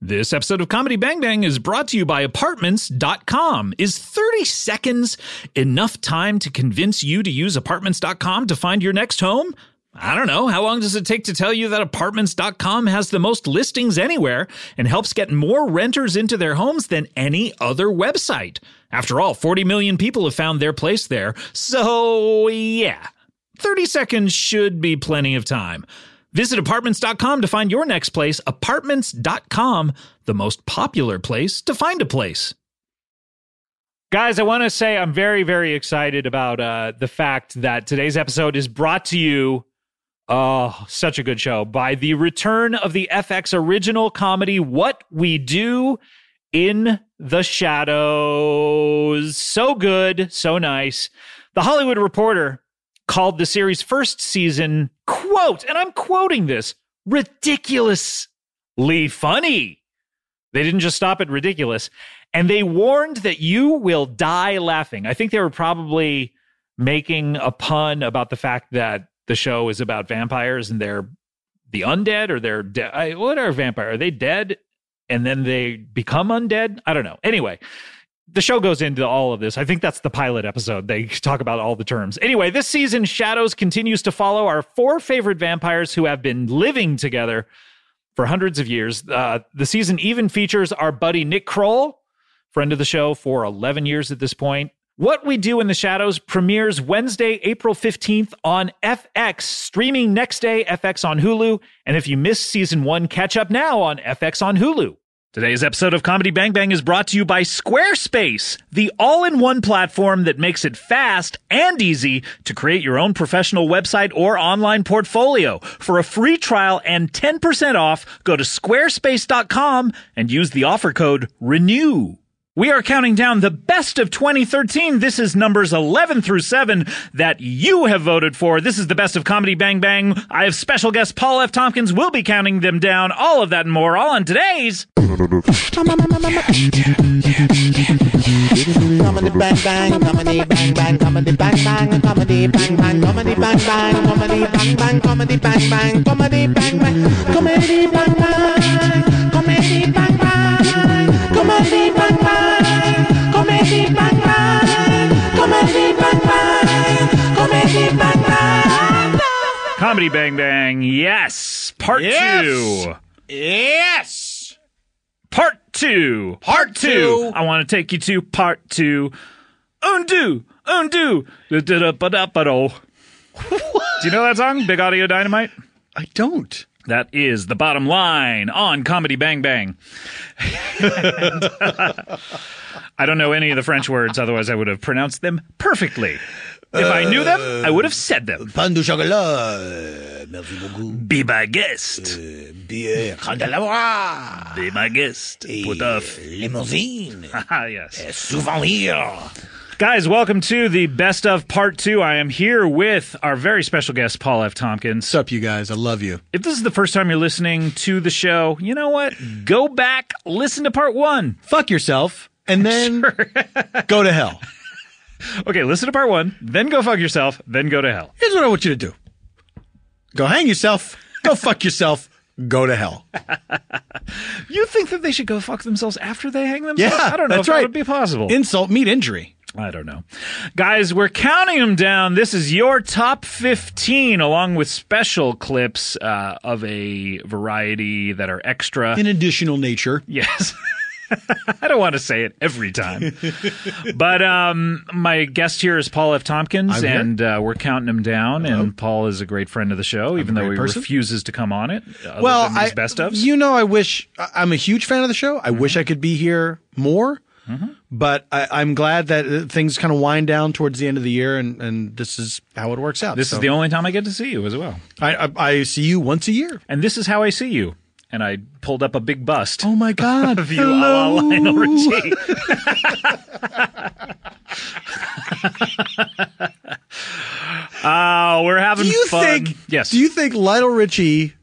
This episode of Comedy Bang Bang is brought to you by Apartments.com. Is 30 seconds enough time to convince you to use Apartments.com to find your next home? I don't know. How long does it take to tell you that Apartments.com has the most listings anywhere and helps get more renters into their homes than any other website? After all, 40 million people have found their place there. So, yeah, 30 seconds should be plenty of time. Visit apartments.com to find your next place. Apartments.com, the most popular place to find a place. Guys, I want to say I'm very, very excited about uh, the fact that today's episode is brought to you. Oh, such a good show by the return of the FX original comedy, What We Do in the Shadows. So good, so nice. The Hollywood Reporter called the series' first season, quote, and I'm quoting this, ridiculously funny. They didn't just stop at ridiculous. And they warned that you will die laughing. I think they were probably making a pun about the fact that the show is about vampires and they're the undead or they're dead. What are vampire? Are they dead? And then they become undead? I don't know. Anyway, the show goes into all of this. I think that's the pilot episode. They talk about all the terms. Anyway, this season, Shadows continues to follow our four favorite vampires who have been living together for hundreds of years. Uh, the season even features our buddy Nick Kroll, friend of the show for 11 years at this point. What We Do in the Shadows premieres Wednesday, April 15th on FX, streaming next day, FX on Hulu. And if you missed season one, catch up now on FX on Hulu. Today's episode of Comedy Bang Bang is brought to you by Squarespace, the all in one platform that makes it fast and easy to create your own professional website or online portfolio. For a free trial and 10% off, go to squarespace.com and use the offer code RENEW. We are counting down the best of 2013. This is numbers 11 through 7 that you have voted for. This is the best of Comedy Bang Bang. I have special guest Paul F. Tompkins. We'll be counting them down, all of that and more, all on today's Comedy bang bang, comedy bang bang, comedy bang bang, comedy bang bang, comedy bang bang, comedy bang bang, comedy bang bang, comedy bang bang, comedy bang bang, comedy bang bang, comedy bang bang, comedy bang bang, comedy bang bang, comedy bang bang. Comedy Bang Bang. Yes, part Yes. two. Yes. Part two. Part two. I want to take you to part two. Undo, undo. Da da da ba da ba do. Do you know that song, Big Audio Dynamite? I don't. That is the bottom line on Comedy Bang Bang. I don't know any of the French words, otherwise, I would have pronounced them perfectly. If I knew them, I would have said them. Pain de chocolat. euh, Merci beaucoup. Be my guest. Euh, Bière. Candelabra. Be my guest. Et Put off. Limousine. Ah, yes. Souvenir. Guys, welcome to the best of part two. I am here with our very special guest, Paul F. Tompkins. What's up, you guys? I love you. If this is the first time you're listening to the show, you know what? Go back, listen to part one. Fuck yourself, and then go to hell. Okay, listen to part one, then go fuck yourself, then go to hell. Here's what I want you to do: go hang yourself, go fuck yourself, go to hell. You think that they should go fuck themselves after they hang Yeah, themselves? I don't know that's if right. that would be possible. Insult meet injury. I don't know. Guys, we're counting them down. This is your top 15, along with special clips uh, of a variety that are extra. In additional nature, Yes. I don't want to say it every time. but um, my guest here is Paul F. Tompkins, I'm here. and uh, we're counting him down. And Paul is a great friend of the show, even though Uh-huh. great he person. refuses to come on it. other well, than these I best ofs. Mm-hmm. You know, I wish I- I'm a huge fan of the show. I wish I could be here more. But I, I'm glad that uh, things kind of wind down towards the end of the year, and, and this is how it works out. this is the only time I get to see you as well. I, I, I see you once a year. And this is how I see you. And I pulled up a big bust. Oh my God! of you, a la Lionel Richie. Oh, we're having do you fun. think yes. do you think Lionel Richie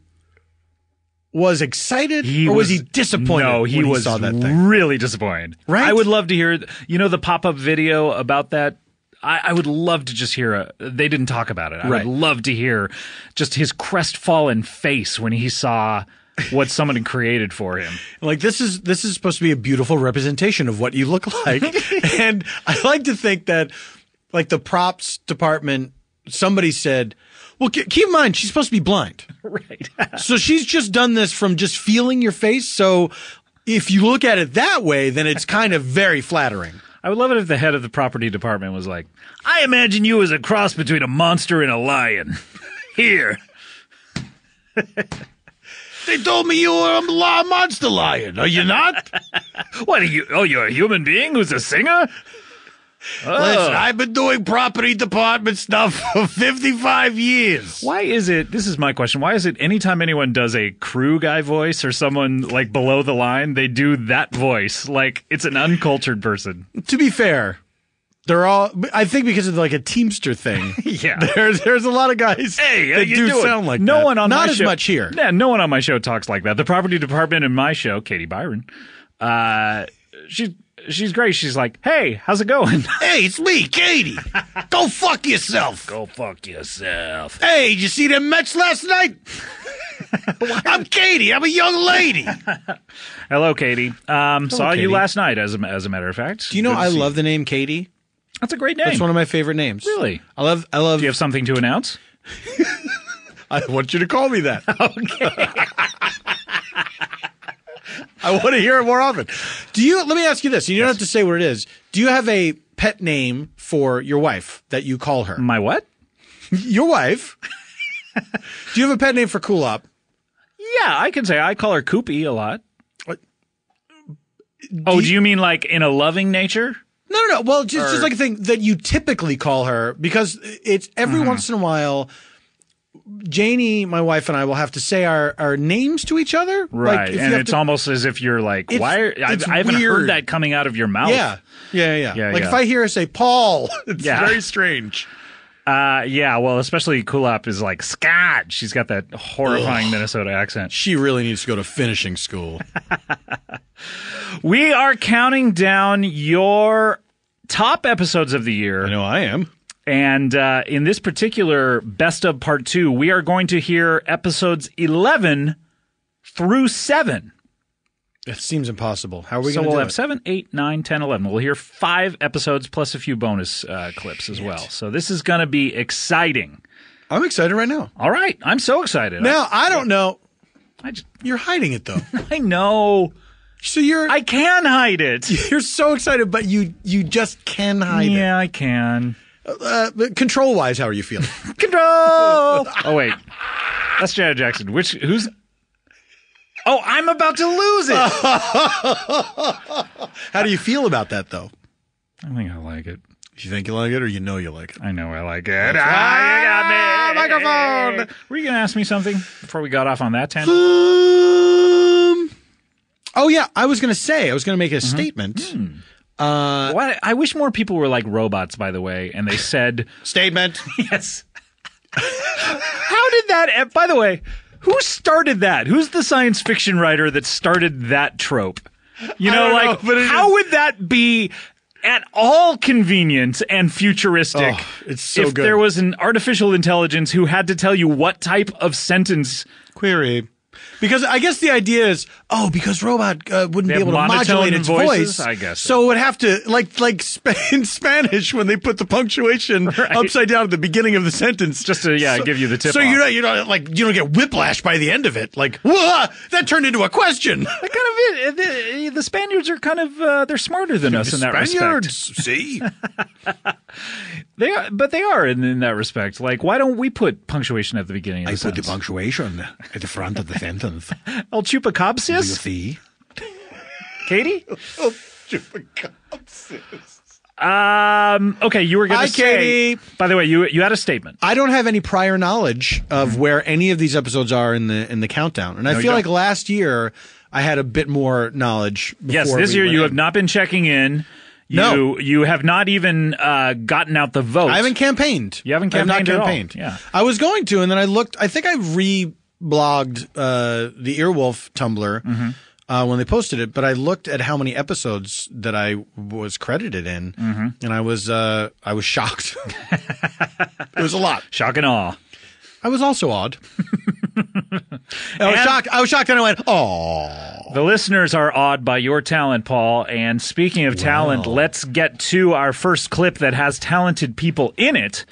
was excited or was, he disappointed No, he when was saw that thing really disappointed. Right? I would love to hear you know the pop up video about that. I, I would love to just hear a. They didn't talk about it. I Right. would love to hear just his crestfallen face when he saw what someone had created for him. Like this is this is supposed to be a beautiful representation of what you look like, and I like to think that like the props department, somebody said, "Well, ke- keep in mind she's supposed to be blind, right. so she's just done this from just feeling your face." So if you look at it that way, then it's kind of very flattering. I would love it if the head of the property department was like, I imagine you as a cross between a monster and a lion. Here. They told me you were a la- monster lion. Are you not? What are you? Oh, you're a human being who's a singer? Oh. Listen, I've been doing property department stuff for 55 years. Why is it? This is my question. Why is it anytime anyone does a crew guy voice or someone like below the line, they do that voice? Like it's an uncultured person. To be fair, they're all. I think because of like a Teamster thing. Yeah. There's there's a lot of guys Hey, how that you do doing? sound like no that. one on not my as show- much here. Yeah, no one on my show talks like that. The property department in my show, Katie Byron, uh, she she's great. She's like, hey, how's it going? Hey, it's me, Katie. Go fuck yourself. Go fuck yourself. Hey, did you see them Mets last night? I'm Katie. I'm a young lady. Hello, Katie. Um, saw Katie. you last night, as a, as a matter of fact. Do you know I love the name Katie? That's a great name. It's one of my favorite names. Really? I love. I love. Do you have something to announce? I want you to call me that. okay. I want to hear it more often. Do you? Let me ask you this. You don't have to say what it is. Do you have a pet name for your wife that you call her? My what? Your wife. Do you have a pet name for Kulop? Yeah, I can say I call her Koopy a lot. What? Oh, do you mean like in a loving nature? No, no, no. Well, just, just Or- like a thing that you typically call her because it's every Mm-hmm. once in a while. Janie, my wife, and I will have to say our, our names to each other. Right, if you and have it's to- almost as if you're like, It's- why? Are, I, it's I haven't weird. heard that coming out of your mouth. Yeah. Yeah, yeah. Yeah, like yeah. if I hear her say Paul, it's Yeah. very strange. uh, yeah. Well, especially Kulop is like Scott. She's got that horrifying Minnesota accent. She really needs to go to finishing school. We are counting down your top episodes of the year. know I am. And uh, in this particular best of part two, we are going to hear episodes 11 through 7. It seems impossible. How are we so going we'll to have do it? seven, eight, nine, 10, 11. We'll hear five episodes plus a few bonus uh, clips as well. So this is going to be exciting. I'm excited right now. All right. I'm so excited. Now I don't know. I, I, just, You're hiding it though. I know. so you're I can hide it. you're so excited, but you you just can hide Yeah, I can. it. Uh, control wise, how are you feeling? Control. oh, wait. That's Janet Jackson. Which, who's. Oh, I'm about to lose it. how do you feel about that though? I think I like it. You think you like it, or you know you like it? I know I like it. Ah, you got me. Microphone. Were you going to ask me something before we got off on that tangent? Um. Oh yeah, I was going to say I was going to make a statement. Mm-hmm. Hmm. Uh, Why I wish more people were like robots, by the way, and they said Statement. yes. How did that? eh, By the way, who started that? Who's the science fiction writer that started that trope? You know, don't like know, but it how is- would that be? At all convenient and futuristic. Oh, it's so if good. there was an artificial intelligence who had to tell you what type of sentence query because I guess the idea is oh because robot uh, wouldn't be have able to monotone modulate its voices? voice I guess so it would have to like like Sp- in Spanish when they put the punctuation upside down at the beginning of the sentence Just to, yeah, so, give you the tip so off. you're not you're not like you don't get whiplash by the end of it like Whoa, that turned into a question That kind of the, the Spaniards are kind of uh, they're smarter than us in that respect. See? They are, but they are in, in that respect. Like, why don't we put punctuation at the beginning? Of I the put the sentence? punctuation at the front of the sentence. El Do you Chupacabsius, see? Katie. Um. Okay, you were going Hi, to say. Katie. By the way, you you had a statement. I don't have any prior knowledge of where any of these episodes are in the in the countdown and I feel don't. like last year I had a bit more knowledge before Yes, this we year went you in. have not been checking in. You, No. you have not even uh, gotten out the vote. I haven't campaigned. You haven't I have not campaigned at all. campaigned. Yeah. I was going to, and then I looked. I think I reblogged uh, the Earwolf Tumblr Mm-hmm. uh, when they posted it, but I looked at how many episodes that I was credited in, Mm-hmm. and I was uh, I was shocked. it was a lot. Shock and awe. I was also odd. I was And- shocked. I was shocked, and I went, "Oh, The listeners are awed by your talent, Paul. And speaking of talent, let's get to our first clip that has talented people in it,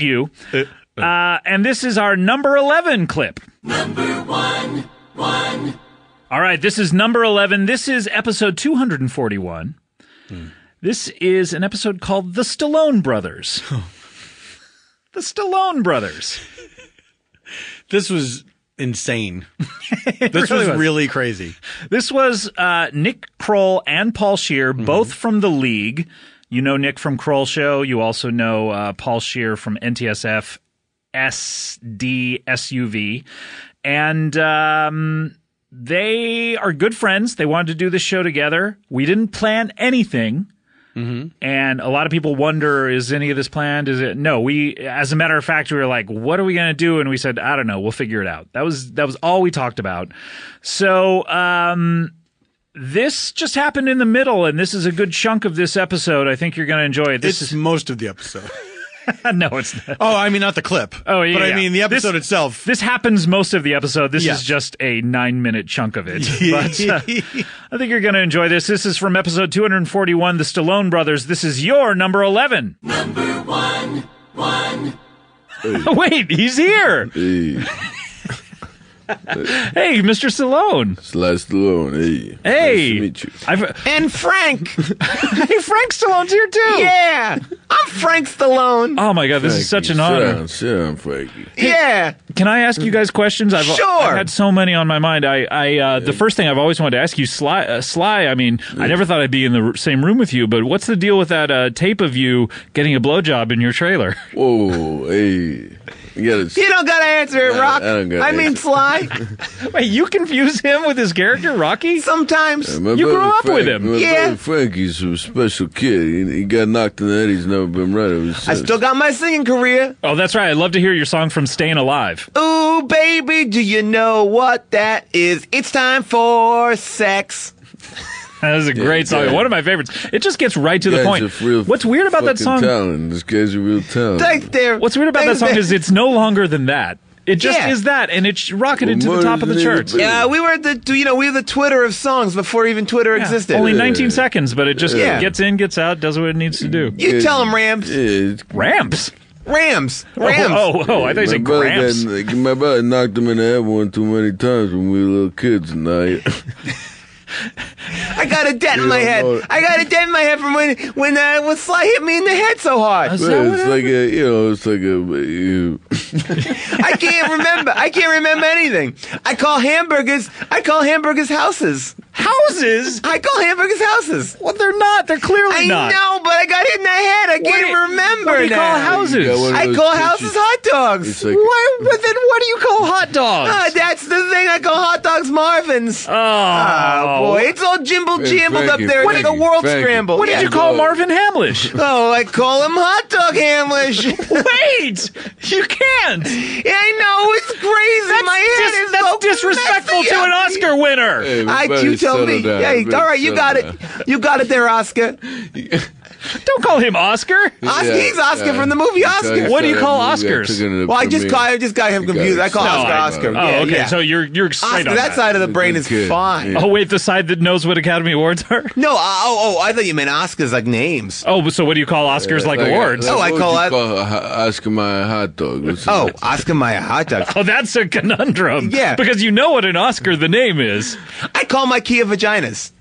you. Uh, and this is our number 11 clip. Number one, one. All right, this is number 11. This is episode 241. This is an episode called The Stallone Brothers. the Stallone Brothers. this was insane. this really was, was. really crazy." This was uh, Nick Kroll and Paul Shear, Mm-hmm. both from the league. You know Nick from Kroll Show. You also know uh, Paul Shear from NTSF SDSUV. And um, they are good friends. They wanted to do this show together. We didn't plan anything. Mm-hmm. And a lot of people wonder, is any of this planned? Is it no? We, as a matter of fact, we were like, what are we going to do? And we said, I don't know. We'll figure it out. That was that was all we talked about. So um, this just happened in the middle, and this is a good chunk of this episode. I think you're going to enjoy it. This It's most of the episode. is no, it's not. Oh, I mean, not the clip. Oh, yeah, But I yeah. mean, the This- episode itself. This happens most of the episode. This Yeah. is just a nine minute chunk of it. But uh, I think you're going to enjoy this. This is from episode 241, The Stallone Brothers. This is your number 11. Number one, one. Wait, he's here. Hey, Hey, Mr. Stallone. Slash Stallone. Hey. Nice Hey. to meet you. I've, And Frank. hey, Frank Stallone's here too. Yeah. I'm Frank Stallone. Oh my God, this is such an Sit honor. down, Sit down, Frankie. Eh. Yeah. Can I ask you guys questions? I've, Sure. I've had so many on my mind. I, I, uh, the first thing I've always wanted to ask you, Sly. Uh, Sly. I mean, I never thought I'd be in the r- same room with you, but what's the deal with that uh, tape of you getting a blowjob in your trailer? Whoa, hey. You gotta You don't gotta answer it, Rock. I don't gotta I mean, answer. Sly. Wait, you confuse him with his character, Rocky? Sometimes. My You brother grew up with Frank- him. My Yeah. brother Frankie's a special kid. He, he got knocked in the head. He's never been right ever I since. still got my singing career. Oh, that's right. I'd love to hear your song from Staying Alive. Ooh, baby, do you know what that is? It's time for sex. That is a great song. yeah. One of my favorites. It just gets right to the Guy's point. a real What's weird about that fucking song? Talent. This guy's a real talent. Thanks there. What's weird about that Thanks song there. is it's no longer than that. It just Yeah. is that, and it's rocketed to Well, the top of the more than charts. it- Yeah, we were at the you know we were the Twitter of songs before even Twitter Yeah, existed. Only 19 seconds, but it just Yeah. gets in, gets out, does what it needs to do. you tell them Rams, Yeah, it's- Ramps. Rams, Rams. Oh, oh, oh, I thought you said my, brother Gramps. got, my brother knocked him in the head one too many times when we were little kids. And I, I got a dent in You my don't head. know it. I got a dent in my head from when when uh, when Sly hit me in the head so hard. that Well, what it's like a, you know, it's like a. uh, I can't remember. I can't remember anything. I call hamburgers. I call hamburgers houses. Houses? I call hamburgers houses. Well, they're not. They're clearly I not. know, but I got hit in the head. I What do can't you- remember what do you now. call you got one houses? of I those call pitchy- houses hot dogs. It's like- Why? But then what do you call hot dogs? Ah, that's the thing. I call hot dogs Marvin's. oh, Oh, boy, it's all jimble Hey, jambled up Frankie, there. It's like Frankie, a world Frankie. scramble. What did Yeah. you call Marvin Hamlish? Oh, I call him hot dog Hamlish. Wait! You can't! Yeah, I know it's crazy. That's, My head dis- is that's so disrespectful messy to an up. Oscar winner! Hey, I, everybody you tell settle me. down, Yeah, everybody all right, settle you got it. down. You got it there, Oscar. Don't call him Oscar! Oscar Yeah, he's Oscar yeah. from the movie Oscar. Because What do you that call movie I Oscars? took it to the Well, I just premiere. call I just got him You got confused. I call excited Oscar about it. Oscar. Oh, Yeah, okay. yeah. So you're you're straight Oscar, on that that. side of the brain Good is kid. fine. Yeah. Oh wait, the side that knows what Academy Awards are. No, I- oh, oh, I thought you meant Oscars like names. Oh, so what do you call Oscars like awards? Oh, I what call you it- a ho- Oscar my hot dog. What's his Oh, name? Oscar Mayer hot dog. Oh, that's a conundrum. Yeah. Because you know what an Oscar the name is. I call my Kia vaginas.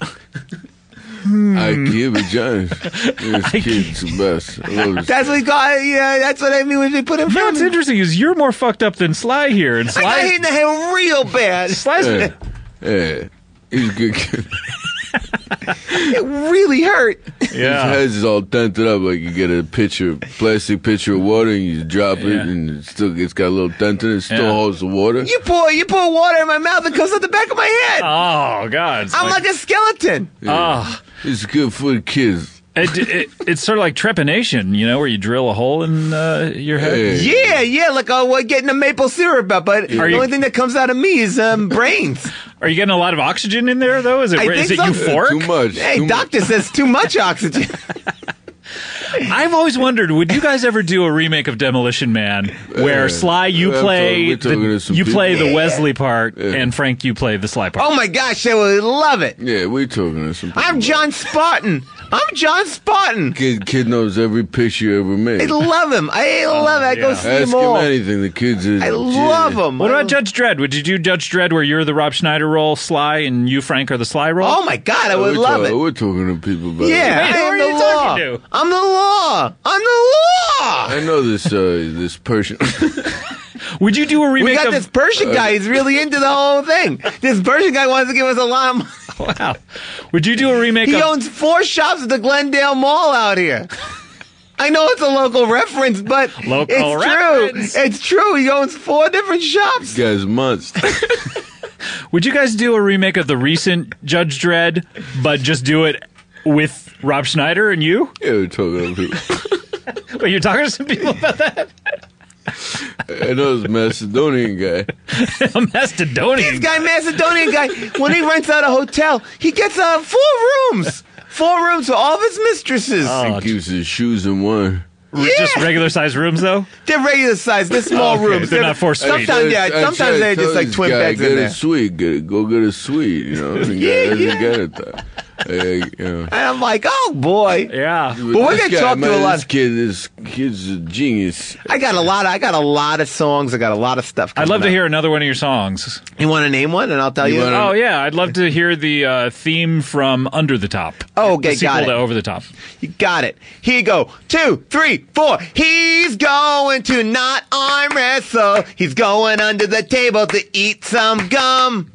Hmm. IKEA vaginas. This kid's the best. I love this. That's what he called. Yeah, that's what I mean when they put him. You know from. what's interesting is you're more fucked up than Sly here. And I got hit in Sly, the head real bad. Sly's, Yeah. Yeah. eh, He's a good kid. It really hurt. His yeah. head's is all dented up like you get a pitcher, plastic pitcher of water, and you drop it, Yeah. and it still it's got a little dent in it. It still Yeah. holds the water. You pour you pour water in my mouth it comes out the back of my head. Oh God. It's I'm like a skeleton. ah. It's good for the kids. It, it, it's sort of like trepanation, you know, where you drill a hole in uh, your head. Hey. Yeah, yeah, like oh, we're getting a maple syrup up, but the Are you- only thing that comes out of me is um, brains. Are you getting a lot of oxygen in there though? Is it I is it think so. Too euphoric? much. Hey, too much. doctor says too much oxygen. I've always wondered, would you guys ever do a remake of Demolition Man where Yeah. Sly you I'm play talking- we're talking to the, some you play people. the Wesley part and Frank you play the Sly part? Oh my gosh, they would love it. Yeah, we talking to some. I'm people. John Spartan. I'm John Spartan. Kid, kid knows every pitch you ever I made. love him. I love it. I go Oh, yeah. see Ask him him all. I anything. The kids is. love him. What I- about Judge Dredd? Would you do Judge Dredd where you're the Rob Schneider role, Sly, and you Frank are the Sly role? Oh my God, I Uh, would we're love talking, it. We're talking to people about Yeah, Hey, I who am are the you law. talking to? I'm the law. I'm the law. I know this uh, this Persian. Would you do a We remake got of this Persian guy. He's really into the whole thing. This Persian guy wants to give us a lot of money. Wow. Would you do a remake He of owns four shops at the Glendale Mall out here. I know it's a local reference, but Local it's reference. true. It's true. He owns four different shops. This guy's a monster. Would you guys do a remake of the recent Judge Dredd, but just do it with Rob Schneider and you? Yeah, we're talking to people. Wait, you're talking to some people about that I know this Macedonian guy. Macedonian. This guy, Macedonian guy, when he rents out a hotel, he gets uh, four rooms. Four rooms for all of his mistresses. Oh, Keeps his shoes in one. r- Just regular sized rooms though. They're regular size. They're small Okay, rooms. they're not four suites. Sometimes, yeah, I tried sometimes to they're tell just like this twin guy, beds get in a there. Suite, get it, go get a suite. You know, and yeah, guy Yeah, doesn't yeah. get it though. Like, you know. And I'm like, oh boy. Yeah. But we're This gonna guy, talk to man, a lot- This kid, this kid's a genius. I got a lot. Of, I got a lot of songs. I got a lot of stuff. I'd coming love to up. hear another one of your songs. You want to name one, and I'll tell you. You wanna- Oh yeah, I'd love to hear the uh, theme from Under the Top. Oh, okay, the sequel got it. to Over the Top. You got it. Here you go. Two, three, four. He's going to not arm wrestle. He's going under the table to eat some gum.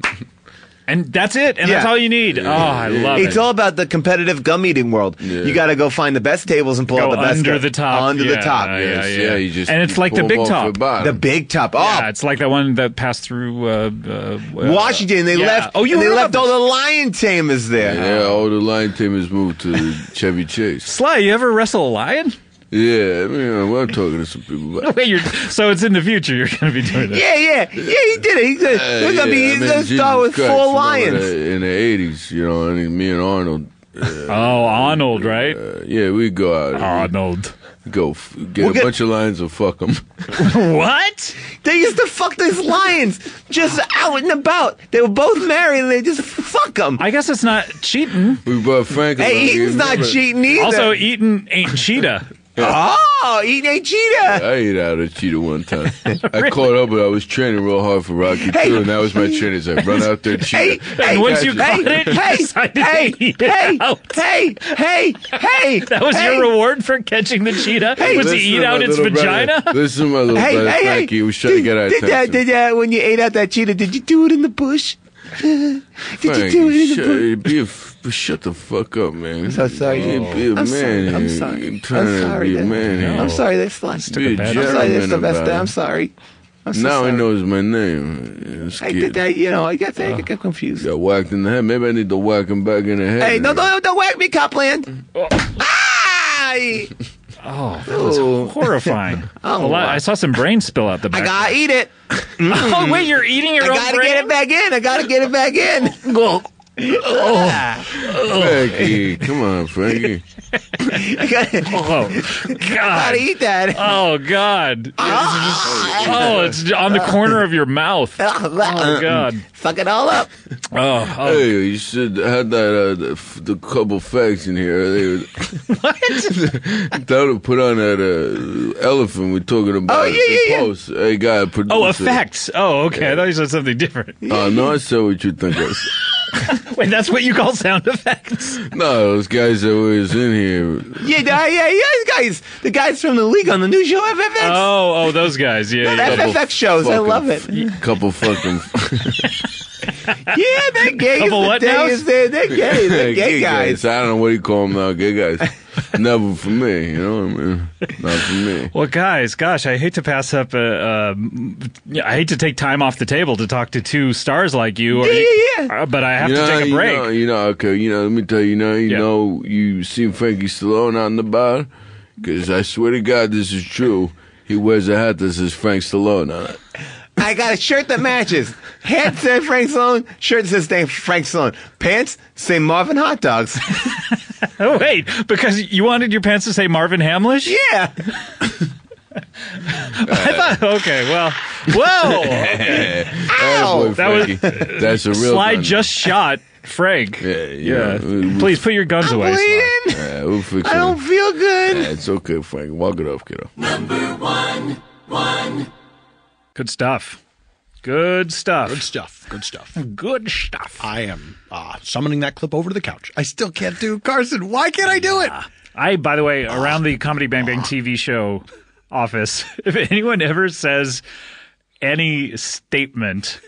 And that's it. And that's Yeah. all you need. Oh, I love It's it. all about the competitive gum eating world. You got to go find the best tables and pull Go out the best. under gum. the top. Under Yeah, the top. yeah, yeah. Yes, yeah, you just And it's you like the pull big off top. The bottom. The big top. Oh, yeah, it's like that one that passed through uh, uh, Washington. They yeah. left. Oh, you and they remember left all the lion tamers there. yeah, all the lion tamers moved to Chevy Chase. Sly, you ever wrestle a lion? Yeah, I mean, we're talking to some people. About Wait, you're, so it's in the future you're going to be doing that. Yeah, yeah, yeah. He did it. He did. Uh, We're gonna yeah, be. I mean, He's gonna Jesus start with Christ, four you know, lions. in the eighties, you know, I mean, me and Arnold, Oh, Arnold, right? uh, yeah, we go out, and Arnold. we go f- get We'll a get- bunch of lions and fuck them. What? They used to fuck these lions just out and about. They were both married and they just fuck them. I guess it's not cheating. We brought Franklin. Hey, Eaton's not cheating either. Also, e- eating ain't cheetah. oh, Eaton ain't cheetah. I ate out a cheetah one time. I caught up, but I was training real hard for Rocky Hey. Two, and that was my trainer's. I run out there Hey, cheetah. hey, once you hey, caught it, you decided hey, to hey, eat it hey, out. hey, hey, hey, That was hey. your reward for catching the cheetah? was to Listen eat my out its little brother. vagina? Listen, to my little Hey, brother hey, hey. Frankie, he was trying to did, get our did that, attention. did that, when you ate out that cheetah, did you do it in the bush? did you do it in the bush? Frankie, shut, be a f- shut the fuck up, man. so sorry, Be, dude. be a I'm man. sorry. I'm here. sorry. I'm I'm trying sorry, to be a Dad. man. here. I'm sorry, that's fine. Be a bad- I'm sorry, that's gentleman about Sylvester. it. I'm sorry. I'm so Now sorry. he knows my name. This I kid. did that, you know, I got, I got confused. Got whacked in the head. Maybe I need to whack him back in the head. Hey, no, don't, don't whack me, Copland. Aye. Oh, that was Ooh. horrifying. Oh, A lot- I saw some brain spill out the I back. gotta eat it. oh, wait, you're eating your Mm. I own gotta brain? get it back in. I gotta get it back in. Oh. Frankie. Come on, Frankie. I gotta, Oh, gotta God. eat that. Ah. Oh, God. Oh, it's on the corner of your mouth. Oh, God. Fuck it all up. Oh, oh. Hey, you should have that uh, the, f- the couple facts in here. They what? that would put on that uh, elephant we're talking about. Oh, yeah, the yeah, yeah. Post. Hey, guy, producer. Oh, effects. Oh, okay. I thought you said something different. Oh no, I said what you think. I said. Wait, that's what you call sound effects? No, those guys that was in here. Yeah, yeah, yeah, yeah, guys. The guys from the league on the new show FFX. Oh, oh, those guys. Yeah, yeah. FFX shows. I fucking- love it. Couple fucking Yeah, they're Uh, gay. Couple is the what thing now? is They're, they're gay. They're gay guys. I don't know what you call them now. Gay guys. Never for me. You know what I mean? Not for me. Well, guys, gosh, I hate to pass up. A, um, I hate to take time off the table to talk to two stars like you. Or Yeah, you- yeah, yeah. uh, But I have you know, to take a you break. know, you know, okay, you know, let me tell you, you know, you Yeah. know, you seen Frankie Stallone out in the bar? Because I swear to God, this is true. He wears a hat that says Frank Stallone on it. I got a shirt that matches. Hat said Frank Sloan. Shirt says thank Frank Sloan. Pants say Marvin Hot Dogs. Oh, wait, because you wanted your pants to say Marvin Hamlish? Yeah. I thought, okay, well, whoa. Attaboy, That was- Oh, Frankie. that's a real Sly gun. just shot Frank. Yeah, Yeah. yeah. We- Please put your guns away. Sly. Bleeding. Yeah, we'll fix I it. don't feel good. Yeah, it's okay, Frank. Walk it off, kiddo. Number one. One. Good stuff. Good stuff. Good stuff. Good stuff. Good stuff. I am uh, summoning that clip over to the couch. I still can't do Carson. Why can't I do it? I, by the way, around the Comedy Bang Bang TV show office, if anyone ever says any statement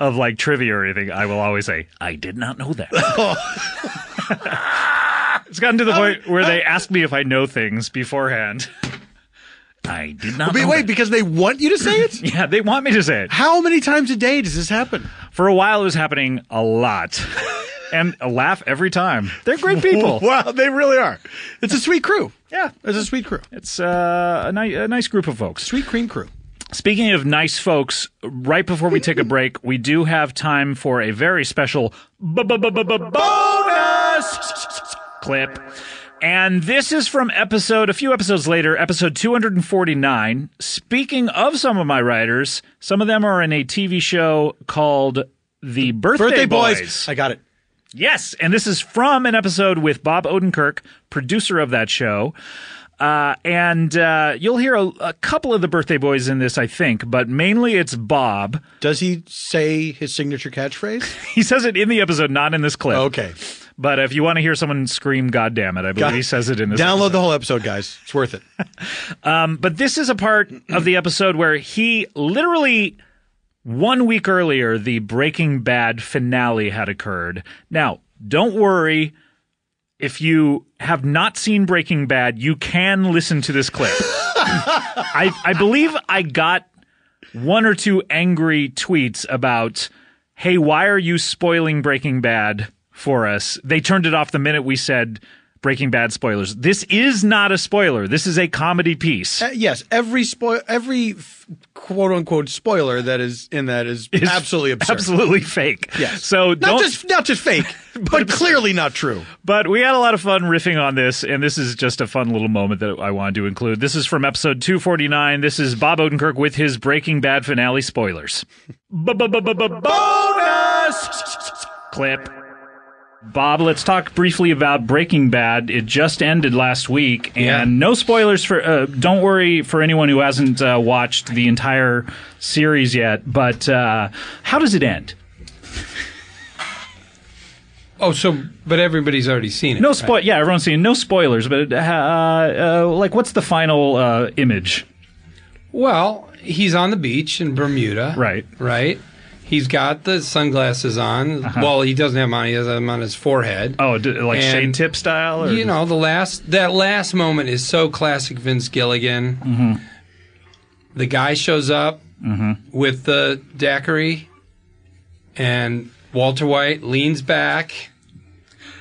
of like trivia or anything, I will always say, I did not know that. it's gotten to the point Oh, where they ask me if I know things beforehand. I did not Wait, know wait, that. because they want you to say it? Yeah, they want me to say it. How many times a day does this happen? For a while, it was happening a lot. and a laugh every time. They're great people. Wow, they really are. It's a sweet crew. Yeah. It's a sweet crew. It's uh, a, ni- a nice group of folks. Sweet cream crew. Speaking of nice folks, right before we take a break, we do have time for a very special bonus clip. And this is from episode, a few episodes later, episode 249. Speaking of some of my writers, some of them are in a TV show called The Birthday, Birthday boys. Boys. I got it. Yes, and this is from an episode with Bob Odenkirk, producer of that show. Uh, and uh, you'll hear a, a couple of the birthday boys in this, I think, but mainly it's Bob. Does he say his signature catchphrase? He says it in the episode, not in this clip. Okay. But if you want to hear someone scream, God damn it, I believe God- he says it in this Um, Download the whole episode, guys. It's worth it. But this is a part of the episode where he literally one week earlier, the Breaking Bad finale had occurred. Now, don't worry. If you have not seen Breaking Bad, you can listen to this clip. I, I believe I got one or two angry tweets about, hey, why are you spoiling Breaking Bad for us? They turned it off the minute we said Breaking Bad spoilers. This is not a spoiler. This is a comedy piece. Uh, yes, every spoil, every f- quote unquote spoiler that is in that is, is absolutely absurd. absolutely fake. Yes. So not don't. just not just fake, but clearly not true. but we had a lot of fun riffing on this, and this is just a fun little moment that I wanted to include. This is from episode 249. This is Bob Odenkirk with his Breaking Bad finale spoilers. Bonus clip. Bob, let's talk briefly about Breaking Bad. It just ended last week, and no spoilers for. Uh, don't worry for anyone who hasn't uh, watched the entire series yet. But uh, how does it end? Oh, so but everybody's already seen it. No spoil. Yeah, everyone's seeing no spoilers, but uh, uh, like, what's the final uh, image? Well, he's on the beach in Bermuda. Right. Right. He's got the sunglasses on. Well, he doesn't have them on. He has them on his forehead. Uh-huh. Oh, d- like And- shade tip style, or You know, the last that last moment is so classic Vince Gilligan. Mm-hmm. The guy shows up with the daiquiri, and Walter White leans back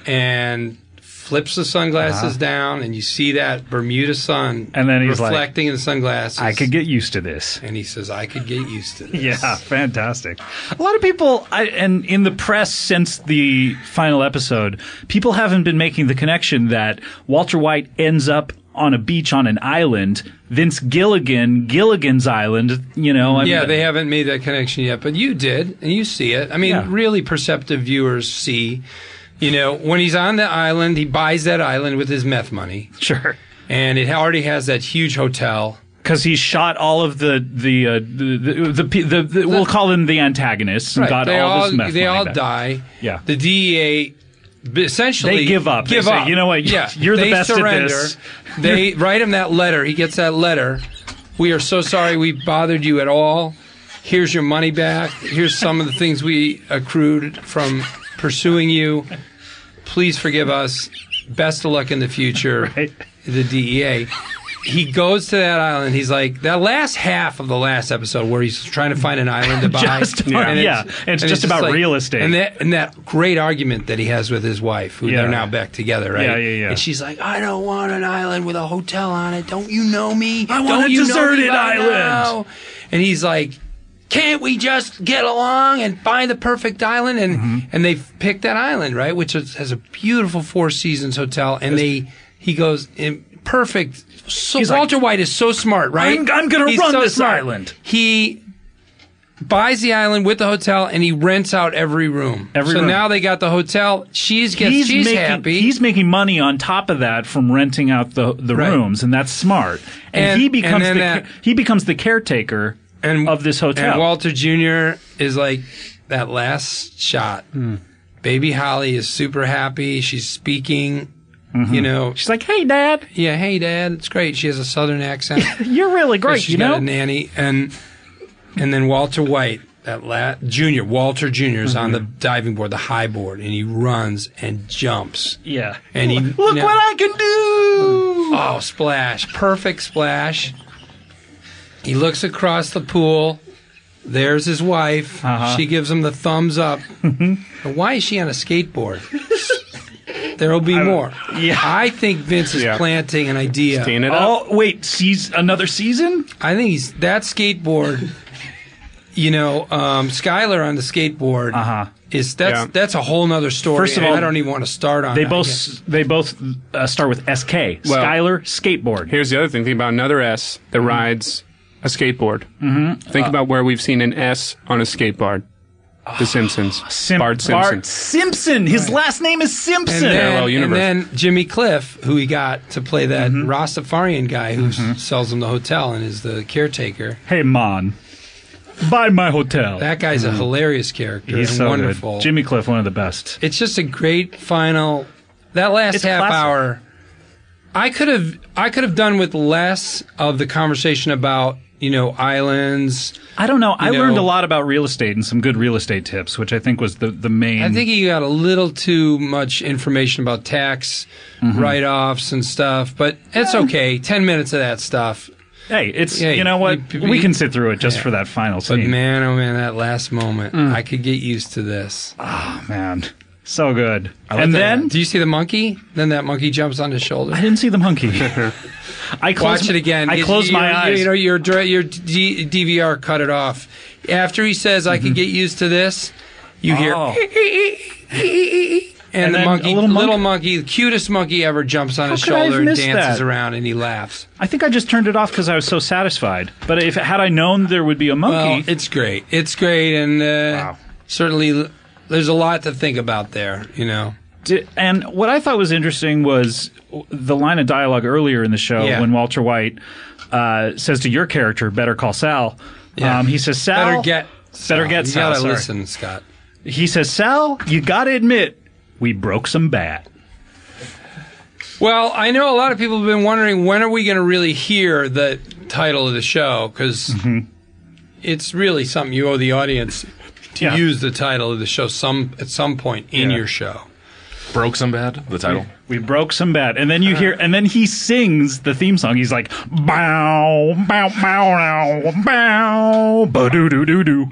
and flips the sunglasses down, and you see that Bermuda sun Uh-huh. And then he's like, reflecting in the sunglasses. I could get used to this. and he says, "I could get used to this." Yeah, fantastic. A lot of people, I, and in the press since the final episode, people haven't been making the connection that Walter White ends up on a beach on an island. Vince Gilligan, Gilligan's Island. You know, I Yeah, mean, they haven't made that connection yet, but you did, and you see it. I mean, Yeah. really perceptive viewers see. You know, when he's on the island, he buys that island with his meth money, sure. and it already has that huge hotel. because he shot all of the the uh, the, the, the, pe- the, the we'll call them the antagonists and got they all, all, this meth they money all back. die. Yeah. the DEA b- essentially They give up. They Give say, up. "You know what? Yeah, You're the they best at surrender. this." They write him that letter. He gets that letter. We are so sorry we bothered you at all. Here's your money back. Here's some of the things we accrued from pursuing you. Please forgive us. Best of luck in the future. Right. The DEA. He goes to that island. He's like that last half of the last episode where he's trying to find an island to buy. Just- yeah, and it's just about real estate. And that, and that great argument that he has with his wife, who Yeah. they're now back together, right? Yeah, yeah, yeah. And she's like, I don't want an island with a hotel on it. Don't you know me? I want a deserted island." And he's like, can't we just get along and find the perfect island? And Mm-hmm. and they picked that island, right, which is, has a beautiful Four Seasons hotel. And they he goes in perfect. So Walter White is so smart, right? I'm- I'm gonna He's run so this smart. island. He buys the island with the hotel and he rents out every room. Every so room. now they got the hotel. She's gets He's she's making happy. he's making money on top of that from renting out the the Right. rooms, and that's smart. And, And- he and becomes then the that- ca- he becomes the caretaker and of this hotel. And Walter Jr. is like that last shot. Hmm. Baby Holly is super happy. She's speaking. You know, Mm-hmm. She's like, "Hey, Dad, yeah, hey dad, it's great. She has a southern accent. you're really great. She's You got know, a nanny and and then Walter White, that la junior, Walter Jr. is on the Mm-hmm. diving board, the high board, and he runs and jumps. yeah." And he Look now- what I can do! Oh, splash. Perfect splash. He looks across the pool. There's his wife. Uh-huh. Mm-hmm. She gives him the thumbs up. But Why is she on a skateboard? There'll be more. Yeah. I think Vince is Yeah. planting an idea. Teeing it up. Oh wait, sees another season? I think he's that skateboard. You know, um, Skyler on the skateboard Uh-huh. is that's Yeah. that's a whole nother story. First of and all, I don't even want to start on. They that both yet. they both uh, start with SK. Well- Skyler skateboard. Here's the other thing. Think about another S that rides a skateboard. Mm-hmm. Uh, Think about where we've seen an S on a skateboard. The Simpsons. Sim- Bart Simpson. Ah, Bart Simpson. His last name is and Simpson. then, Parallel universe. and then Jimmy Cliff, who he got to play that Mm-hmm. Rastafarian guy who s- sells him the hotel and is the caretaker. hey, Mon, buy my hotel. Mm-hmm. That guy's a hilarious character. He's and so wonderful. good. Jimmy Cliff, one of the best. It's just a great final. That last It's a half classic. hour, I could have I could have done with less of the conversation about you know islands. I don't know. I You learned a know- lot about real estate and some good real estate tips, which I think was the the main. I think you got a little too much information about tax Mm-hmm. write offs and stuff, but it's okay. Ten minutes of that stuff. hey, it's Yeah, you know what you- you- we can sit through it just for that final But scene. Mm. Man. man, oh man, that last moment, I could get used to this. Ah, so good. And then do you see the monkey? Then that monkey jumps on his shoulder. I didn't see the monkey. I closed, Watch it again. I You- closed you- my you, eyes. You know, your dir- your D- DVR cut it off. After he says, "I could get used to this," you hear, Mm-hmm. Oh. and, And the then monkey, a little monk- monkey, the cutest monkey ever, jumps on his could I have shoulder and missed dances that? around, and he laughs. I think I just turned it off because I was so satisfied. But if had I known there would be a monkey, Well, it's great. It's great, and uh, certainly there's a lot to think about there. You know, Di- and what I thought was interesting was the line of dialogue earlier in the show Yeah. when Walter White uh, says to your character, "Better call Sal." Yeah. Um, he says, "Sal, better get, better get You Sal." gotta sorry. listen, Scott. He says, "Sal, you gotta admit, we broke some bat." Well, I know a lot of people have been wondering when are we going to really hear the title of the show because it's really something you owe the audience to Yeah. use the title of the show some at some point in your show. Broke some bad. The title. We broke some bat, and then you hear, and then he sings the theme song. He's like, "Bow, bow, bow, bow, bow, ba doo doo doo doo."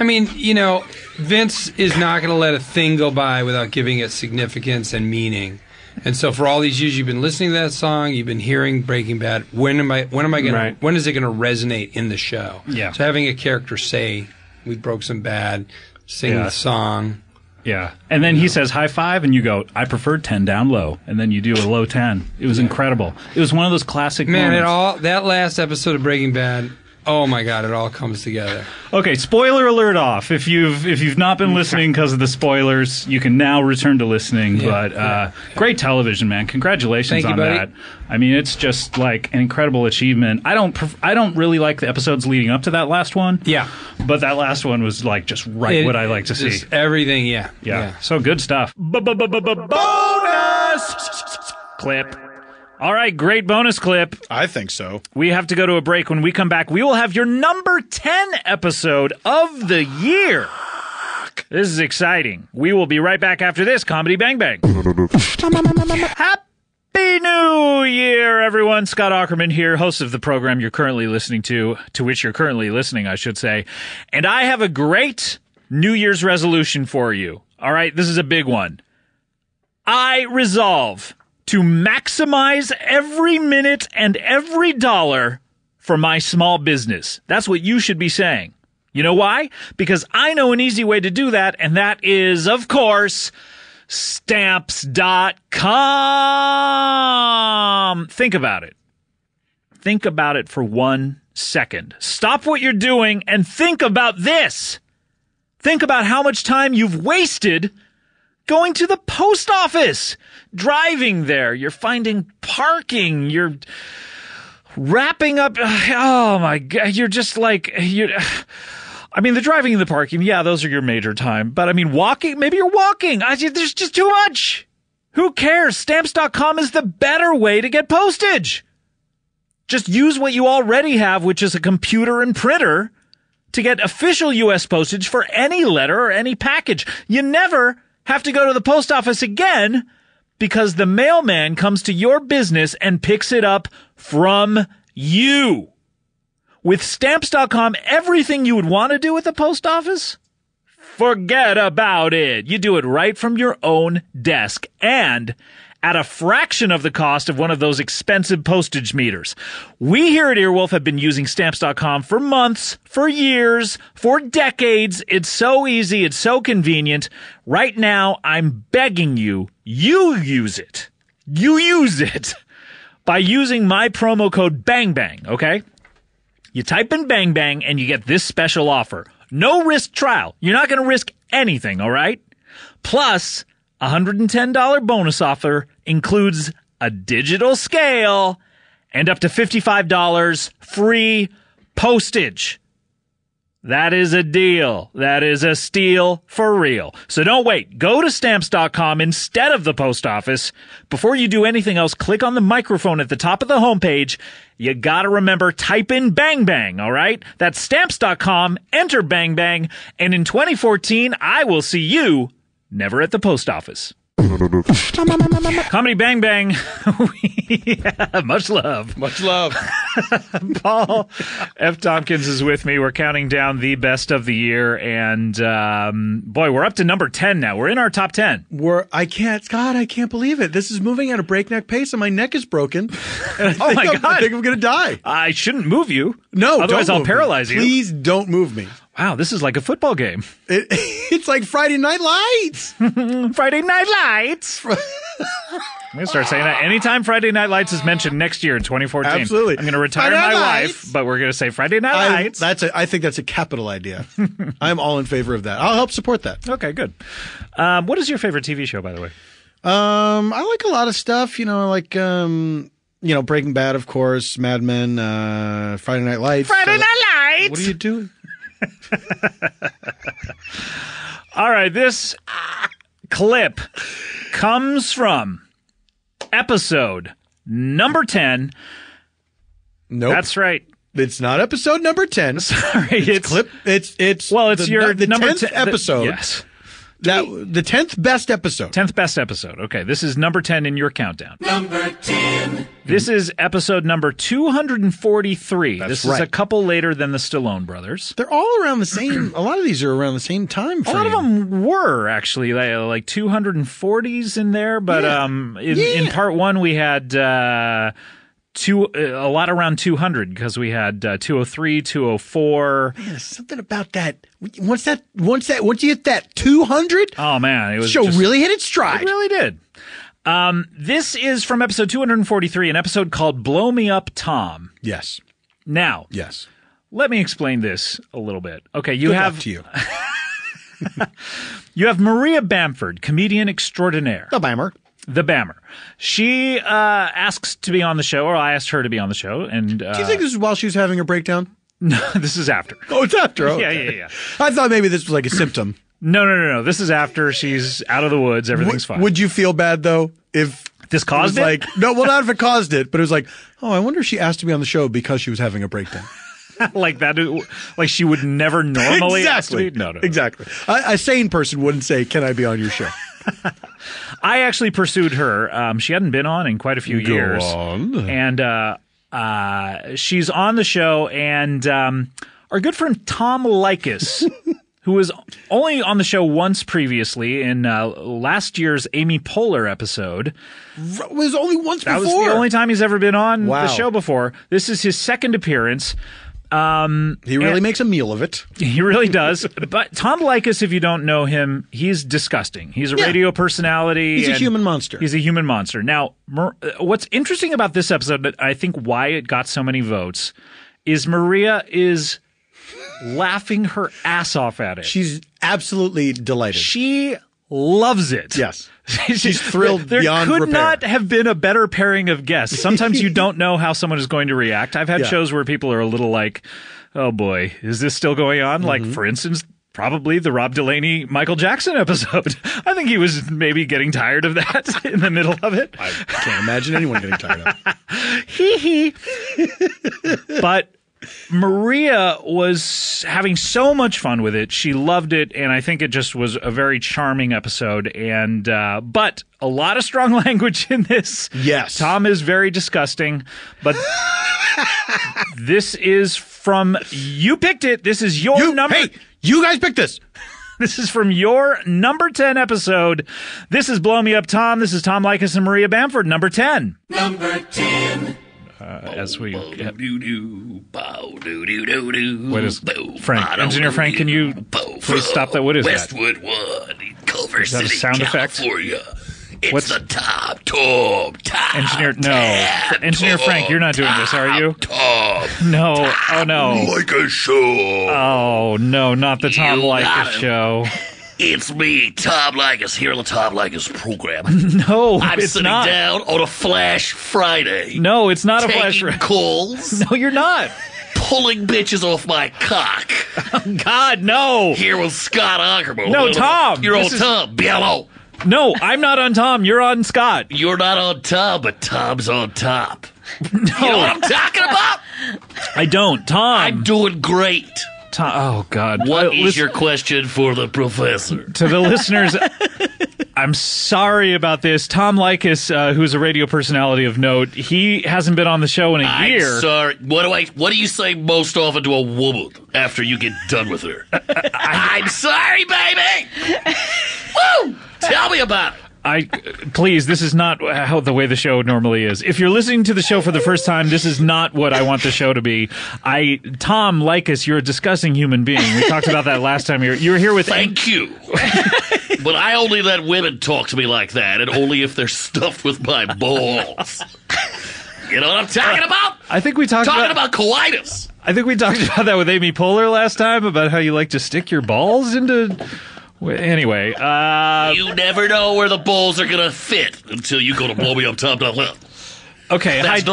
I mean, you know, Vince is not going to let a thing go by without giving it significance and meaning. And so, for all these years, you've been listening to that song, you've been hearing Breaking Bad. When am I? When am I going? Right. to When is it going to resonate in the show? Yeah. So having a character say, "We broke some bad," sing Yeah. the song. Yeah. And then he says high five, and you go, I prefer 10 down low. And then you do a low 10. It was incredible. It was one of those classic Man, it moments. all that last episode of Breaking Bad. Oh my God, it all comes together. Okay, spoiler alert off. If you've if you've not been listening because of the spoilers, you can now return to listening. but uh, great television, man! Congratulations Thank you, on buddy. that. I mean, it's just like an incredible achievement. I don't pref- I don't really like the episodes leading up to that last one. Yeah. but that last one was like just right It- what I like to see. just Everything, yeah, Yeah. So good stuff. Bonus clip. All right, great bonus clip. I think so. We have to go to a break. When we come back, we will have your number 10 episode of the year. This is exciting. We will be right back after this Comedy Bang Bang. Happy New Year, everyone. Scott Ackerman here, host of the program you're currently listening to, to which you're currently listening, I should say. And I have a great New Year's resolution for you. All right, this is a big one. I resolve to maximize every minute and every dollar for my small business. That's what you should be saying. You know why? Because I know an easy way to do that, and that is, of course, stamps.com. Think about it. Think about it for one second. Stop what you're doing and think about this. Think about how much time you've wasted going to the post office, driving there, you're finding parking, you're wrapping up. Oh my God. You're just like, you I mean, the driving and the parking, yeah, those are your major time. But I mean, walking, maybe you're walking. I, there's just too much. Who cares? Stamps.com is the better way to get postage. Just use what you already have, which is a computer and printer, to get official U.S. postage for any letter or any package. You never have to go to the post office again because the mailman comes to your business and picks it up from you. With stamps.com, everything you would want to do at the post office, forget about it. You do it right from your own desk and at a fraction of the cost of one of those expensive postage meters. We here at Earwolf have been using stamps.com for months, for years, for decades. It's so easy, it's so convenient. Right now, I'm begging you, you use it. You use it by using my promo code BANGBANG, okay? You type in bang bang and you get this special offer. No risk trial. You're not going to risk anything, all right? Plus, a $110 bonus offer includes a digital scale and up to $55 free postage. That is a deal. That is a steal for real. So don't wait. Go to stamps.com instead of the post office. Before you do anything else, click on the microphone at the top of the homepage. You gotta remember, type in bang bang, alright? That's stamps.com, enter bang bang, and in 2014, I will see you never at the post office. Comedy Bang Bang. Yeah, much love. Much love. Paul F. Tompkins is with me. We're counting down the best of the year. And um, boy, we're up to number 10 now. We're in our top 10. We're I can't God, I can't believe it. This is moving at a breakneck pace and my neck is broken. And I Oh think my I'm- God. I think I'm gonna die. I shouldn't move you. No, Otherwise, don't I'll move me. paralyze you. Please don't move me. Wow, this is like a football game. It, it's like Friday Night Lights. Friday Night Lights. I'm going to start saying that. Anytime Friday Night Lights is mentioned next year in 2014, Absolutely. I'm going to retire Friday my Night wife, but we're going to say Friday Night I, Lights. That's a, I think that's a capital idea. I'm all in favor of that. I'll help support that. okay, good. Um, what is your favorite TV show, by the way? Um, I like a lot of stuff. You know, I like um, you know Breaking Bad, of course, Mad Men, uh, Friday Night Lights. Uh, Night Lights. What are you doing? All right, this clip comes from episode number 10. Nope, That's right. it's not episode number ten. Sorry, it's, Clip. It's it's Well, it's the, your the number tenth 10 the- episode. yes. that the tenth best episode. 10th best episode. Okay, this is number 10 in your countdown. Number 10. This is episode number 243. this is right. a couple later than the Stallone brothers. They're all around the same. a lot of these are around the same time A frame. lot of them were actually like, like 240s in there, but Yeah. um, in, in Yeah. part one we had uh, two uh, a lot around 200 because we had uh, 203, 204. There's something about that. Once that once that once you hit that two hundred, Oh man, it was show just- really hit its stride. It really did. Um, this is from episode 243, an episode called "Blow Me Up, Tom." yes. Now, Yes. let me explain this a little bit. Okay, you Good luck have to you. you have Maria Bamford, comedian extraordinaire. The Bammer. the Bammer. She uh, asks to be on the show, or I asked her to be on the show, and uh, Do you think this is while she was having a breakdown? this is after. Oh, it's after. Okay. Yeah, yeah, yeah. I thought maybe this was like a symptom. No, no, no, no. This is after she's out of the woods. Everything's fine. Would you feel bad though if this it was caused it? like no? Well, not if it caused it, but it was like, oh, I wonder if she asked to be on the show because she was having a breakdown. like that? Like she would never normally. ask to exactly. be- No, no, no. Exactly. A, a sane person wouldn't say, "Can I be on your show?" I actually pursued her. Um, she hadn't been on in quite a few years, and uh, uh, she's on the show. And um, our good friend Tom Likas, who was only on the show once previously in uh, last year's Amy Poehler episode, It was only once that was before. the only time he's ever been on Wow. the show before. This is his second appearance. Um, he really makes a meal of it. He really does. but Tom Likas, if you don't know him, he's disgusting. He's a Yeah. radio personality. He's a and human monster. He's a human monster. Now, Mar- uh, what's interesting about this episode that I think why it got so many votes is Maria is laughing her ass off at it. She's absolutely delighted. She loves it. Yes. She's thrilled There beyond could repair. not have been a better pairing of guests. Sometimes you don't know how someone is going to react. I've had Yeah. shows where people are a little like, "Oh boy, is this still going on?" Mm-hmm. Like for instance, probably the Rob Delaney Michael Jackson episode. I think he was maybe getting tired of that in the middle of it. I can't imagine anyone getting tired of it. Hee hee. but Maria was having so much fun with it. She loved it, and I think it just was a very charming episode. And uh, but a lot of strong language in this. Yes. Tom is very disgusting, but this is from you picked it. This is your You, number. hey, you guys picked this. This is from your number ten episode. This is blow me up, Tom. This is Tom Likas and Maria Bamford, number ten. Number 10. Uh, As we Doo doo, bow doo doo doo doo. What is bow, Frank? bow, Engineer doo, Frank, can you bow, please stop that? What is that? Westwood One, in Culver that a City, sound effect? California. It's What's- the top, top, top. Engineer, no. Engineer Frank, you're not doing this, are you? Top, No. Oh no. like a show. Oh no, not the Tom You Likas got him. show. it's me, Tom Likas, here on the Tom Likas program. No, I'm it's sitting not. down on a Flash Friday. No, it's not a taking flash. calls, No, you're not. pulling bitches off my cock. God, no. Here with Scott Ackerman. No, Tom, You're on this is- Tom, Bello. No, I'm not on Tom. You're on Scott. You're not on top, but Tom's on top. You know what I'm talking about? I don't. I'm Tom. doing great. Tom. Oh God. What Uh, is listen- your question for the professor? to the listeners, I'm sorry about this. Tom Likas, uh, who's a radio personality of note, he hasn't been on the show in a I'm year. sorry. What do I? What do you say most often to a woman after you get done with her? I'm sorry, baby. Woo! Tell me about it. I please, this is not how the way the show normally is. If you're listening to the show for the first time, this is not what I want the show to be. I Tom Likas, you're a disgusting human being. We talked about that last time. You're you're here with Thank you. but I only let women talk to me like that, and only if they're stuffed with my balls. you know what I'm talking about? I think we talked Talking about, about colitis. I think we talked about that with Amy Poehler last time about how you like to stick your balls into. Well, Anyway, uh, You never know where the balls are gonna fit until you go to blow me up top dot left. uh, okay. Hi, That's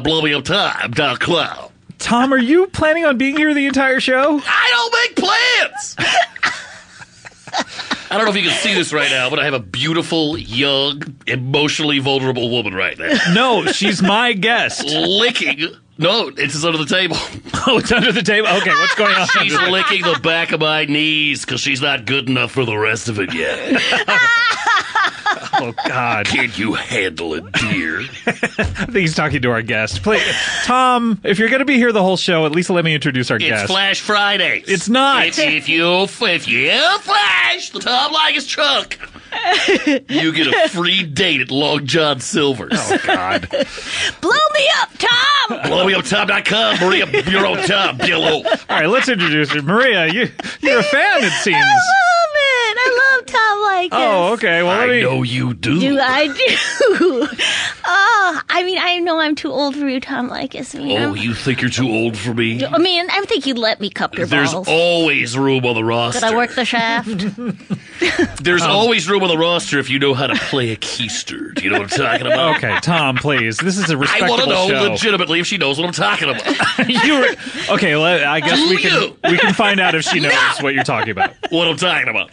blow me up top dot cloud. Tom. Are you planning on being here the entire show? I don't make plans. I don't know if you can see this right now, but I have a beautiful, young, emotionally vulnerable woman right now No, she's my guest. licking. No, it's just under the table. Oh, it's under the table. Okay, what's going on? She's licking the back of my knees because she's not good enough for the rest of it yet. Oh God. Can you handle it, dear? I think he's talking to our guest. Please, Tom, if you're going to be here the whole show, at least let me introduce our It's guest. Flash Friday. It's not. It's if you if you flash the Tom Likas truck, you get a free date at Long John Silver's. Oh, Oh, Blow me up, Tom! BlowMeUpTom.com. Maria, you're on top, Yellow. All right, let's introduce her. Maria, you, you're a fan, it seems. I love it! I love Tom like Oh, okay. Well, let I me. know you do. Do I do? Oh, I mean, I know I'm too old for you, Tom Likas. I mean, Oh, I'm- you think you're too old for me? I mean, I think you'd let me cup your There's balls. always room on the roster. Could I work the shaft? There's Oh. always room on the roster if you know how to play a keister. Do you know what I'm talking about? Okay, Tom, please. This is a I respectable want to know show. legitimately if she knows what I'm talking about. you were- okay, well, I guess we can You. we can find out if she knows what you're talking about. what I'm talking about.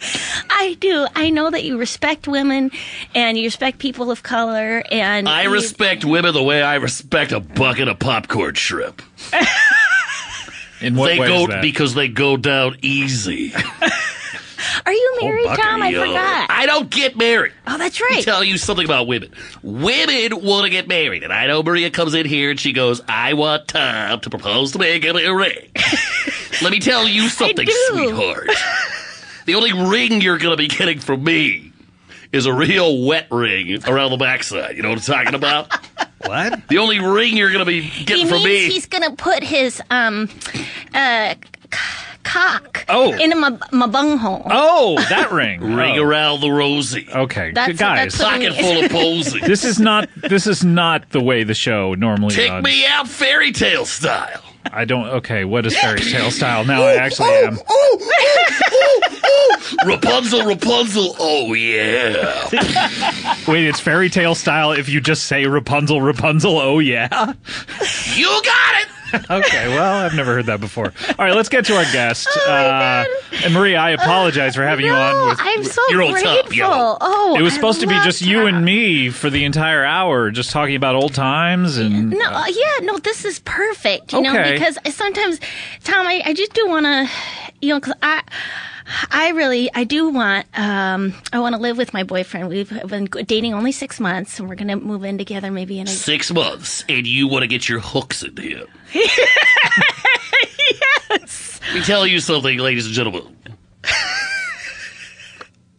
I do. I know that you respect women and you respect people of color and I you- respect women the way I respect a bucket of popcorn shrimp. In what they way go is that? because they go down easy. Are you married, Tom? I Yo, uh, forgot. I don't get married. oh, that's Let me right. tell you something about women. Women want to get married, and I know Maria comes in here and she goes, "I want Tom to propose to me give me a ring." Let me tell you something, do. sweetheart. the only ring you're gonna be getting from me is a real wet ring around the backside. You know what I'm talking about? What? The only ring you're gonna be he getting from means me. he's gonna put his um, uh, c- cock Oh. in my my bunghole. Oh, that ring. Ring around the rosy. Okay, That's- guys. that's what it Pocket full is. of posies. This is not. This is not the way the show normally Take runs. me out fairy tale style. I don't. Okay, what is fairy tale style? Now I actually am. Rapunzel, Rapunzel. Oh yeah. Wait, it's fairy tale style if you just say Rapunzel, Rapunzel. Oh yeah. You got it. okay, well, I've never heard that before. All right, let's get to our guest. Oh, uh, and Maria, I apologize for having you on. With, I'm so You're old grateful. top, yo. oh, it was I supposed to be love just you and me for the entire hour, just talking about old times and. No, uh, yeah, no, this is perfect. You know, Okay. because sometimes, Tom, I, I just do want to, you know, because I. I really, I do want. Um, I want to live with my boyfriend. We've been dating only six months, and we're gonna move in together maybe in a Six months, and you want to get your hooks in here. yes. Let me tell you something, ladies and gentlemen.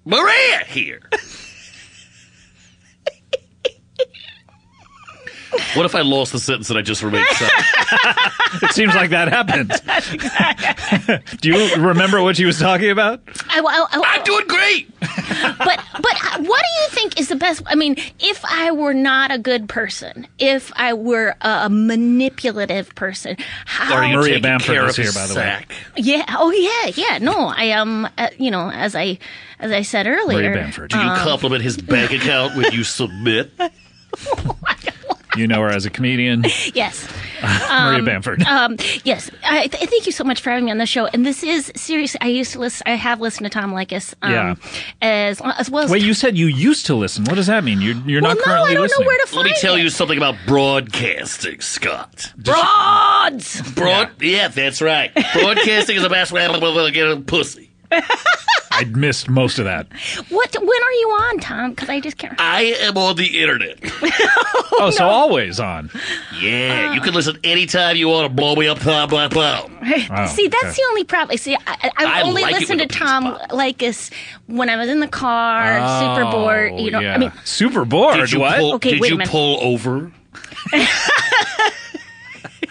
Maria here. what if I lost the sentence that I just remained silent? it seems like that happened. Do you remember what she was talking about? I, am doing great. but but uh, what do you think is the best? I mean, if I were not a good person, if I were a manipulative person, how? Are you Maria taking Bamford care is of here, his by the way. sack? Yeah. Oh yeah. Yeah. No, I um. Uh, you know, as I as I said earlier, Do you um, compliment his bank account when you submit? You know her as a comedian. Yes. Maria Bamford. Um, yes. I, th- thank you so much for having me on the show. And this is seriously, I used to listen, I have listened to Tom Likas. Um, Yeah. As, as well as. Wait, you said you used to listen. What does that mean? You're, you're not currently listening. Let me tell you something about broadcasting, Scott. Broads! Broad, yeah. that's right. Broadcasting is the best way to get a pussy. I missed most of that. What, when are you on, Tom? Because I just can't. I am on the internet. Oh, so always on. Yeah, you can listen anytime you want to blow me up, blah, blah, blah. Oh, see, that's okay. the only problem. See, I, I, I I only like it listen to when Tom Likas when I was in the car, super bored. Oh, You know, I mean, super bored. Did you what? pull, Okay, did wait a you minute. pull over?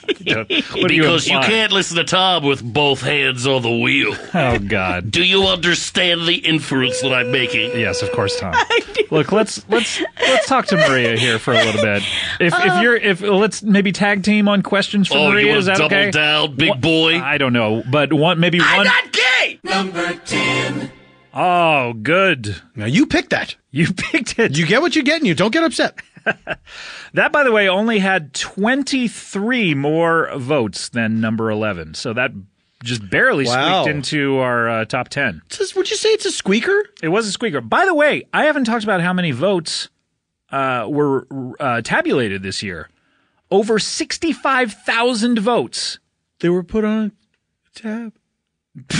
because you, implying? can't listen to Tom with both hands on the wheel. Oh God. Do you understand the inference that I'm making? Yes, of course, Tom. Look, let's let's let's talk to Maria here for a little bit. If Uh, if you're if let's maybe tag team on questions for Oh, you Maria. wanna is that double okay? down, big What- boy? I don't know, but one maybe one. gay! Number 10. oh, good. Now you picked that. You picked it. You get what you get, and you don't get upset. That, by the way, only had 23 more votes than number 11. So that just barely Wow. squeaked into our uh, top 10. It's a- would you say it's a squeaker? It was a squeaker. By the way, I haven't talked about how many votes uh, were uh, tabulated this year. Over 65,000 votes. They were put on a tab.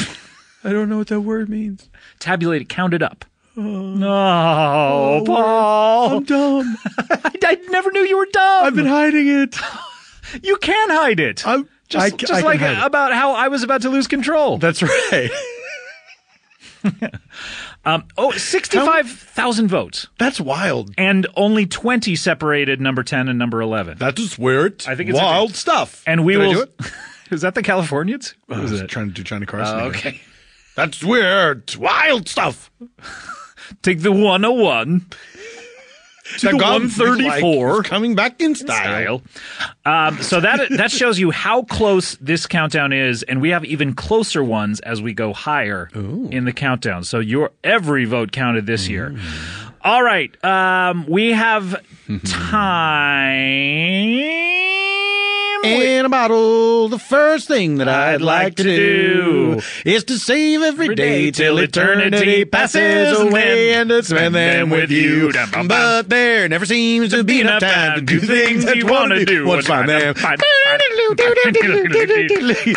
I don't know what that word means. Tabulated, counted up. No, Oh, Paul. Oh, I'm dumb. I, I never knew you were dumb. I've been hiding it. you can hide it. I'm just I, just I can like hide it. about how I was about to lose control. That's right. Um, oh, 65,000 votes. That's wild. And only 20 separated number 10 and number 11. That is weird. I think it's wild stuff. And we Did I do will. it? Is that the Californians? Who I was was it? trying to do Johnny Carson. Oh, there. okay. That's weird. It's wild stuff. Take the 101 to the The gum you 134 like is coming back in style. style. Um, so that that shows you how close this countdown is, and we have even closer ones as we go higher in the countdown. So your every vote counted this year. Mm. All right, um, we have time. In a bottle, the first thing that I'd like to do is to save every day till eternity passes away and to spend them with you. But there never seems to be enough time to do things that you want to do. What's my name?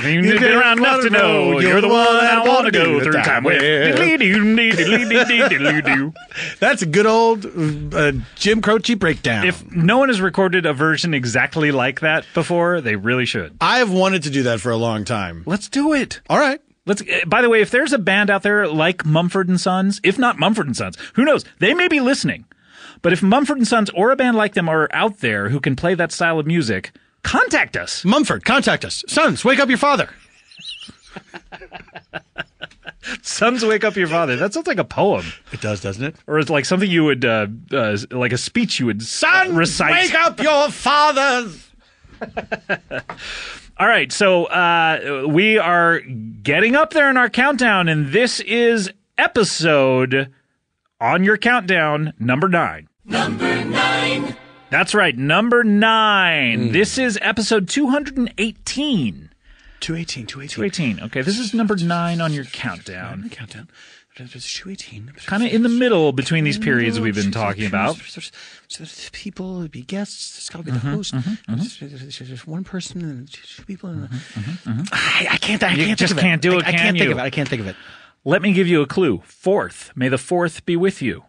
You've been around enough to know you're the one I want to go through time with. Diddly-doo-dee-diddly-dee-diddly-doo. That's a good old uh, Jim Croce breakdown. If no one has recorded a version exactly like that before, they really should. I have wanted to do that for a long time. Let's do it. All right. Let's. uh, By the way, if there's a band out there like Mumford and Sons, if not Mumford and Sons, who knows? They may be listening. But if Mumford and Sons or a band like them are out there who can play that style of music, contact us. Mumford, contact us. Sons, wake up your father. Sons, wake up your father. That sounds like a poem. It does, doesn't it? Or it's like something you would, uh, uh, like a speech you would son recite. Wake up your fathers. All right, so uh, we are getting up there in our countdown, and this is episode on your countdown number nine. Number nine. That's right, number Hmm. nine. This is episode 218. 218, 218. 218. Okay, this is number nine on your countdown. Countdown. It's 218. Kind of in the middle between these periods we've been talking about. So there's people, it'd be guests, there's got to be Mm-hmm, the host. There's there's one person and two people. And I, I can't, I Mm-hmm, You can't just think of can't it. do I- it, I can can't think you? of it. I can't think of it. Let me give you a clue. Fourth, may the fourth be with you.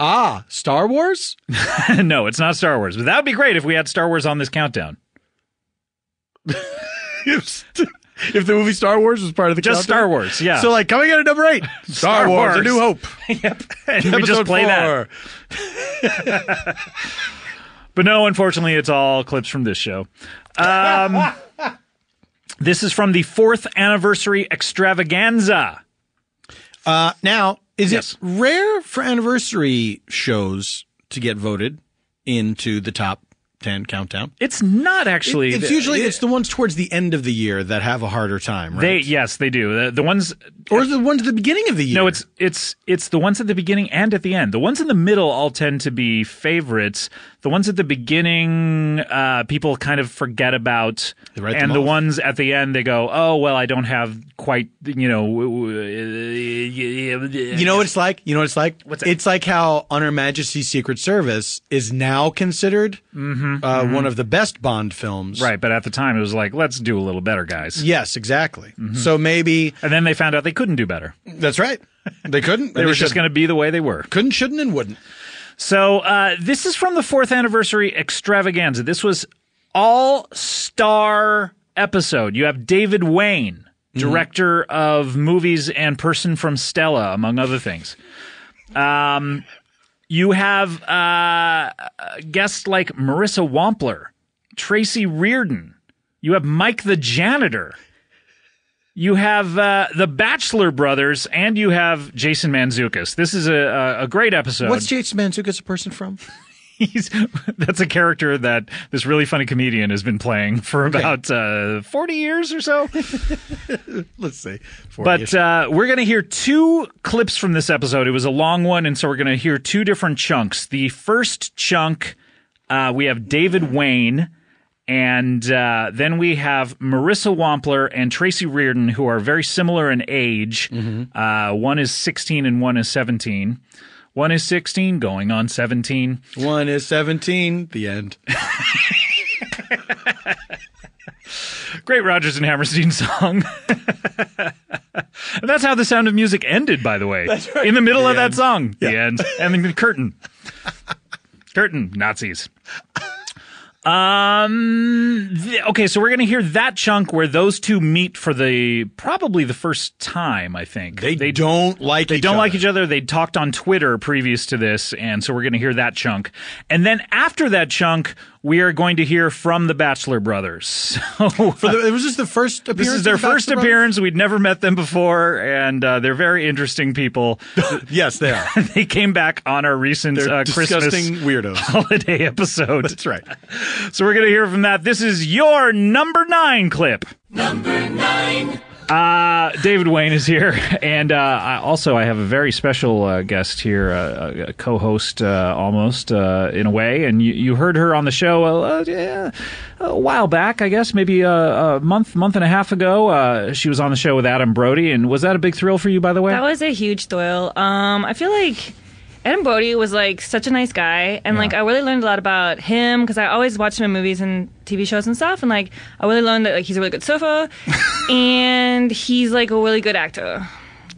Ah, Star Wars? no, it's not Star Wars, but that would be great if we had Star Wars on this countdown. if if the movie Star Wars was part of the Just countdown. Star Wars, yeah. So like coming in at number eight, Star, Star Wars, A Wars. New Hope. And we just Episode play that. four. But no, unfortunately, it's all clips from this show. Um, this is from the fourth anniversary extravaganza. Uh, now, is it rare for anniversary shows to get voted into the top ten countdown? It's not actually. It's usually it's the ones towards the end of the year that have a harder time, right? they. Yes, they do. The, the ones. or the ones at the beginning of the year. No, it's it's it's the ones at the beginning and at the end. The ones in the middle all tend to be favorites. The ones at the beginning, uh, people kind of forget about, write them and the off. ones at the end, they go, "Oh well, I don't have quite, you know." You You know what it's like? You know what it's like? What's that? it's like how On Her Majesty's Secret Service is now considered uh, one of the best Bond films. Mm-hmm, Right, but at the time it was like, let's do a little better, guys. Mm-hmm. Yes, exactly. So maybe And then they found out they couldn't do better. that's right. They couldn't. They were just going to be the way they were. couldn't, shouldn't, and wouldn't. So uh, this is from the fourth anniversary extravaganza. This was all star episode. You have David Wayne, Mm-hmm. director of movies and person from Stella, among other things. Um, you have uh, guests like Marissa Wampler, Tracy Reardon. You have Mike the janitor. You have uh, the Bachelor Brothers, and you have Jason Manzukis. This is a, a, a great episode. What's Jason Manzuka's a person from? He's, that's a character that this really funny comedian has been playing for about uh, 40 years or so. Let's see. But uh, we're going to hear two clips from this episode. It was a long one, and so we're going to hear two different chunks. The first chunk, uh, we have David Wayne, and uh, then we have Marissa Wampler and Tracy Reardon, who are very similar in age. Mm-hmm. Uh, one is 16 and one is 17. One is 16, going on 17. one is seventeen. The end. Great Rogers and Hammerstein song. and that's how The Sound of Music ended, by the way. In the middle of that song. The end. And then the curtain. curtain. Nazis. Um. th- okay, so we're gonna hear that chunk where those two meet for the probably the first time. I think They, don't like. they don't like each other. They talked on Twitter previous to this, and so we're going to hear that chunk. And then after that chunk, we are going to hear from the Bachelor Brothers. So For the, was this the first appearance? this is their of the Bachelor first Brothers? appearance. We'd never met them before, and uh, they're very interesting people. Yes, they are. they came back on our recent They're uh, Christmas disgusting weirdos. holiday episode. That's right. So we're going to hear from that. This is your number nine clip. Number nine. Uh, David Wayne is here, and uh, I also I have a very special uh, guest here, uh, a, a co-host uh, almost uh, in a way, and you, you heard her on the show uh, uh, yeah, a while back, I guess, maybe a, a month month and a half ago. Uh, she was on the show with Adam Brody, and was that a big thrill for you, by the way? That was a huge thrill. Um, I feel like Adam Brody was like such a nice guy, and like I really learned a lot about him because I always watch him in movies and TV shows and stuff, and like I really learned that like he's a really good surfer, and he's like a really good actor,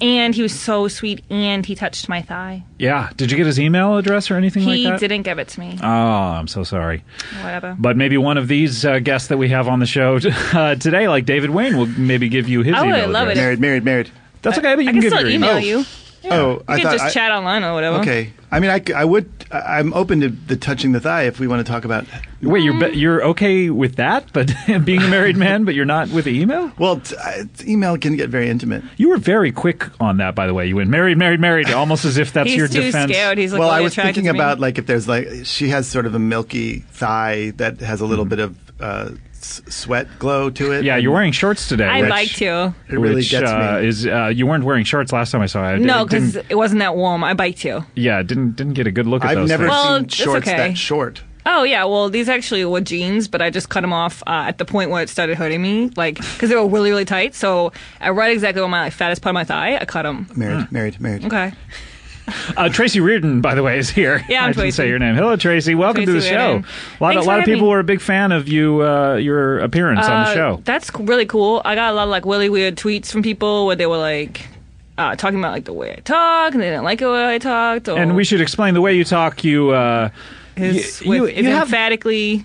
and he was so sweet, and he touched my thigh. yeah. Did you get his email address or anything He like that? didn't give it to me. Oh, I'm so sorry. Whatever. But maybe one of these uh, guests that we have on the show uh, today, like David Wayne, will maybe give you his Oh, I would email love it. address. Married, married, married. That's okay, but you I can can give still your email email. you. Oh, I you thought can just I- chat online or whatever. Okay. I mean, I, c- I would. I- I'm open to the touching the thigh if we want to talk about. Wait, you're be- you're okay with that, but being a married man, but you're not with the email. Well, t- I- t- email can get very intimate. You were very quick on that, by the way. You went married, married, married, almost as if that's your defense. well, I was thinking about like if there's like she has sort of a milky thigh that has a little bit of uh, s- sweat glow to it. Hmm. Yeah, and you're wearing shorts today. I which- liked you. It really which, gets me. uh, Is uh, you weren't wearing shorts last time I saw you? No, It didn't- because it wasn't that warm. I biked you. yeah, it didn't didn't get a good look at I've those. never things. Well, seen it's shorts okay. that short. Oh yeah, well these actually were jeans, but I just cut them off uh, at the point where it started hurting me, like because they were really really tight. So I right exactly where my like, fattest part of my thigh, I cut them. Married, married, married. Okay. Uh, Tracy Reardon, by the way, is here. Yeah, I'm I didn't Tracy. say your name. Hello, Tracy. Welcome to the Tracy show. Reardon. A lot, a Thanks lot for of having people me. were a big fan of you, uh, your appearance on the Uh, show. That's c- really cool. I got a lot of like really weird tweets from people where they were like uh, talking about like the way I talk and they didn't like the way I talked. Or And we should explain the way you talk. You, uh, Is you, with- is emphatically.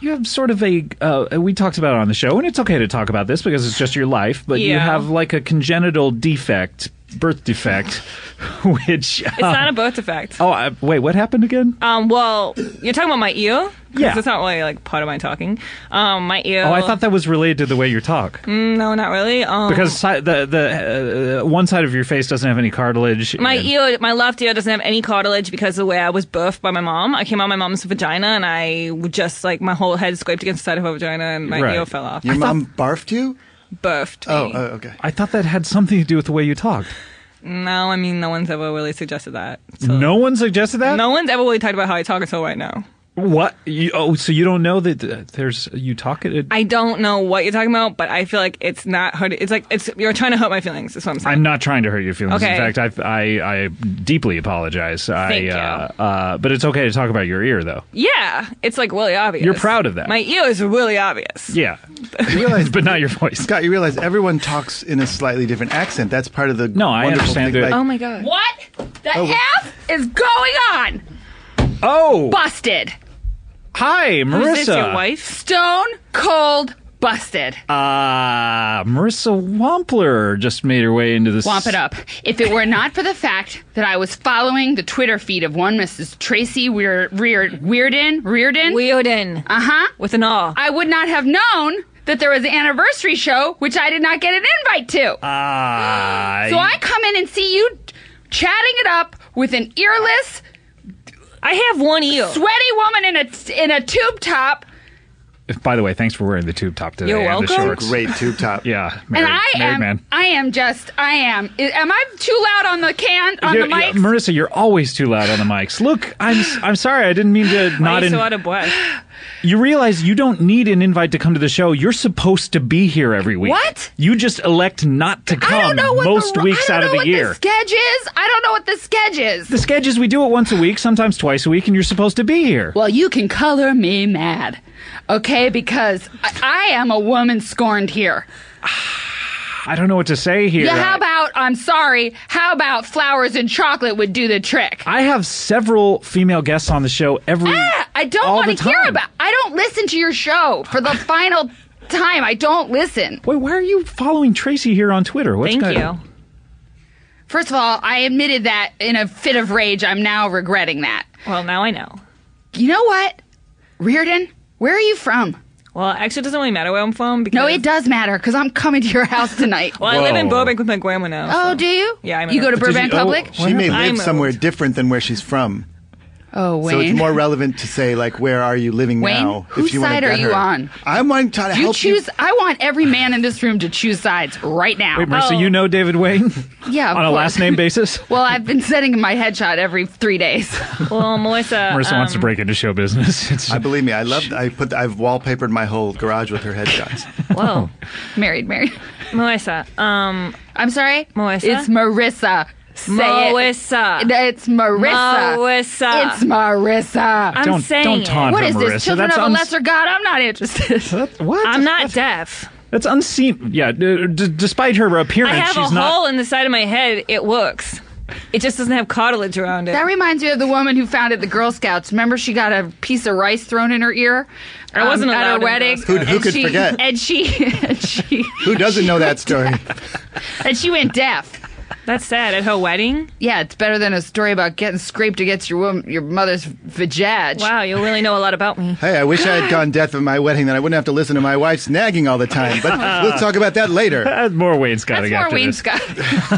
You have sort of a. Uh, we talked about it on the show, and it's okay to talk about this because it's just your life. But you Yeah. have like a congenital defect, birth defect, which It's not a birth defect. Oh I, wait, what happened again? Um, well, you're talking about my ear. 'Cause Yeah. That's not really like part of my talking. Um, my ear. Oh, I thought that was related to the way you talk. Mm, no, not really. Um, Because si- the the uh, one side of your face doesn't have any cartilage. My and- ear, my left ear doesn't have any cartilage because of the way I was birthed by my mom. I came out of my mom's vagina and I would just like my whole head scraped against the side of her vagina and my Right. ear fell off. Your I thought- mom barfed you? Oh, Birthed. me. okay. I thought that had something to do with the way you talked. No, I mean, no one's ever really suggested that. no one suggested that. No one's ever really talked about how I talk until right now. What? You, oh, so you don't know that uh, there's you talk it. I don't know what you're talking about, but I feel like it's not hurt. It's like it's you're trying to hurt my feelings. That's what I'm saying. I'm not trying to hurt your feelings. Okay. In fact, I, I I deeply apologize. Thank I, uh, uh, but it's okay to talk about your ear, though. Yeah, it's like really obvious. You're proud of that. My ear is really obvious. yeah. You realize, but not your voice, Scott. You realize everyone talks in a slightly different accent. That's part of the no. I understand thing, that- like- Oh my god. What the Oh. F is going on? Oh. Busted. Hi, Marissa. Stone cold busted. Uh, Marissa Wampler just made her way into this. Womp it up. If it were not for the fact that I was following the Twitter feed of one Mrs. Tracy Weir- Rear- Weirden, Reardon? Weirden. Uh huh. With an R. I would not have known that there was an anniversary show, which I did not get an invite to. Ah. So I come in and see you chatting it up with an earless. I have one ear. Sweaty woman in a in a tube top, By the way, thanks for wearing the tube top today. You're and the welcome. shorts. Great tube top. yeah. and Married, I married am man. I am just I am. I- Am I too loud on the can on You're- the mic? yeah, Marissa, you're always too loud on the mics. Look, I'm s- I'm sorry. I didn't mean to not. in- of breath? You realize you don't need an invite to come to the show. You're supposed to be here every week. What? You just elect not to come I don't know what most the, ru- weeks I out don't of know the what year. The sketch is. I don't know what the sketch is. the sketch is we do it once a week, sometimes twice a week, and you're supposed to be here. Well, you can color me mad, okay? Because I, I am a woman scorned here. I don't know what to say here. Yeah, how about, I'm sorry, how about flowers and chocolate would do the trick? I have several female guests on the show every. Ah, I don't all want the to hear time. about I don't listen to your show for the final time. I don't listen. Wait, why are you following Tracy here on Twitter? What's Thank going you. First of all, I admitted that in a fit of rage. I'm now regretting that. Well, now I know. You know what? Reardon, where are you from? Well, actually, it doesn't really matter where I'm from because No, it does matter because I'm coming to your house tonight. Well, I live in Burbank with my grandma now. so- Oh, do you? Yeah, I'm. You go to Burbank oh, Public? She may I live moved. somewhere different than where she's from. Oh, So Wayne. it's more relevant to say like, where are you living Wayne, now? whose wanna side are get you on? I'm wanting to help you choose. I want every man in this room to choose sides right now. Oh, Wait, Marissa, you know David Wayne? Yeah, of on a course. last name basis. Well, I've been setting my headshot every three days. well, Melissa. Marissa wants to Um, break into show business. It's, I believe me. I love. I put. I've wallpapered my whole garage with her headshots. Whoa. married, married. um, Melissa. Um, I'm sorry? Melissa. It's Marissa. Say Melissa. It. It's Marissa. Marissa. It's Marissa. I'm Don't- saying don't it. taunt What her, is Marissa. this? Children That's of uns- a lesser god? I'm not interested. what? I'm not deaf. That's unseen. Yeah, d- d- despite her appearance, I have she's a not. hole in the side of my head. It works. It just doesn't have cartilage around it. That reminds me of the woman who founded the Girl Scouts. Remember, she got a piece of rice thrown in her ear. Um, I wasn't at allowed in her Girl wedding. Scouts. Who- who and could she, forget? And she, and she, Who doesn't know that story? and she went deaf. That's sad. At her wedding? Yeah, it's better than a story about getting scraped against your wom- your mother's vajaj. Wow, you really know a lot about me. Hey, I wish I had gone deaf at my wedding, then I wouldn't have to listen to my wife's nagging all the time. But we'll talk about that later. More Wayne Scott. More after Wayne this. Scott.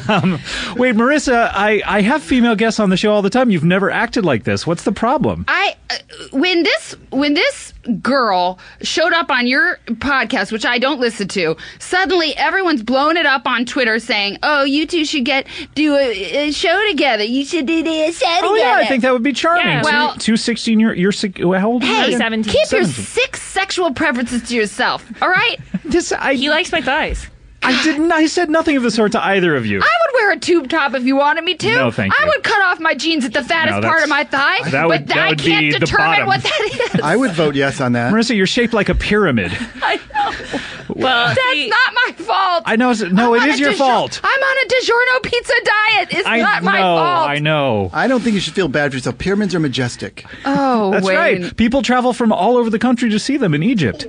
Um, wait, Marissa, I, I have female guests on the show all the time. You've never acted like this. What's the problem? I uh, when this when this girl showed up on your podcast, which I don't listen to, suddenly everyone's blown it up on Twitter saying, "Oh, you two should get do a, a show together. You should do this show Oh yeah, together." I think that would be charming. Yeah. Two- Well- two 16 year you're six- how Oh, old? are you Hey, again? keep your 17. sick sexual preferences to yourself. All right. this I, he likes my thighs. I didn't. I said nothing of the sort to either of you. I would wear a tube top if you wanted me to. No, thank I you. would cut off my jeans at the fattest that's- part of my thigh, that would- but th- that I would be can't the determine bottom. what that is. I would vote yes on that. Marissa, you're shaped like a pyramid. I know. Well, that's not my fault. I know. it's- No, I'm it on is a your DiGio- fault. I'm on a DiGiorno pizza diet. It's not my fault. know. I don't think you should feel bad for yourself. Pyramids are majestic. Oh, That's Wayne. right. People travel from all over the country to see them in Egypt.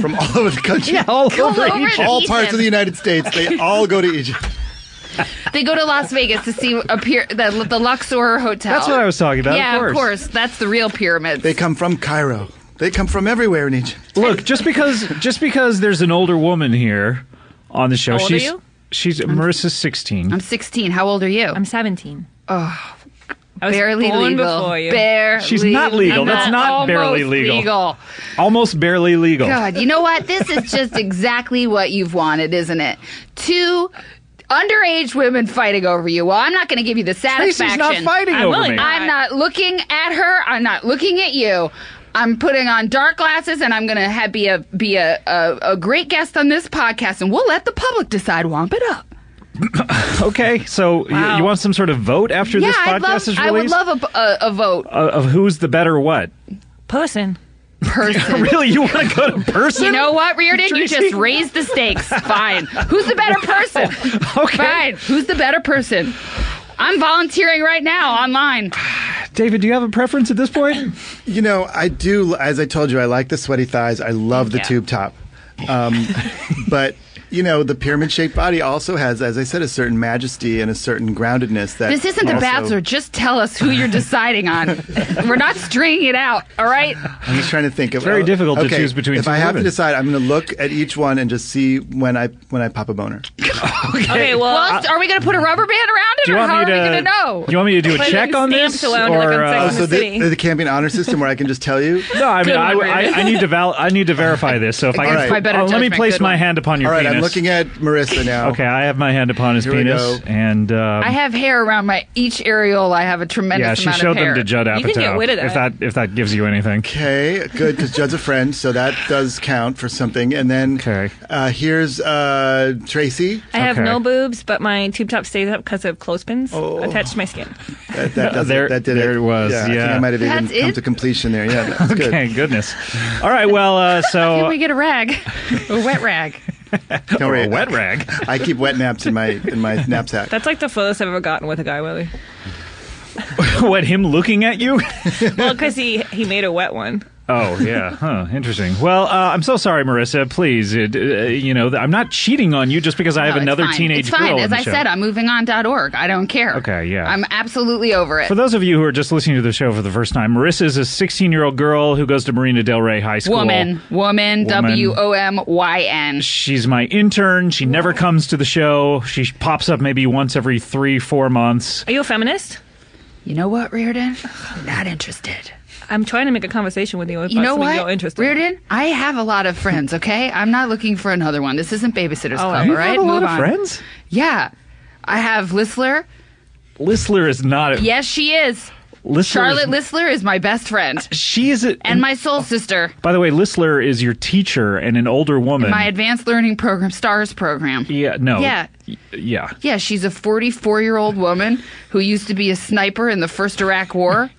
From all over the country. Yeah, all All over over Egypt. Egypt. All parts of the United States, they all go to Egypt. They go to Las Vegas to see a pier- the, the Luxor Hotel. That's what I was talking about, of Yeah, course. That's the real pyramids. They come from Cairo. Oh, They come from everywhere in Egypt. Look, just because just because there's an older woman here on the show, How old are she's you? she's Marissa's 16. I'm 16. How old are you? I'm 17. Oh, I was barely born legal. before you. Barely. She's not legal. I'm That's not barely almost legal. Almost barely legal. God, you know what? This is just exactly what you've wanted, isn't it? Two underage women fighting over you. Well, I'm not going to give you the Tracy's satisfaction. not fighting I'm over really me. not. I'm not looking at her. I'm not looking at you. I'm putting on dark glasses, and I'm going to ha- be a be a, a a great guest on this podcast, and we'll let the public decide. Womp it up. Okay, so you- you, Wow. want some sort of vote after yeah, this podcast I'd love. is released I would love a, a, a vote. Uh, of who's the better what? Person. Person. really, you want to go to person? You know what, Reardon? You just raised the stakes. Fine. Who's the better person? Okay. Fine. Who's the better person? I'm volunteering right now online. David, do you have a preference at this point? You know, I do. As I told you, I like the sweaty thighs. I love the Yeah. tube top. Um, but you know, the pyramid-shaped body also has, as I said, a certain majesty and a certain groundedness that This isn't The also- Bachelor. Just tell us who you're deciding on. We're not stringing it out, all right? I'm just trying to think. It's very difficult to choose between If two I have women. to decide, I'm going to look at each one and just see when I when I pop a boner. Okay, well, Well, are we going to put a rubber band around it, Do you or want how are me we to- going to know? do you want me to do a Play check them on stamps this, around, like, on or, uh, Sex Oh, and so the the, City. there can't be an honor system where I can just tell you. No, I mean, Good I, one, Reardon. I, I need to val- I need to verify this. So if I Against can, my better Uh, let me judgment, place good my one. hand upon your All right, I'm penis. looking at Marissa now. Okay, I have my hand upon his Here we penis, go. and uh, I have hair around my each areola. I have a tremendous yeah, amount she of hair. showed them to Judd Apatow. If that if that gives you anything. Okay, good because Judd's a friend, so that does count for something. And then uh, here's uh, Tracy. I have no boobs, but my tube top stays up because of clothespins Oh. attached to my skin. That, that, does it. There- that did there it. it was, I think yeah. I might have even That's come it? to completion there. Yeah, that was good. Okay, goodness. All right, well, uh, Can so we get a rag? A wet rag. Don't worry. wet rag. I keep wet naps in my in my knapsack. That's like the furthest I've ever gotten with a guy, Willie. what him looking at you? well, because he he made a wet one. Oh yeah, huh? Interesting. Well, uh, I'm so sorry, Marissa. Please, it, uh, you know, th- I'm not cheating on you just because I have No, it's another fine. teenage It's fine. girl. As on the I show. said, I'm moving on.org. I don't care. Okay, yeah. I'm absolutely over it. For those of you who are just listening to the show for the first time, Marissa is a 16 year old girl who goes to Marina Del Rey High School. woman, woman, Woman. W O M Y N. She's my intern. She never comes to the show. She pops up maybe once every three, four months. Are you a feminist? You know what, Reardon? I'm not interested. I'm trying to make a conversation with you. About You know something You're what, interested. Reardon? I have a lot of friends. Okay, I'm not looking for another one. This isn't Babysitter's Oh, Club. you all right, have a lot Move of on. friends? Yeah, I have Listler. Listler is not. A, Yes, she is. Listler is- Charlotte Listler is my best friend. She is a, and my soul sister. By the way, Listler is your teacher and an older woman. My advanced learning program, STARS program. yeah, no. Yeah. Y- Yeah. Yeah, she's a 44 year old woman who used to be a sniper in the first Iraq War,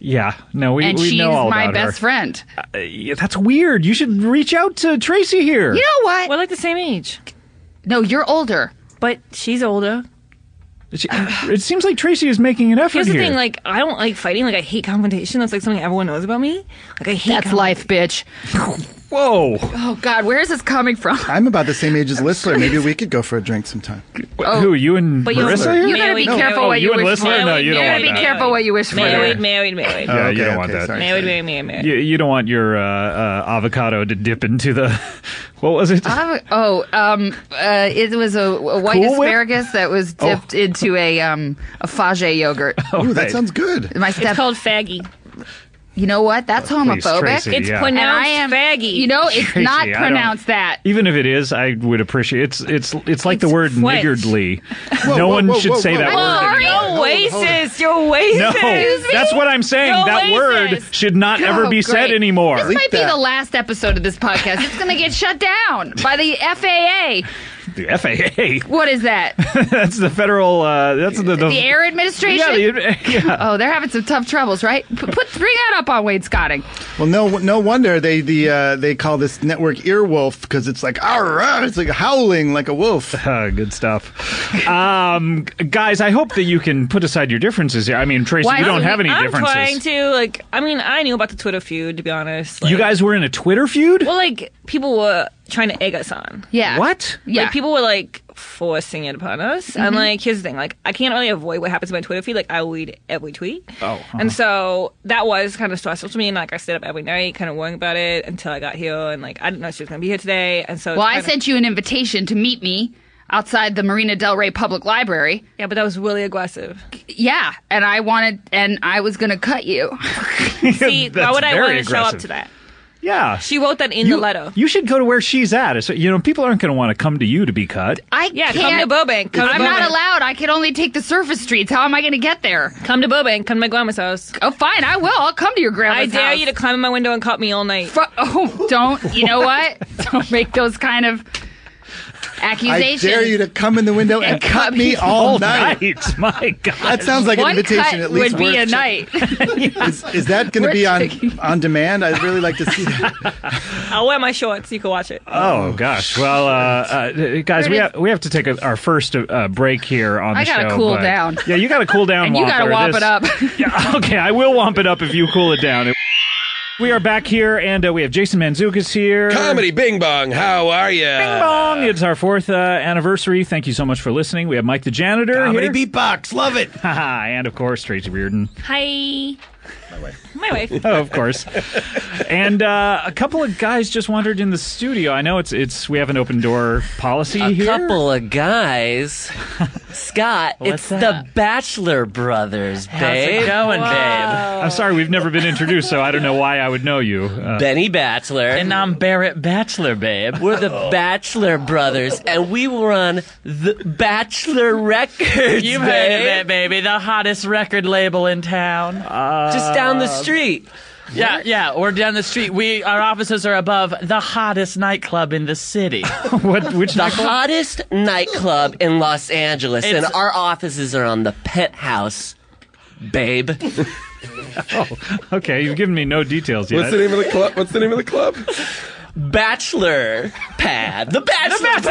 Yeah. No, we, and we she's know all my about best her. friend. Uh, yeah, that's weird. You should reach out to Tracy here. You know what? We're like the same age. No, you're older. But she's older. She- it seems like Tracy is making an effort Here's the here. thing, like I don't like fighting. Like I hate confrontation. That's like something everyone knows about me. Like I hate. That's life, bitch. Whoa. Oh, God, where is this coming from? I'm about the same age as Listler. Maybe we could go for a drink sometime. Oh. Who, you and But you- Marissa here? you gotta be careful what you and wish Listler? for. No, You gotta be careful what you wish for. Married, married, married. Yeah, you don't want that. Married, married, married, married. You, you don't want your uh, uh, avocado to dip into the. What was it? Avo- oh, um, uh, it was a, a white Cool Whip? asparagus that was Oh. dipped into a um, a Faje yogurt. Oh, Ooh, that right. sounds good. My step- It's called faggy. you know what? That's Uh, please, homophobic. Tracy, It's yeah. and I pronounced am faggy. You know, it's Tracy, I not don't- pronounced that. Even if it is, I would appreciate it's it's it's like the word French. niggardly. Whoa, no whoa, one whoa, should whoa, say whoa, that whoa. word. Sorry. anymore. Oh, You're racist. You're No, racist. that's what I'm saying. You're that word racist. should not ever Oh, be said great. anymore. This might be the last episode of this podcast. It's going to get shut down by the FAA. the FAA. What is that? that's the federal. Uh, that's the, the, the Air Administration? Yeah, the- Oh, they're having some tough troubles, right? P- put bring that up on Wade Scotting. Well, no, no wonder they the uh, they call this network earwolf because it's like "Arr, arr," it's like howling like a wolf. Ah, good stuff. Um, guys, I hope that you can put aside your differences here. I mean, Tracy, you don't have any I'm differences. trying to like. I mean, I knew about the Twitter feud to be honest. you guys were in a Twitter feud? Well, like people were trying to egg us on. Yeah. What? Yeah. Like people were like forcing it upon us. And Mhm. like here's the thing, like I can't really avoid what happens in my Twitter feed. Like I read every tweet. Oh. And so that was kind of stressful to me. And like I stayed up every night, kind of worrying about it until I got here. And like I didn't know she was gonna be here today. And so it's Well, I kind of- sent you an invitation to meet me outside the Marina Del Rey Public Library. yeah, but that was really aggressive. Yeah, and I wanted, and I was going to cut you. See, why That's would I very want to show up aggressive. to that? yeah. She wrote that in you, the letter. You should go to where she's at. So, you know, people aren't going to want to come to you to be cut. I yeah, can't. come to Burbank. Come to I'm Burbank. not allowed. I can only take the surface streets. How am I going to get there? Come to Burbank. Come to my grandma's house. Oh, fine. I will. I'll come to your I grandma's dare house. you to climb in my window and cut me all night. Fu- oh, don't. You know what? don't make those kind of I accusations. dare you to come in the window and cut me all night. My God. That sounds like One an invitation cut at least would be worth a checking. night. Is, is that going to We're be on on demand? I'd really like to see that. I'll wear my shorts. You can watch it. Oh, gosh! Well, uh, uh, guys, we have, we have to take a, our first uh, break here on the I show. gotta cool but- down. Yeah, you got to cool down. and you got to Wampler. wop This- it up. Yeah, okay, I will womp it up if you cool it down. We are back here, and uh, we have Jason Manzukas here. Comedy Bing Bong, how are you? Bing bong! It's our fourth uh, anniversary. Thank you so much for listening. We have Mike the janitor. Comedy here. beatbox, love it. and of course, Tracy Reardon. Hi. My wife. My wife. oh, of course. And uh, a couple of guys just wandered in the studio. I know it's it's we have an open door policy A here. couple of guys. Scott, What's it's the Bachelor Brothers, babe. How's it going, I'm sorry, we've never been introduced, so I don't know why I would know you. Uh, Benny Bachelor. And I'm Barrett Bachelor, babe. We're the Bachelor Brothers, and we run the Bachelor Records. You've babe. heard of it, baby. The hottest record label in town. Just down the street. Yeah, yeah, we're down the street. We our offices are above the hottest nightclub in the city. what? Which the hottest nightclub in Los Angeles, and It's- our offices are on the penthouse, babe. okay, you've given me no details yet. What's the name of the club? What's the name of the club? Bachelor pad. The Bachelor, Bachelor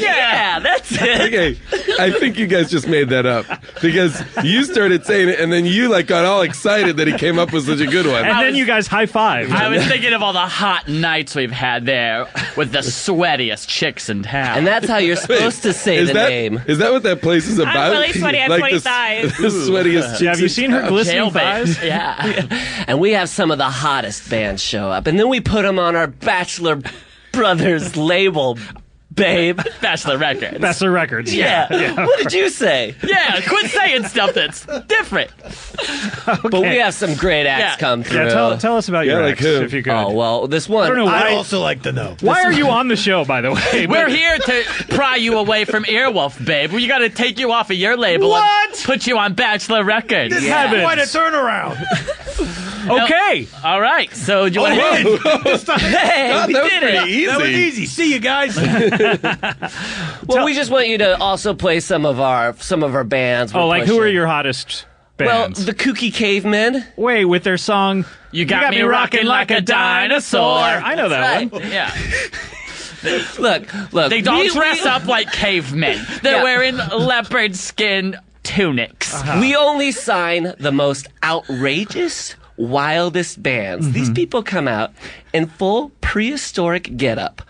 pad. Yeah. that's it. okay, I think you guys just made that up because you started saying it, and then you like got all excited that he came up with such a good one. And then you guys high five. I was thinking of all the hot nights we've had there with the sweatiest chicks in town. And that's how you're supposed to say is the that, name. Is that what that place is about? like the, The sweatiest. chicks in town. Yeah. and we have some of the hottest bands show up, and then we put them on our Bachelor Brothers label, babe. Bachelor Records. Bachelor Records. yeah. Yeah. Yeah. What did you say? Yeah, quit saying stuff that's different. But we have some great acts Yeah. come Yeah, through. tell- tell us about Yeah, your like acts, who? if you could. Oh well, this one. I don't know why- I'd also like to know. Why are you on the show, by the way? We're here to pry you away from Earwolf, babe. We got to take you off of your label and put you on Bachelor Records. This is Heavens. quite a turnaround. okay. all right. So do you want Oh, we to? Hey, Oh, we that was did pretty it. easy. That was easy. See you guys. Well, we just want you to also play some of our some of our bands. Oh, we're like who pushing. are your hottest bands? Well, the Kooky Cavemen. Wait, with their song "You Got Me Rockin' Like a Dinosaur." I know that one. Yeah. Look, look. They don't we- dress we- up like cavemen. They're Yeah. wearing leopard skin tunics. We only sign the Mm-hmm. most outrageous, wildest bands. These people come out in full prehistoric getup,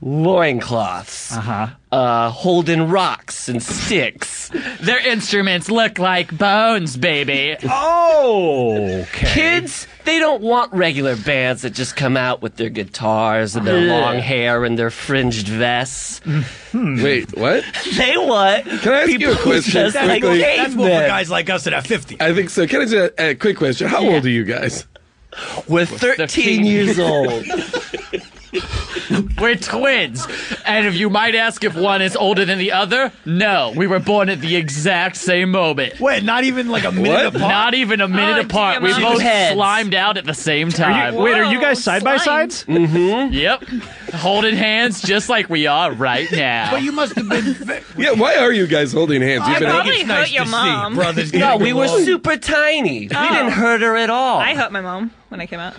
loincloths, uh-huh. holding rocks and sticks. Their instruments look like bones, baby. Oh, kids, they don't want regular bands that just come out with their guitars and their Yeah. long hair and their fringed vests. Mm-hmm. Wait, what? They want Can I ask people you a question? just like quickly? like us that have 50. I think so. Can I just a quick question? How old are you guys? We're 13 years old. We're twins. And if you might ask if one is older than the other, no. We were born at the exact same moment. Wait, not even like a minute apart? Not even a minute Oh, apart. damn, We I'm both heads. slimed out at the same time. wait, are you guys side by sides? Mm-hmm. Yep. Holding hands just like we are right now. But you must have been. Yeah, why are you guys holding hands? I probably it's hurt your mom. brothers No, getting we were along. super tiny. We didn't hurt her at Oh. all. I hurt my mom when I came out.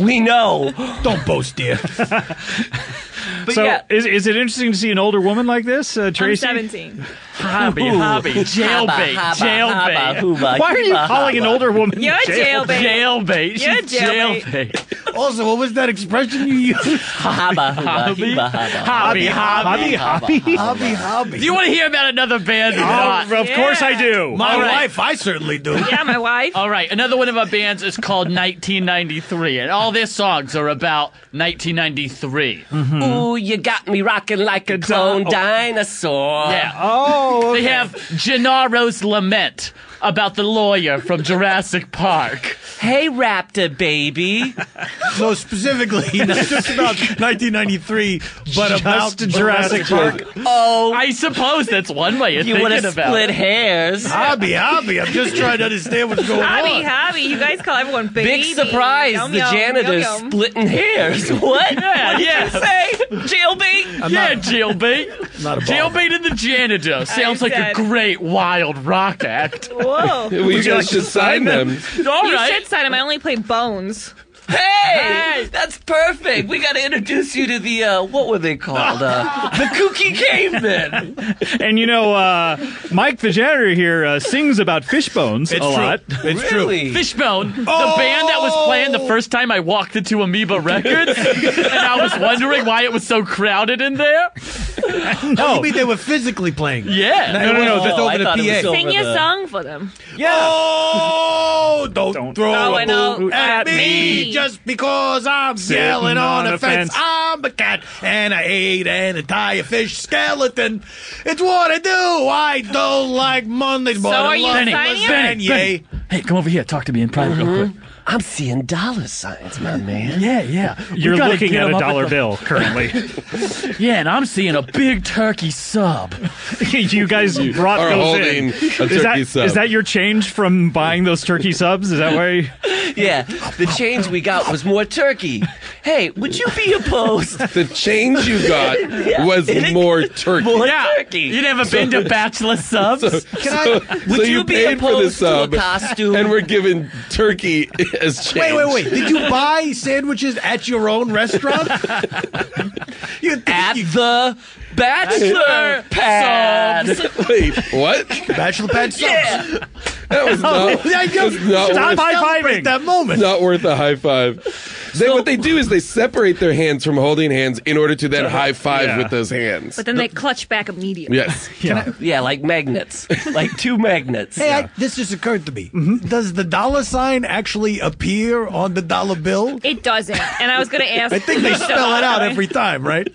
we know. Don't boast, dear. so yeah. is, is it interesting to see an older woman like this, uh, Tracy? I'm 17. Hobby, Ooh. hobby, jailbait, Haba, haba, haba, jailbait. hooba, Why are you hooba, calling an haba. older woman You're a jailbait. Jailbait. You're She's a jailbait. also, what was that expression you used? Haba, hobby, hobby, hobby, hobby, hobby, hobby, hobby. Do you want to hear about another band? or Oh, not? of course I do. My All wife, I certainly do. Yeah, my wife. All right, another one of our bands is called 1993, and all their songs are about 1993. Mm-hmm. Ooh, you got me rocking like a clone dinosaur. oh. Yeah. Oh. They have Gennaro's Lament about the lawyer from Jurassic Park. Hey, Raptor baby. So specifically, not just about 1993, but about Jurassic Park. Oh, I suppose that's one way of You thinking wanna about split it. hairs. Hobby, hobby. I'm just trying to understand what's going on. Hobby, hobby. You guys call everyone baby. Big surprise. Yum, the yum, janitor's yum, yum. splitting hairs. What? Yeah, what did yeah. you say? Jailbait? yeah, jailbait. Not a jailbait and the janitor sounds like a said- great wild rock act. Whoa. Well, you guys should sign them. All you right. should sign him. I only play bones. Hey, that's perfect. We got to introduce you to the uh, what were they called? Uh, the Kooky Cavemen. And you know, uh, Mike the janitor here uh, sings about fish bones a lot. It's Oh! true. Fishbone, the band that was playing the first time I walked into Amoeba Records, and I was wondering why it was so crowded in there. Oh, you mean they were physically playing? Yeah. No, no, no. Oh, Just over the PA. Sing your song for them. Yeah. Oh, don't, throw throw a it out boot at at me, me. just because I'm Sitting yelling on, on a a fence. fence. I'm a cat and I ate an entire fish skeleton. It's what I do. I don't like Mondays, but I love lasagna. Hey, come over here. Talk to me in private real quick. Mm-hmm. I'm seeing dollar signs, my man. Yeah, yeah. We You're gotta looking get at him a up dollar the- bill currently. Yeah, and I'm seeing a big turkey sub. you guys brought are those holding in. a Is turkey that, sub. is that your change from buying those turkey subs? Is that why? Yeah, the change we got was more turkey. Hey, would you be opposed? The change you got Yeah. was more turkey. More turkey. You never been to bachelor subs? Can I- would you be paid for the opposed to a sub, costume? and we're given turkey as change. Wait, wait, wait. Did you buy sandwiches at your own restaurant? you at the Bachelor pad. Wait, what? Bachelor pad subs. That was not, Oh, Yeah, you- was not stop worth, high-fiving. that moment. Not worth a high five. They, what they do is they separate their hands from holding hands in order to then high five Yeah. with those hands. But then they clutch back immediately. Yes. Yeah. yeah, like magnets, like two magnets. Hey, I, this just occurred to me. Mm-hmm. Does the dollar sign actually appear on the dollar bill? It doesn't. And I was going to ask. I think they spell it out every time, right?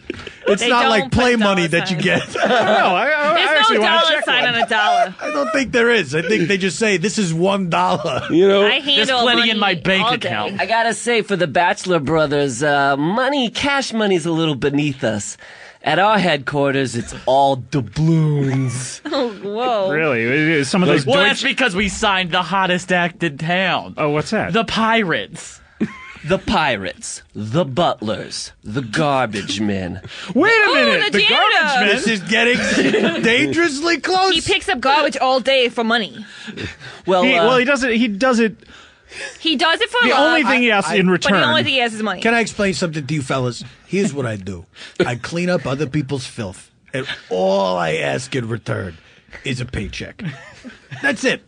It's They not don't like play money that you get. no, There's no dollar sign on a dollar. I don't think there is. I think they just say this is one dollar. You know, I handle money all day. I gotta say, for the Bachelor Brothers, uh, money, cash money's a little beneath us. At our headquarters, it's all doubloons. Oh, whoa. Really? Some of those Well, Deutsch- that's because we signed the hottest act in town. Oh, what's that? The Pirates. the Pirates, the Butlers, the Garbage Men. Wait Ooh, Oh, the janitor. This is getting dangerously close. He picks up garbage all day for money. Well, he, well, he does it. He does it. He does it for The love, only thing he asks in But return- the only thing he has is money. Can I explain something to you fellas? Here's what I do. I clean up other people's filth, and all I ask in return is a paycheck. That's it.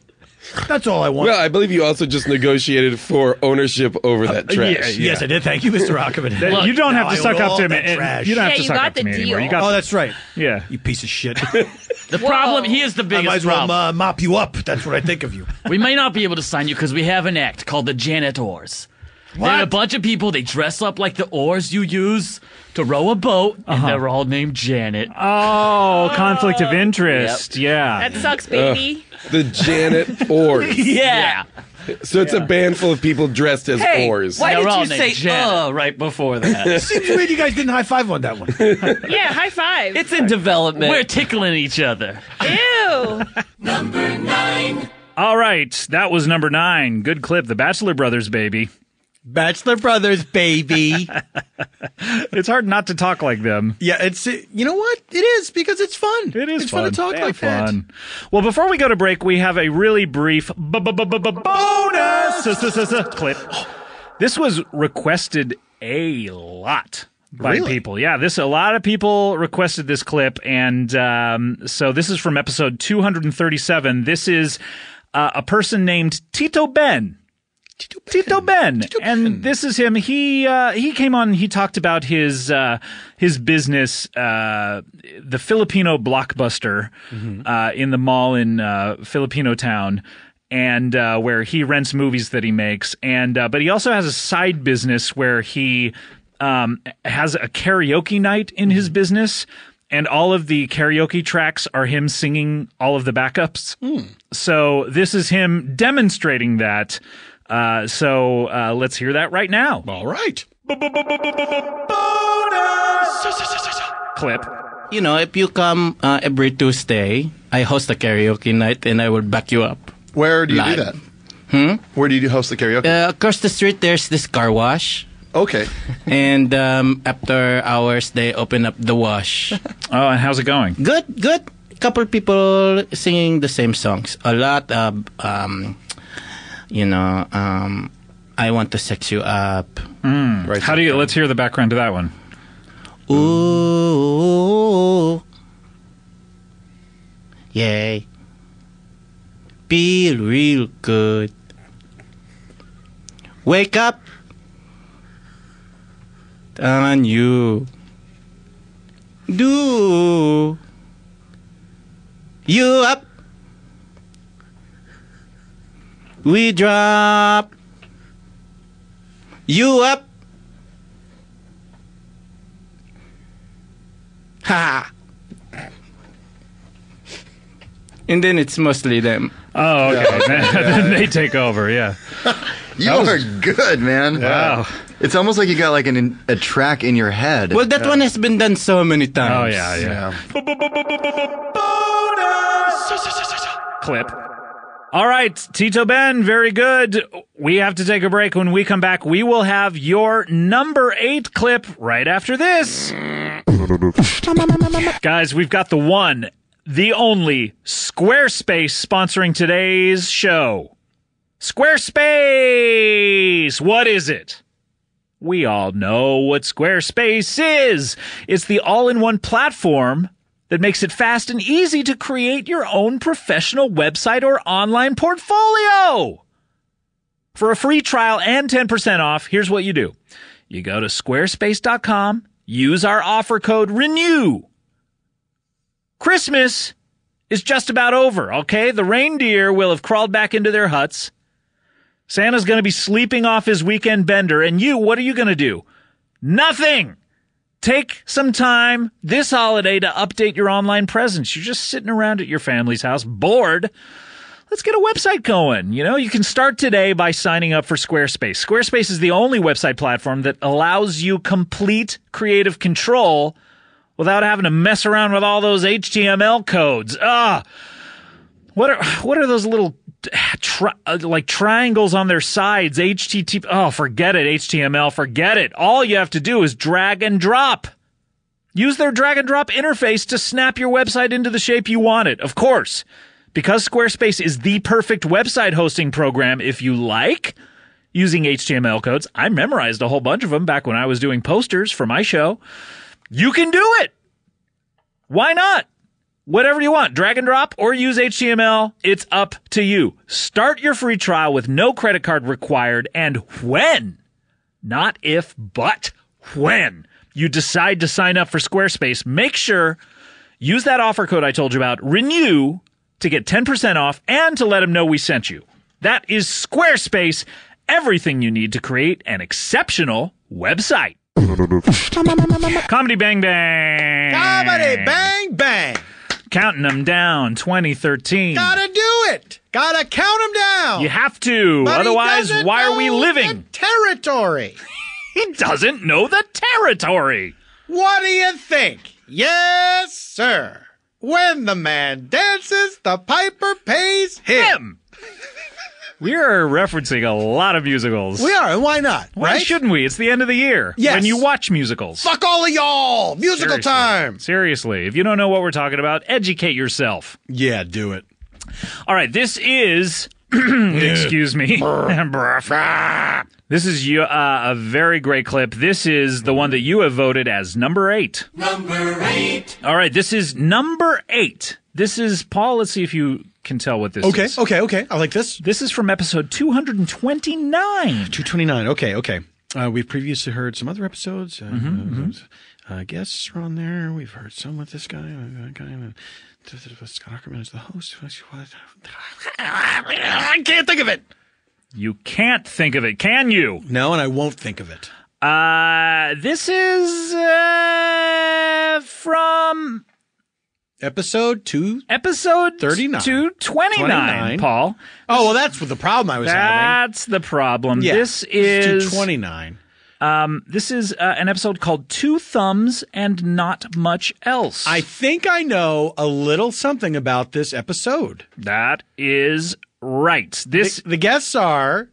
That's all I want. Well, I believe you also just negotiated for ownership over that Uh, trash. yes, yes, I did. Thank you, Mr. Ackerman. Look, you don't have now to I suck up roll to me. the trash. You don't have Yeah, to you suck got up to the me anymore. deal. You got Oh, that's right. Yeah, you piece of shit. The problem he is the I biggest might as well problem. uh, mop you up. That's what I think of you. we may not be able to sign you because we have an act called the janitors. They're a bunch of people. They dress up like the oars you use to row a boat, and they're all named Janet. Uh-huh. Oh, conflict of interest. Yeah. That sucks, baby. Uh, The Janet Oars. Yeah. So it's a band full of people dressed as oars. They're all named Janet. uh, right before that? Seems weird you guys didn't high five on that one. Yeah, high five. It's in development. We're tickling each other. Ew. Number nine. All right, that was number nine. Good clip, the Bachelor Brothers, baby. Bachelor Brothers, baby. it's hard not to talk like them. Yeah, it's you know what it is because it's fun. It is it's fun, to talk They like have fun. Well, before we go to break, we have a really brief bu- bu- bu- bu- bu- bonus s- s- s- clip. This was requested a lot by Really? people. Yeah, this a lot of people requested this clip, and um, so this is from episode 237. This is uh, a person named Tito Ben. Tito Ben. And this is him. He uh, he came on. He talked about his uh, his business, uh, the Filipino blockbuster uh, in the mall in uh, Filipino town. And uh, where he rents movies that he makes, and uh, but he also has a side business where he um, has a karaoke night in his business, and all of the karaoke tracks are him singing all of the backups. Hmm. So this is him demonstrating that. Uh, so uh, let's hear that right now. All right. Clip. You know, if you come uh, every Tuesday, I host a karaoke night and I will back you up. Where do you do that? Hmm? Where do you host the karaoke? Uh, across the street, there's this car wash. Okay. and um, after hours, they open up the wash. oh, and how's it going? Good, good. Couple people singing the same songs. A lot of, um, you know, um, I want to sex you up. Mm. How do you? Let's hear the background to that one. Ooh. Yay. Feel real good. Wake up on you. Do you up? We drop you up. Ha! And then it's mostly them. Oh, okay. Yeah, okay. then they take over. Yeah. You are good, man. Wow. It's almost like you got like an a track in your head. Well, that one has been done so many times. Oh, yeah, yeah. Clip. All right, Tito Ben, very good. We have to take a break. When we come back, we will have your number eight clip right after this. Guys, we've got the one, the only Squarespace sponsoring today's show. Squarespace! What is it? We all know what Squarespace is. It's the all in one platform that makes it fast and easy to create your own professional website or online portfolio. For a free trial and 10% off, here's what you do you go to squarespace.com, use our offer code RENEW. Christmas is just about over, okay? The reindeer will have crawled back into their huts. Santa's going to be sleeping off his weekend bender, and you, what are you going to do? Nothing! Take some time this holiday to update your online presence. You're just sitting around at your family's house, bored. Let's get a website going. You know, you can start today by signing up for Squarespace. Squarespace is the only website platform that allows you complete creative control without having to mess around with all those HTML codes. Ah, what are what are those little tri- uh, like triangles on their sides? HTTP. Oh, forget it. HTML. Forget it. All you have to do is drag and drop. Use their drag and drop interface to snap your website into the shape you want it. Of course, because Squarespace is the perfect website hosting program. If you like. Using HTML codes. I memorized a whole bunch of them back when I was doing posters for my show. You can do it. Why not? Whatever you want, drag and drop or use HTML, it's up to you. Start your free trial with no credit card required and when, not if, but when you decide to sign up for Squarespace, make sure use that offer code I told you about, renew to get 10% off and to let them know we sent you. That is Squarespace, everything you need to create an exceptional website. Comedy Bang Bang. Comedy Bang Bang. Counting them down, 2013. Gotta do it. Gotta count them down. You have to. But he Otherwise, doesn't why are we know living? The territory. he doesn't know the territory. What do you think? Yes, sir. When the man dances, the piper pays him. We are referencing a lot of musicals. We are, and why not? Why right? shouldn't we? It's the end of the year. Yes. When you watch musicals. Fuck all of y'all. Musical Seriously. time. Seriously. If you don't know what we're talking about, educate yourself. Yeah, do it. All right. This is. excuse me. this is you- uh, a very great clip. This is the one that you have voted as number eight. Number eight. All right. This is number eight. This is Paul. Let's see if you can tell what this Okay, is. okay, okay. I like this. This is from episode 229. 229. Okay, okay. Uh, we've previously heard some other episodes. Uh, Mm-hmm, uh, guests are on there. We've heard some with this guy. Uh, guy uh, Scott Ackerman is the host. I can't think of it. You can't think of it, can you? No, and I won't think of it. Uh, this is uh, from Episode 2 episode 39. 229, Paul. Oh, well, that's what the problem I was having. That's the problem. Yeah, This it's is 229. Um, this is uh, an episode called Two Thumbs and Not Much Else. I think I know a little something about this episode. That is right. This the, the guests are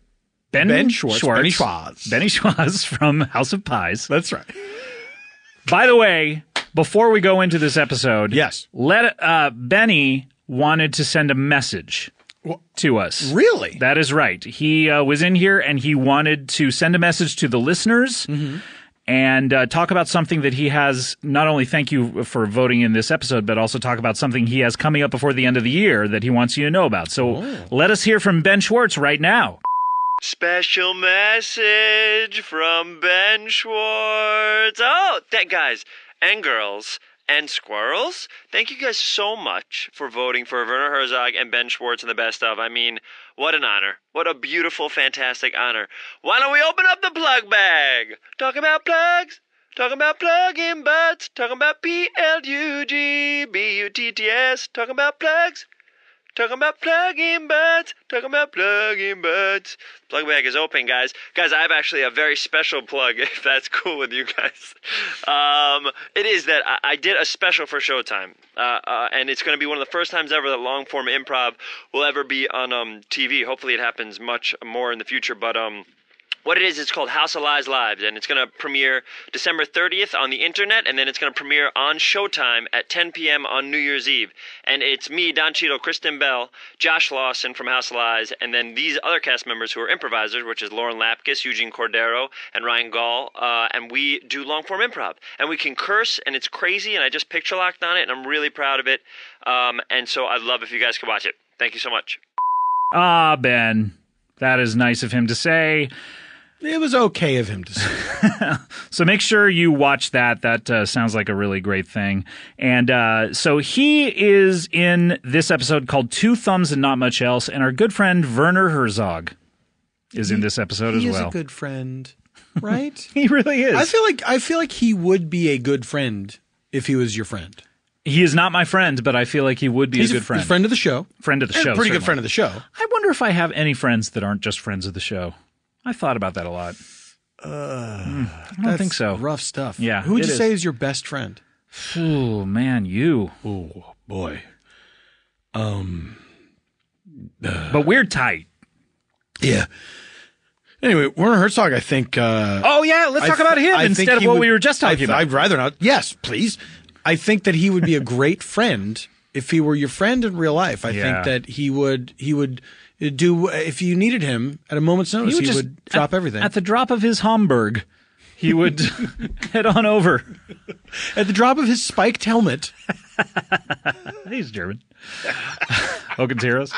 Ben, Ben Schwartz, Benny Schwartz. Benny Schwartz from House of Pies. That's right. By the way, before we go into this episode, yes, let uh, Benny wanted to send a message to us. Really? That is right. He uh, was in here and he wanted to send a message to the listeners. Mm-hmm. And uh, talk about something that he has. Not only thank you for voting in this episode, but also talk about something he has coming up before the end of the year that he wants you to know about. So Oh. let us hear from Ben Schwartz right now. Special message from Ben Schwartz. Oh, thank guys and girls and squirrels. Thank you guys so much for voting for Werner Herzog and Ben Schwartz and the best of. I mean, what an honor. What a beautiful, fantastic honor. Why don't we open up the plug bag? Talk about plugs. Talking about plug-in butts. Talking about P-L-U-G-B-U-T-T-S. Talking about plugs. Talking about plug-in butts. Talking about plug-in butts. Plug bag is open, guys. Guys, I have actually a very special plug, if that's cool with you guys. Um, it is that I, I did a special for Showtime, uh, uh, and it's going to be one of the first times ever that long-form improv will ever be on um, TV. Hopefully, it happens much more in the future, but um, what it is, it's called House of Lies Live, and it's going to premiere December 30th on the internet, and then it's going to premiere on Showtime at 10 p.m. on New Year's Eve. And it's me, Don Cheadle, Kristen Bell, Josh Lawson from House of Lies, and then these other cast members who are improvisers, which is Lauren Lapkus, Eugene Cordero, and Ryan Gall, uh, and we do long form improv. And we can curse, and it's crazy, and I just picture locked on it, and I'm really proud of it. Um, and so I'd love if you guys could watch it. Thank you so much. Ah, Ben, that is nice of him to say. It was okay of him to say. so make sure you watch that. That uh, sounds like a really great thing. And uh, so he is in this episode called Two Thumbs and Not Much Else. And our good friend Werner Herzog is in this episode He as is well. a good friend, right? he really is. I feel like I feel like he would be a good friend if he was your friend. he is not my friend, but I feel like he would be He's a a good f- friend. friend of the show. Friend of the And show. a pretty good certainly. friend of the show. I wonder if I have any friends that aren't just friends of the show. I thought about that a lot. Hmm. I don't Uh, That's think so. Rough stuff. Yeah. Who would it you is. say is your best friend? Oh man, you. Oh boy. Um. uh, but we're tight. Yeah. Anyway, Werner Herzog, I think. Uh, Oh, yeah, let's talk th- about him I think instead of he what we were just talking I th- about. I'd rather not. Yes, please. I think that he would be a great friend if he were your friend in real life. I Yeah. think that he would. He would do if you needed him at a moment's notice. He would, just- drop at- everything. at the drop of his Homburg. he would head on over. At the drop of his spiked helmet. He's German. Hogan's Heroes.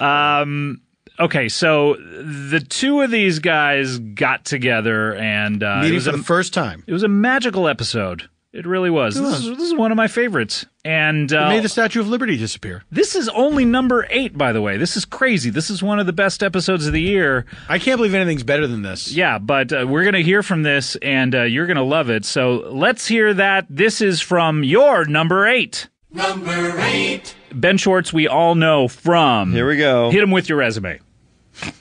Um, okay, so the two of these guys got together and uh, Meeting it was for a- the first time. It was a magical episode. It really was. It This, was. Is, this is one of my favorites. And uh, It made the Statue of Liberty disappear. This is only number eight, by the way. This is crazy. This is one of the best episodes of the year. I can't believe anything's better than this. Yeah, but uh, we're going to hear from this and uh, you're going to love it. So let's hear that. This is from your number eight. Number eight. Ben Schwartz, we all know from. Here we go. Hit him with your resume.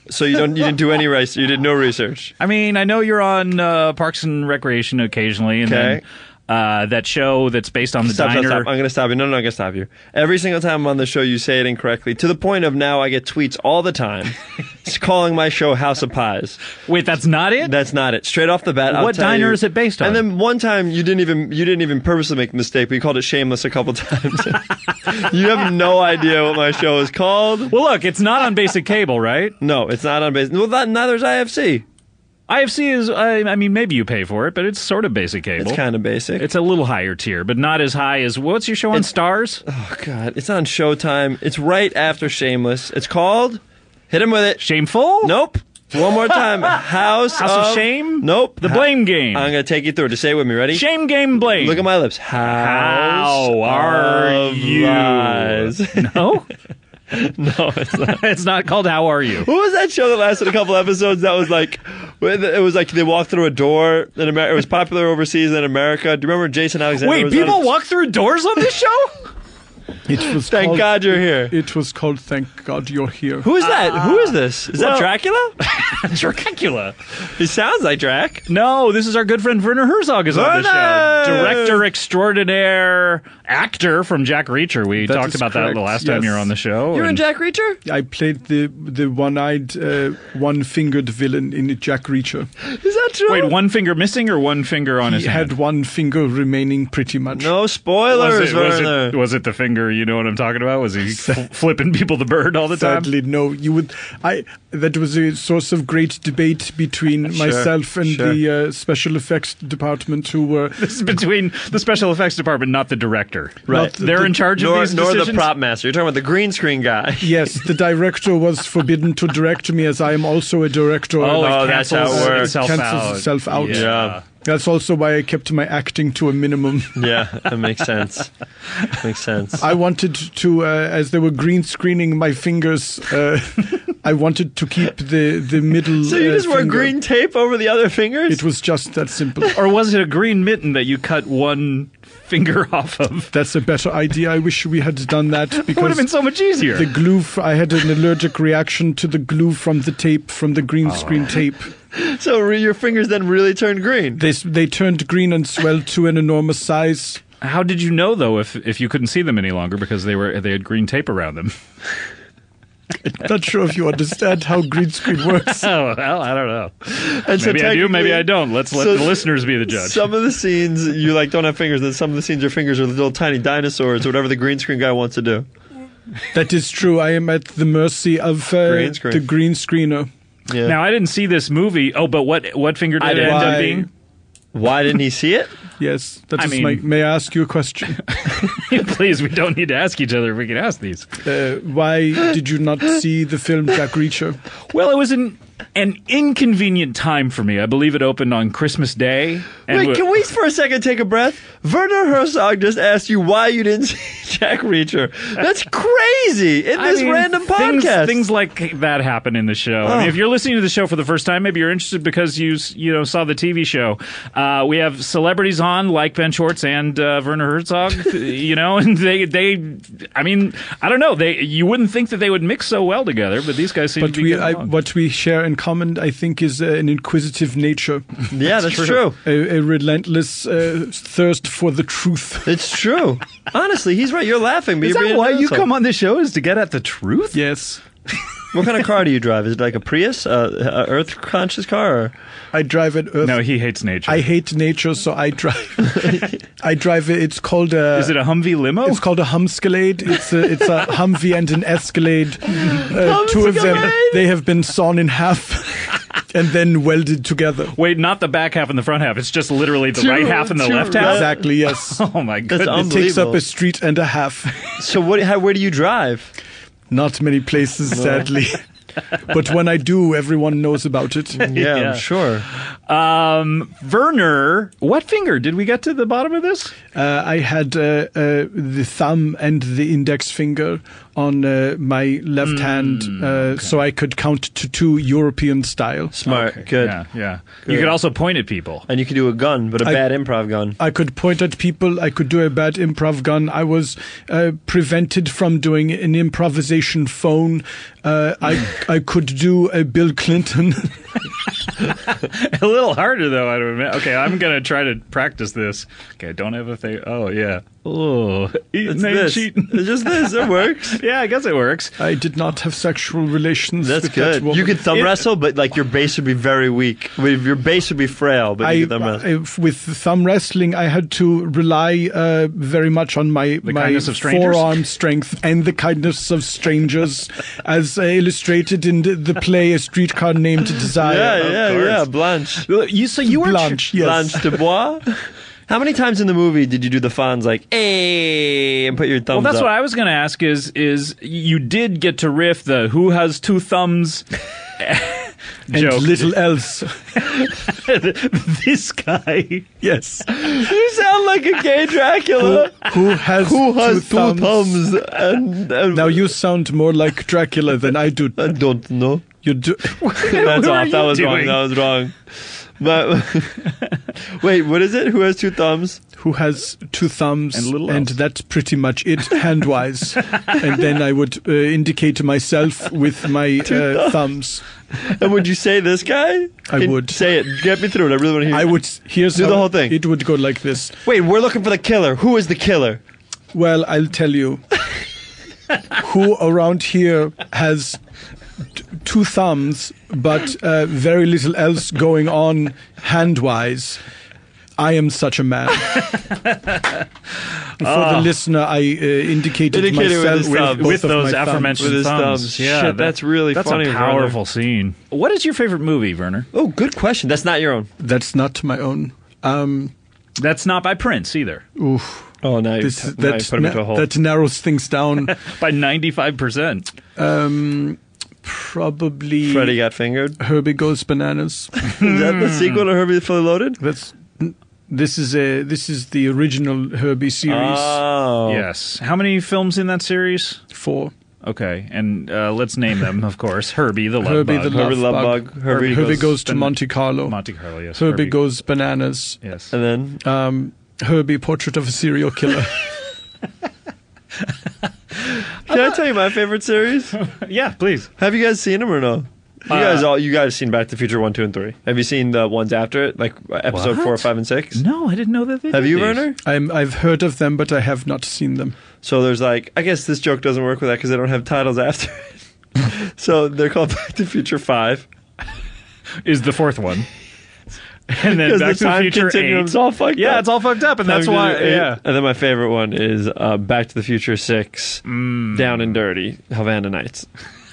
So you don't you didn't do any research. You did no research. I mean, I know you're on uh, Parks and Recreation occasionally, and Okay. then, uh, that show that's based on the Stop, stop, diner. stop. I'm going to stop you. No, no, I'm going to stop you. Every single time I'm on the show, you say it incorrectly to the point of now I get tweets all the time It's calling my show House of Pies. Wait, that's not it? That's not it. Straight off the bat, I'll What tell diner you. is it based on? And then one time you didn't even you didn't even purposely make the mistake, but you called it Shameless a couple times. Oh, you have no idea what my show is called. Well, look, it's not on basic cable, right? No, it's not on basic. Well, that, neither is IFC. IFC is, I, I mean, maybe you pay for it, but it's sort of basic cable. It's kind of basic. It's a little higher tier, but not as high as what's your show on Stars? Oh God, it's on Showtime. It's right after Shameless. It's called. Hit him with it. Shameful. Nope. One more time. House, House of Shame? Nope. The Blame Game. I'm gonna take you through. Just say it with me. Ready? Shame Game Blame. Look at my lips. House How are of you? Lies. No. no, it's not. it's not called How Are You? What was that show that lasted a couple episodes? That was like, it was like they walked through a door in America. It was popular overseas in America. Do you remember Jason Alexander? Wait, was on it? people walk through doors on this show? It was Thank called- God you're here. It was called Thank God You're Here. Uh, Who is that? Who is this? Is well- that Dracula? Dracula. He sounds like Drac. No, this is our good friend Werner Herzog is on the show. Werner! Director extraordinaire, actor from Jack Reacher. We That talked is about that the correct, last time yes. you were on the show. and- Jack Reacher? I played the the one-eyed, uh, one-fingered villain in Jack Reacher. Is that true? Wait, one finger missing or one finger on he his hand? had one finger remaining, pretty much. No was it, was, it, was it the finger? You know what I'm talking about? Was he fl- flipping people the bird all the time? Sadly, no. You would. I. That was a source of great debate between Sure, myself and sure. the uh, special effects department, who were. This is between the special effects department, not the director. Right. They're in charge nor, of these nor the decisions? prop master. You're talking about the green screen guy. yes, the director was forbidden to direct me, as I am also a director. Oh, it Oh, that's cancels how it works. itself Cancels out. itself out. Yeah. That's also why I kept my acting to a minimum. Yeah, that makes sense. makes sense. I wanted to, uh, as they were green screening my fingers, uh, I wanted to keep the the middle. So you uh, just wear finger. green tape over the other fingers? It was just that simple. or was it a green mitten that you cut one finger off of? That's a better idea. I wish we had done that because Would have been so much easier. The glue. F- I had an allergic reaction to the glue from the tape from the Oh. green screen tape. So re- your fingers then really turned green. They s- they turned green and swelled to an enormous size. How did you know though if if you couldn't see them any longer because they were they had green tape around them? Not sure if you understand how green screen works. oh well, I don't know. And so maybe I do, maybe technically- I don't. Let's let so- the listeners be the judge. Some of the scenes you like don't have fingers, and then some of the scenes your fingers are little tiny dinosaurs, whatever the green screen guy wants to do. That is true. I am at the mercy of uh, Green screen. the green screener. Yeah. Now I didn't see this movie. Oh, but what what finger did I it didn't. end up Why- being? Why didn't he see it? Yes, that is I mean- my. May I ask you a question? Please, we don't need to ask each other if we can ask these. Uh, why did you not see the film Jack Reacher? Well, it was an an inconvenient time for me. I believe it opened on Christmas Day. Wait, can we for a second take a breath? Werner Herzog just asked you why you didn't see Jack Reacher. That's crazy in I this mean, random things, podcast. Things like that happen in the show. I Oh. mean, if you're listening to the show for the first time, maybe you're interested because you s- you know saw the TV show. Uh, we have celebrities on like Ben Schwartz and uh, Werner Herzog. th- you know, and they they, I mean, I don't know. They you wouldn't think that they would mix so well together, but these guys seem But to be. we, getting I, along. what we share in common, I think, is uh, an inquisitive nature. Yeah, that's That's true. A, a relentless uh, thirst for the truth. It's true. Honestly, he's right. You're laughing, but Is you're that being why an you asshole. come on this show is to get at the truth? Yes. what kind of car do you drive? Is it like a Prius, uh, a Earth conscious car? Or? I drive an Earth. No, he hates nature. I hate nature, so I drive. I drive it. It's called a. Is it a Humvee limo? It's called a Humscalade. It's a, it's a Humvee and an Escalade. Uh, two of them. Humscalade? They have been sawn in half. and then welded together. Wait, not the back half and the front half. It's just literally the Two- right half and the two- left half. Exactly, yes. oh my That's goodness. It takes up a street and a half. so what? How, where do you drive? Not many places, sadly. but when I do, everyone knows about it. sure. Um, Werner, what finger did we get to the bottom of this? Uh, I had uh, uh, the thumb and the index finger on uh, my left Hmm, hand, uh, so I could count to two European style. Smart. Good. Yeah, yeah. You could also point at people. And you could do a gun, but a I- bad improv gun. I could point at people. I could do a bad improv gun. I was uh, prevented from doing an improvisation phone. Uh, I I could do a Bill Clinton. a little harder though. I would admit. Okay, I'm gonna try to practice this. Okay, I don't have a thing. Oh yeah. Oh, eating and this. cheating. It's just this. It works. yeah, I guess it works. I did not have sexual relations. That's with good. That woman. you could thumb wrestle, but like your base would be very weak. I mean, Your base would be frail, but you I, could thumb wrestle. I- with thumb wrestling, I had to rely uh, very much on my my kindness of strangers? forearm strength and the kindness of strangers, as uh, illustrated in the, the play A Streetcar Named Desire. yeah, yeah, yeah. Blanche. You so you were Blanche, yes. Blanche Dubois. How many times in the movie did you do the Fonz like "Hey" and put your Well, thumbs? that's up? what I was gonna ask. Is is you did get to riff the who has two thumbs? And joke. little else. this guy. Yes. You sound like a gay Dracula. Who has Who two has two thumbs? thumbs and, and- now you sound more like Dracula than I do. I don't know. You do. That's off. That was wrong. That was wrong. But wait, what is it? Who has two thumbs? Who has two thumbs? And little else. that's pretty much it, hand wise. and then I would uh, indicate myself with my uh, thumbs. And would you say this guy? I Can- would. say it. Get me through it. I really want to hear. I would. Here's do how the whole thing. It would go like this. Wait, we're looking for the killer. Who is the killer? Well, I'll tell you. Who around here has t- two thumbs, but uh, very little else going on hand wise? I am such a man. For Ah. the listener, I uh, indicated, Indicated with myself his with, thumbs. both With of those my thumbs. aforementioned With his thumbs. thumbs. Yeah, Shit, that- that's really that's a funny, brother. powerful scene. What is your favorite movie, Werner? Oh, good question. That's not your own. That's not my own. Um, That's not by Prince either. oof. Oh, now you This- t- now you that, put him na- into a hole. that narrows things down. by ninety five percent. Um, probably. Freddy got fingered. Herbie goes bananas. Is that the sequel to Herbie Fully Loaded? That's this is a this is the original Herbie series. Oh. Yes. How many films in that series? Four. Okay, and uh, let's name them, of course. Herbie the Love Herbie Bug. the love, bug. Herbie, goes, to Ben- Monte Carlo. Monte Carlo, yes. Herbie, goes bananas. Yes. And then um, Herbie Portrait of a Serial Killer. Can I tell you my favorite series? yeah, please. Have you guys seen them or no? You Uh, guys all you guys have seen Back to the Future one, two, and three. Have you seen the ones after it, like uh, episode four, What? five, and six? No, I didn't know that. They Have did you, these. Werner? I'm, I've heard of them, but I have not seen them. So there's like, I guess this joke doesn't work with that because they don't have titles after it. so they're called Back to the Future Five. Is the fourth one. And then Because Back to the time Future continuum's eight. all fucked Yeah, up. it's all fucked up, and Time that's why- continuum eight. yeah. And then my favorite one is uh, Back to the Future Six, Down and Dirty, Havana Nights.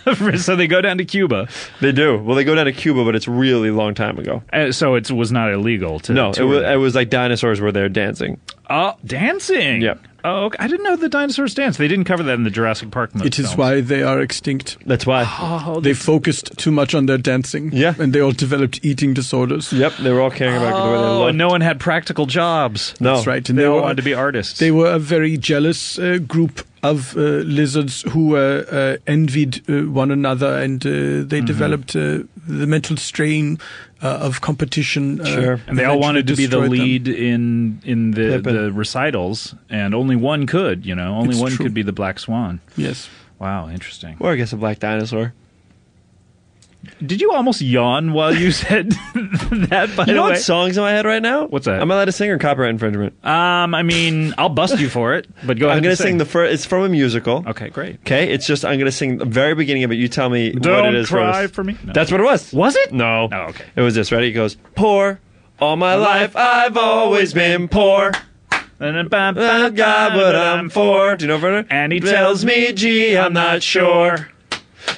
Mm. so they go down to Cuba. They do. Well, they go down to Cuba, but it's really long time ago. Uh, so it was not illegal to no, it tour was, that. it was like dinosaurs were there dancing. Oh, dancing. Yep. Oh, okay. I didn't know the dinosaurs dance. They didn't cover that in the Jurassic Park movie. It is why they are extinct. That's why. Oh, they focused too much on their dancing. Yeah. And they all developed eating disorders. Yep, they were all caring about the way Oh, and no one had practical jobs. That's right. they all all wanted to be artists. They were a very jealous uh, group of uh, lizards who uh, uh, envied uh, one another, and uh, Mm-hmm. they developed uh, the mental strain uh, of competition. Uh, And they all eventually wanted to be the destroyed them. lead in in the, Yep, and- the recitals, and only one could. You know, only It's one true. could be the Black Swan. Yes. Wow, interesting. Or I guess a black dinosaur. Did you almost yawn while you said that? By you the know way, what song's in my head right now? What's that? I'm allowed to sing or copyright infringement. um, I mean, I'll bust you for it, but go ahead. I'm gonna and sing the first. It's from a musical. Okay, great. Okay, it's just I'm gonna sing the very beginning of it. You tell me what Don't it is. cry first. for me. No. That's what it was. Was it? No. Oh, okay. It was this. Ready? It goes poor. All my life I've always been poor. And then bam, I've got what I'm for. Do you know Werner? And he tells me, gee, I'm not sure.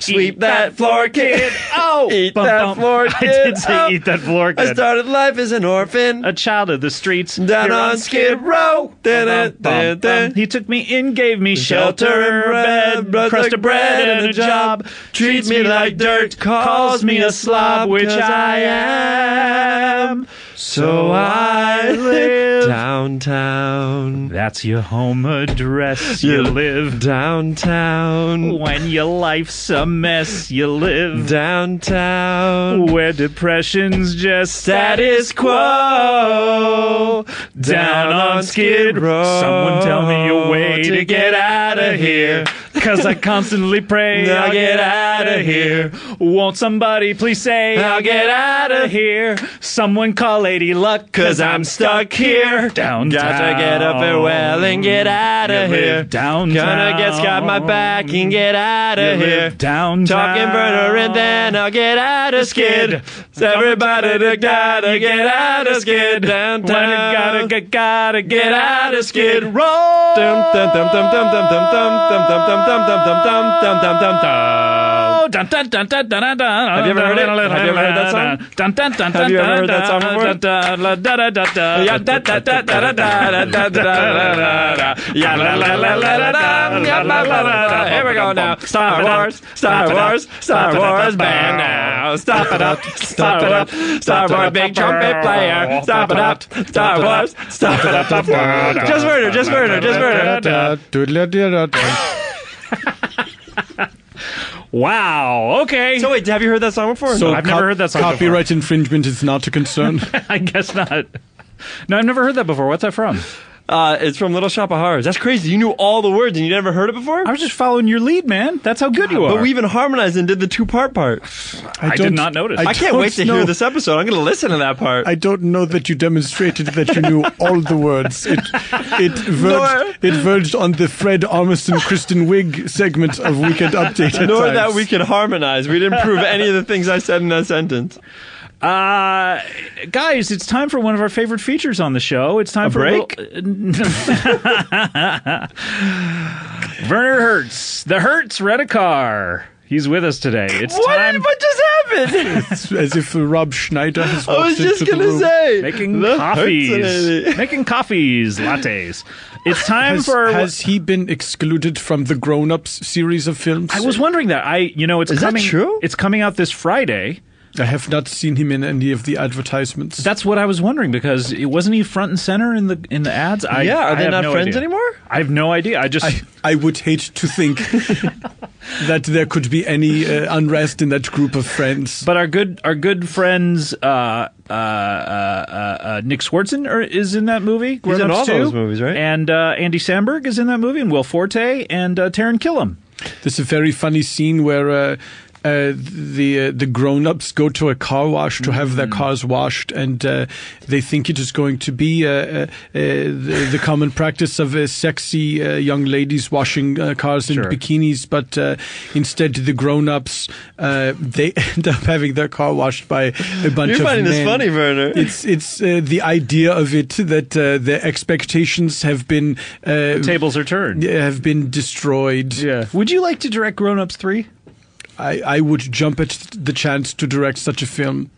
Sweep that floor, kid. Oh, eat Bum, that bum. floor, I kid. did say Oh. eat that floor, I kid. started life as an orphan, a child of the streets, down Here on Skid Row. Dun, dun, dun, dun. He took me in, gave me Shelter shelter, and bed, bread, crust of bread, and a job. Treats me like dirt, calls me a slob, which I am. So I live downtown. That's your home address. You live downtown. When your life's a mess, you live downtown. Where depression's just Status quo. down on Skid Row. Someone tell me a way to get out of here. Cause I constantly pray Now I'll get get out outta of here. Won't somebody please say Now get outta here? Someone call Lady Luck, cause I'm stuck here. Downtown. Gotta get up and well and get out of You live here. Downtown. Gonna get Scott my back and get out You of live here. Downtown. Talking burner and then I'll get out of skid. Everybody to gotta get out of skid. Downtown. Gotta, gotta, gotta get out of skid. Roll. Dum dum dum dum dum dum dum dum dum dum dum dum dum dum dum dum dum dum. Dun, dun, dun, dun, dun, dun, dun, Have you ever heard it? Have you ever heard that song? Dun, dun, dun, Have you ever heard that song before? Here we go now. Star Wars, Star Wars, Star Wars band now. Stop it up, stop it up, Star Wars big trumpet player. Stop it up, Star Wars, stop it up. Just murder, just murder, just murder. Wow. Okay. So wait, have you heard that song before? So I've cop- never heard that song Copyright infringement is not a concern. before. I guess not. No, I've never heard that before. What's that from? Uh, it's from Little Shop of Horrors. That's crazy. You knew all the words and you never heard it before? I was just following your lead, man. That's how good you are. But we even harmonized and did the two part part. I did don't- not notice. I, I can't don't wait to know. hear this episode. I'm going to listen to that part. I don't know that you demonstrated that you knew all the words. It it verged, it verged on the Fred Armisen Kristen Wiig segment of Weekend Update. At Nor times. that we could harmonize. We didn't prove any of the things I said in that sentence. Uh, guys, it's time for one of our favorite features on the show. It's time A for break? A little- Werner Hertz, the Hertz Redicar. He's with us today. It's what, time. what just happened? It's as if Rob Schneider has I was walked just into the gonna room. say Making the coffees, Hertz- making coffees, lattes. It's time has, for. has he been excluded from the Grown Ups series of films? I was wondering that. I, you know, it's Is that coming. true? It's coming out this Friday. I have not seen him in any of the advertisements. That's what I was wondering because it wasn't he front and center in the in the ads. I, Yeah, are I they have not no friends idea. anymore? I have no idea. I just I, I would hate to think that there could be any uh, unrest in that group of friends. But our good our good friends uh, uh, uh, uh, Nick Swartzen are, is in that movie. Grown in Ups all those 2, movies, right? And uh, Andy Samberg is in that movie, and Will Forte and uh, Taron Killam. There's a very funny scene where uh, uh, the uh, the grown ups go to a car wash to have their cars washed, and uh, they think it is going to be uh, uh, uh, the, the common practice of uh, sexy uh, young ladies washing uh, cars in Sure. bikinis, but uh, instead the grown ups uh, they end up having their car washed by a bunch You're of men. finding this funny, Werner. It's it's uh, the idea of it that uh, their expectations have been uh, tables are turned, have been destroyed. Yeah. Would you like to direct Grown Ups three? I, I would jump at the chance to direct such a film.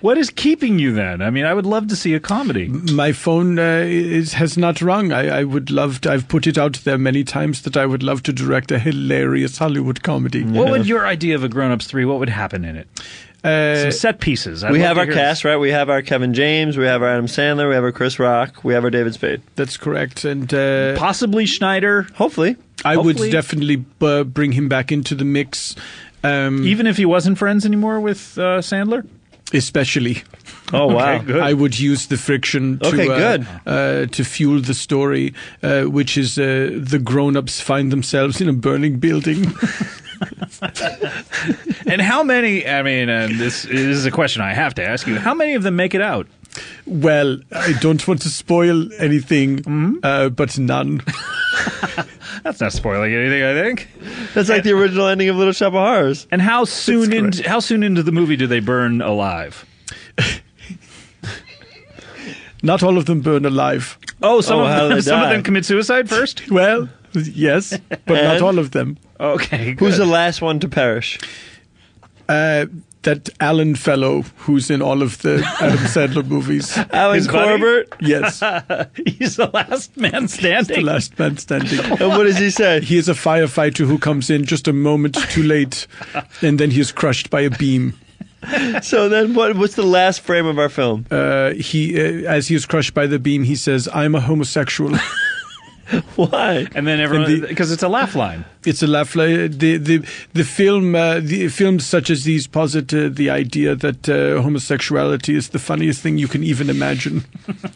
What is keeping you then? I mean, I would love to see a comedy. My phone uh, is, has not rung. I, I would love to. I've put it out there many times that I would love to direct a hilarious Hollywood comedy. What would your idea of a Grown Ups three? What would happen in it? Uh, Some set pieces. I'd we love have to our hear- cast, right? We have our Kevin James, we have our Adam Sandler, we have our Chris Rock, we have our David Spade. That's correct. And uh, possibly Schneider. Hopefully, I Hopefully. would definitely uh, bring him back into the mix. Um, Even if he wasn't friends anymore with uh, Sandler. especially. Oh, wow. Okay, good. I would use the friction to Okay, uh, good. Uh, to fuel the story, uh, which is uh, the grown-ups find themselves in a burning building. and how many? I mean, and this is a question I have to ask you. How many of them make it out? Well, I don't want to spoil anything, Mm-hmm. uh, but none. That's not spoiling anything, I think. That's like the original ending of Little Shop of Horrors. And how soon into how soon into the movie do they burn alive? Not all of them burn alive. Oh, some Oh, of how them, they Oh, some of Oh, die. them commit suicide first. Well, yes, but not And? all of them. Okay. Who's the last one to perish? Uh, that Alan fellow who's in all of the Adam Sandler movies. Alan Corbett? Yes. He's the last man standing. the last man standing. And what does he say? He is a firefighter who comes in just a moment too late, and then he is crushed by a beam. So then, what? What's the last frame of our film? Uh, he, uh, as he is crushed by the beam, he says, "I'm a homosexual." Why? And then everyone, because it's a laugh line. It's a laugh line. The the the film uh, the films such as these posit uh, the idea that uh, homosexuality is the funniest thing you can even imagine.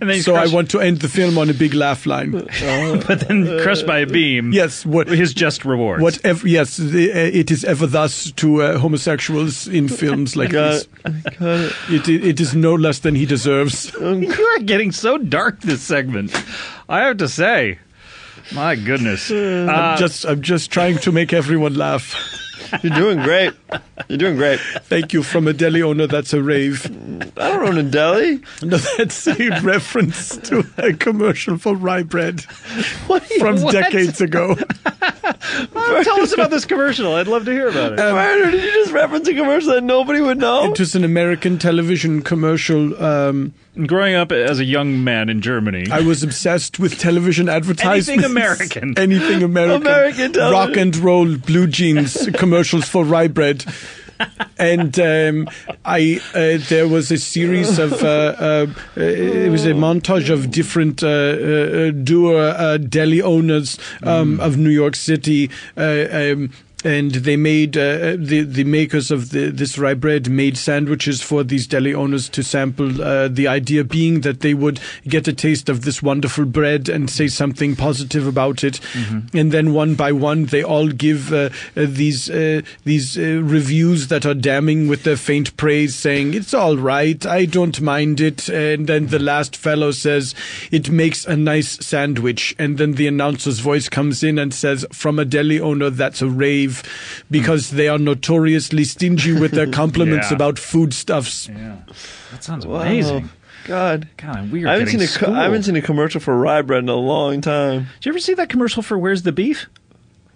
And then he's so I crushed- want to end the film on a big laugh line. but then crushed by a beam. Yes, what his just reward? Whatever. Yes, the, uh, it is ever thus to uh, homosexuals in films like Got uh, this. It, it it is no less than he deserves. you are getting so dark this segment. I have to say, my goodness. Uh, I'm just I'm just trying to make everyone laugh. You're doing great. You're doing great. Thank you from a deli owner. That's a rave. I don't own a deli. No, that's a reference to a commercial for rye bread from what? decades ago. Oh, tell us about this commercial. I'd love to hear about it. Why did you just reference a commercial that nobody would know? It was an American television commercial. Um, Growing up as a young man in Germany, I was obsessed with television advertisements. American. Anything American. American television. Rock and roll, blue jeans, commercials for rye bread. And um, I, uh, there was a series of, uh, uh, uh, it was a montage of different uh, uh, uh, doer uh, deli owners um, of New York City. Uh, um, and they made uh, the the makers of the, this rye bread made sandwiches for these deli owners to sample. Uh, the idea being that they would get a taste of this wonderful bread and say something positive about it, and then one by one they all give uh, uh, these uh, these uh, reviews that are damning with their faint praise, saying it's all right, I don't mind it, and then the last fellow says it makes a nice sandwich, and then the announcer's voice comes in and says from a deli owner that's a rave, because they are notoriously stingy with their compliments Yeah. about foodstuffs. that sounds Wow. amazing. God, God, we are I haven't seen getting a co- I haven't seen a commercial for rye bread in a long time. Did you ever see that commercial for Where's the Beef?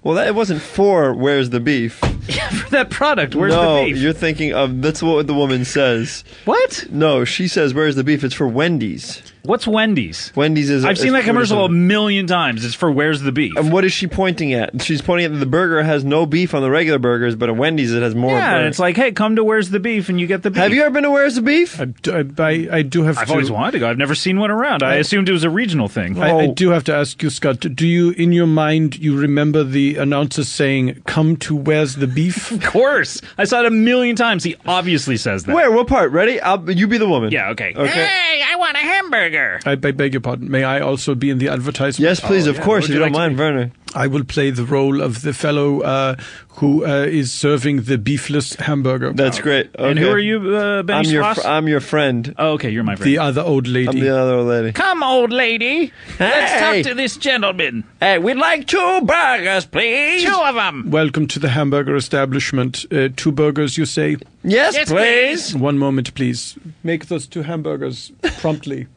Well, that, it wasn't for Where's the Beef. For that product, where's no, the beef? you're thinking of that's what the woman says. What? No, she says Where's the Beef? It's for Wendy's. What's Wendy's? Wendy's is. I've seen that commercial a million times. It's for Where's the Beef? And what is she pointing at? She's pointing at that the burger has no beef on the regular burgers, but at Wendy's it has more. Yeah, and it's like, hey, come to Where's the Beef and you get the beef. Have you ever been to Where's the Beef? I, I, I do have I've to- always wanted to go. I've never seen one around. I I- assumed it was a regional thing. I, I do have to ask you, Scott. Do you, in your mind, you remember the announcer saying, "Come to where's the beef?" Of course. I saw it a million times. He obviously says that. Where? What part? Ready? I'll, you be the woman. Yeah, okay. Hey, I want a hamburger. I, I beg your pardon. May I also be in the advertisement? Yes, please, Oh, of yeah. course, Would if you you don't like to mind, Werner. I will play the role of the fellow uh, who uh, is serving the beefless hamburger. That's great. And who Okay. are you, uh, Benny I'm your Squash? fr- I'm your friend. Oh, okay, you're my The other old lady. I'm the other old lady. Come, old lady. Let's Hey. talk to this gentleman. Hey, we'd like two burgers, please. Two of them. Welcome to the hamburger establishment. Uh, two burgers, you say? Yes, Yes, please. One moment, please. Make those two hamburgers promptly.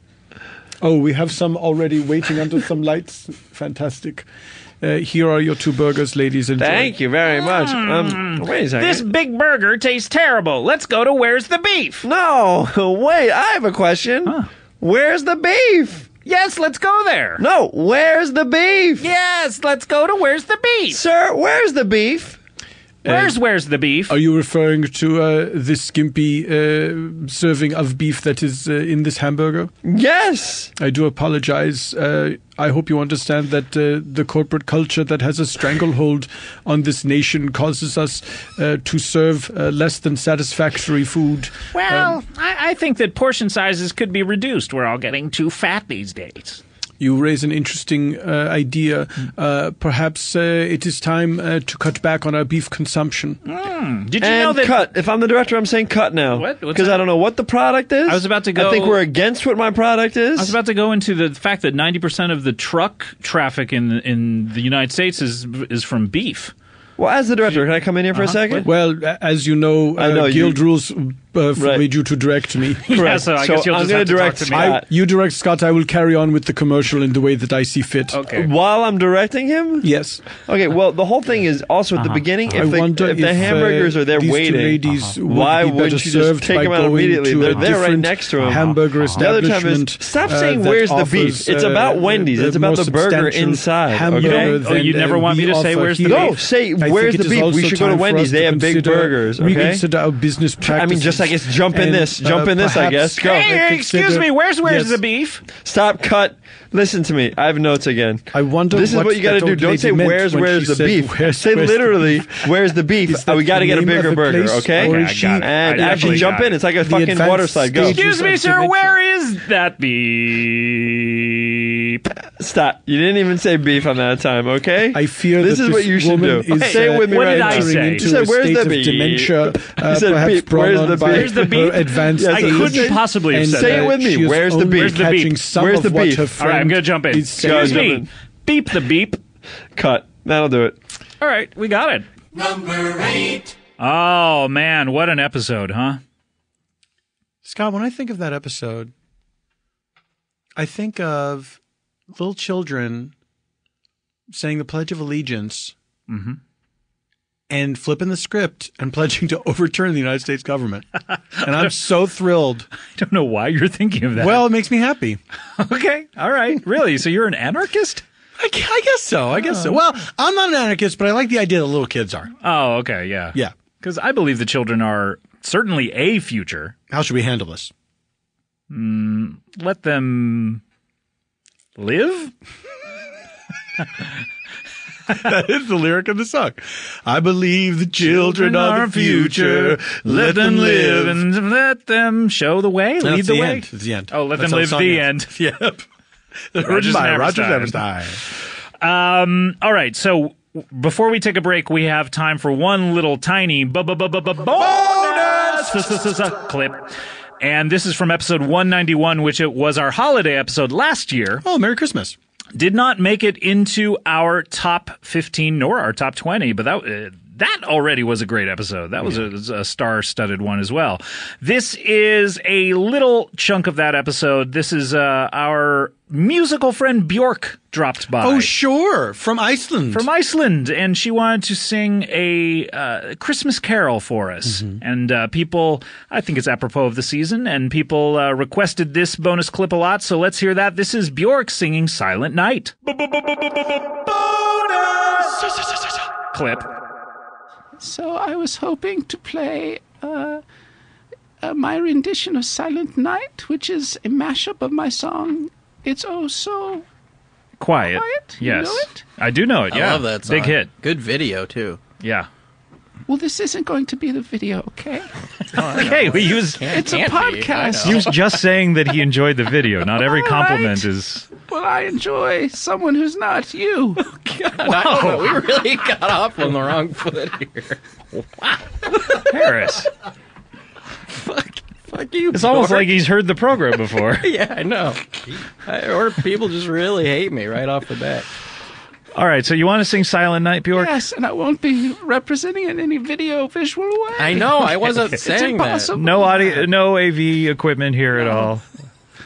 oh, we have some already waiting under some lights. Fantastic. Uh, here are your two burgers, ladies and Thank you very much. Um, Mm. wait a second. Hmm. This big burger tastes terrible. Let's go to Where's the Beef? No, wait, I have a question. Where's the beef? Yes, let's go there. No, where's the beef? Yes, let's go to Where's the Beef? Sir, where's the beef? Where's Where's the beef? Um, Are you referring to uh, this skimpy uh, serving of beef that is uh, in this hamburger? Yes. I do apologize. Uh, I hope you understand that uh, the corporate culture that has a stranglehold on this nation causes us uh, to serve uh, less than satisfactory food. Well, um, I, I think that portion sizes could be reduced. We're all getting too fat these days. You raise an interesting uh, idea. Uh, perhaps uh, it is time uh, to cut back on our beef consumption. Hmm, Did you and know that? cut? If I'm the director, I'm saying cut now. What? What's Because that? I don't know what the product is. I was about to go- I think we're against what my product I is. was about to go into the fact that 90% of the truck traffic in in the United States is is from beef. Uh-huh. well, as the director, can I come in here for a second? Well, a- as you know, uh, I know you- guild rules uh, for me due to direct me. Yeah, Correct. so I So guess you'll I'm just gonna have to talk direct to me. I- Scott. you direct Scott. I will carry on with the commercial in the way that I see fit. Okay. While I'm directing him. Yes. Uh-huh. Okay, well, the whole thing is also at the beginning. I If the, wonder if the if, uh, hamburgers are there these two waiting, uh-huh. ladies would why be better wouldn't you just served take by them out going immediately? to a They're there right different next to him. hamburger The other time is establishment, stop uh, saying that where's the offers, beef. It's uh, about the- Wendy's. the it's about more the burger substantial inside. hamburger Okay? than, uh, we offer here. No, say I where's think it is the beef. We also should go to time for Wendy's. us They have big consider- burgers. Okay. Reconsider our business practices. I mean, just I guess jump in and, this. Jump uh, in this. I guess. perhaps Go. consider- Yes. beef? Stop. Cut. Listen to me. I have notes again. I wonder. This is what what you got to that do. old Don't lady say meant where's when where's she the said, beef. "Where's- say where's the literally where's the Is beef. that Oh, we got to the get a name of bigger the burger. place, okay. or is she- And I definitely actually jump got in. it. It's like a The fucking advanced water slide. Go. Excuse me, sir. Where is that beef? Stop. You didn't even say beef on that time, okay? I fear this that is what this you should woman do. is, say it uh, with me What right did now. I say? You said, into a where's state the of beef? dementia, uh, you said, perhaps beep. brought Where's on the by beef? her advanced Yes, I it is. couldn't Say- possibly have and said Say that. it with She me. is Where's the only beef? catching some Where's of the what beef? her All right, I'm gonna friend jump in. is Excuse Go, me. jump in. Beep the beep. Cut. That'll do it. All right, we got it. Number eight. Oh man, what an episode, huh? Scott, when I think of that episode, I think of little children saying the Pledge of Allegiance Mm-hmm. Mhm. and flipping the script and pledging to overturn the United States government. And I'm so thrilled. I don't know why you're thinking of that. Well, it makes me happy. Okay, all right, really. So you're an anarchist? I, gu- I guess so. I guess so. Well, I'm not an anarchist, but I like the idea that little kids are. Oh, okay, yeah, Yeah. Because I believe the children are certainly a future. How should we handle this? Mm, let them live. that is the lyric of the song. I believe the children are the future. Let them live. and let them show the way, No, lead it's the, the way. end. It's the end. Oh, let That's them how the live song the ends. end. Yep. Roger Written by Roger Neverstein. Um, all right, so w- before we take a break, we have time for one little tiny bu- bu- bu- bu- bu- bonus s- s- s- s- clip. And this is from episode 191, which it was our holiday episode last year. Oh, Merry Christmas. Did not make it into our top 15 nor our top 20, but that uh, that already was a great episode. That was a, a star-studded one as well. This is a little chunk of that episode. This is uh, our musical friend Bjork dropped by. Oh, sure. From Iceland. From Iceland, and she wanted to sing a uh, Christmas carol for us. Mm-hmm. And uh, people, I think it's apropos of the season, and people uh, requested this bonus clip a lot, so let's hear that. This is Bjork singing Silent Night. Clip. So I was hoping to play uh, uh, my rendition of Silent Night, which is a mashup of my song It's Oh So. Quiet. You Yes. know it? I do know it, I yeah. love that Big song. hit. Good video, too. Yeah. Well, this isn't going to be the video, okay? Okay, we use It's a podcast. He was just saying that he enjoyed the video. Not every compliment is. Well, I enjoy someone who's not you. Wow, we really got off on the wrong foot here. Wow. Harris. Fuck you. It's almost Bjork. like he's heard the program before. yeah, I know. I, or people just really hate me right off the bat. All right, so you want to sing Silent Night, Bjork? Yes, and I won't be representing it in any video visual way. Okay. it's impossible. No audio, no AV equipment here at all.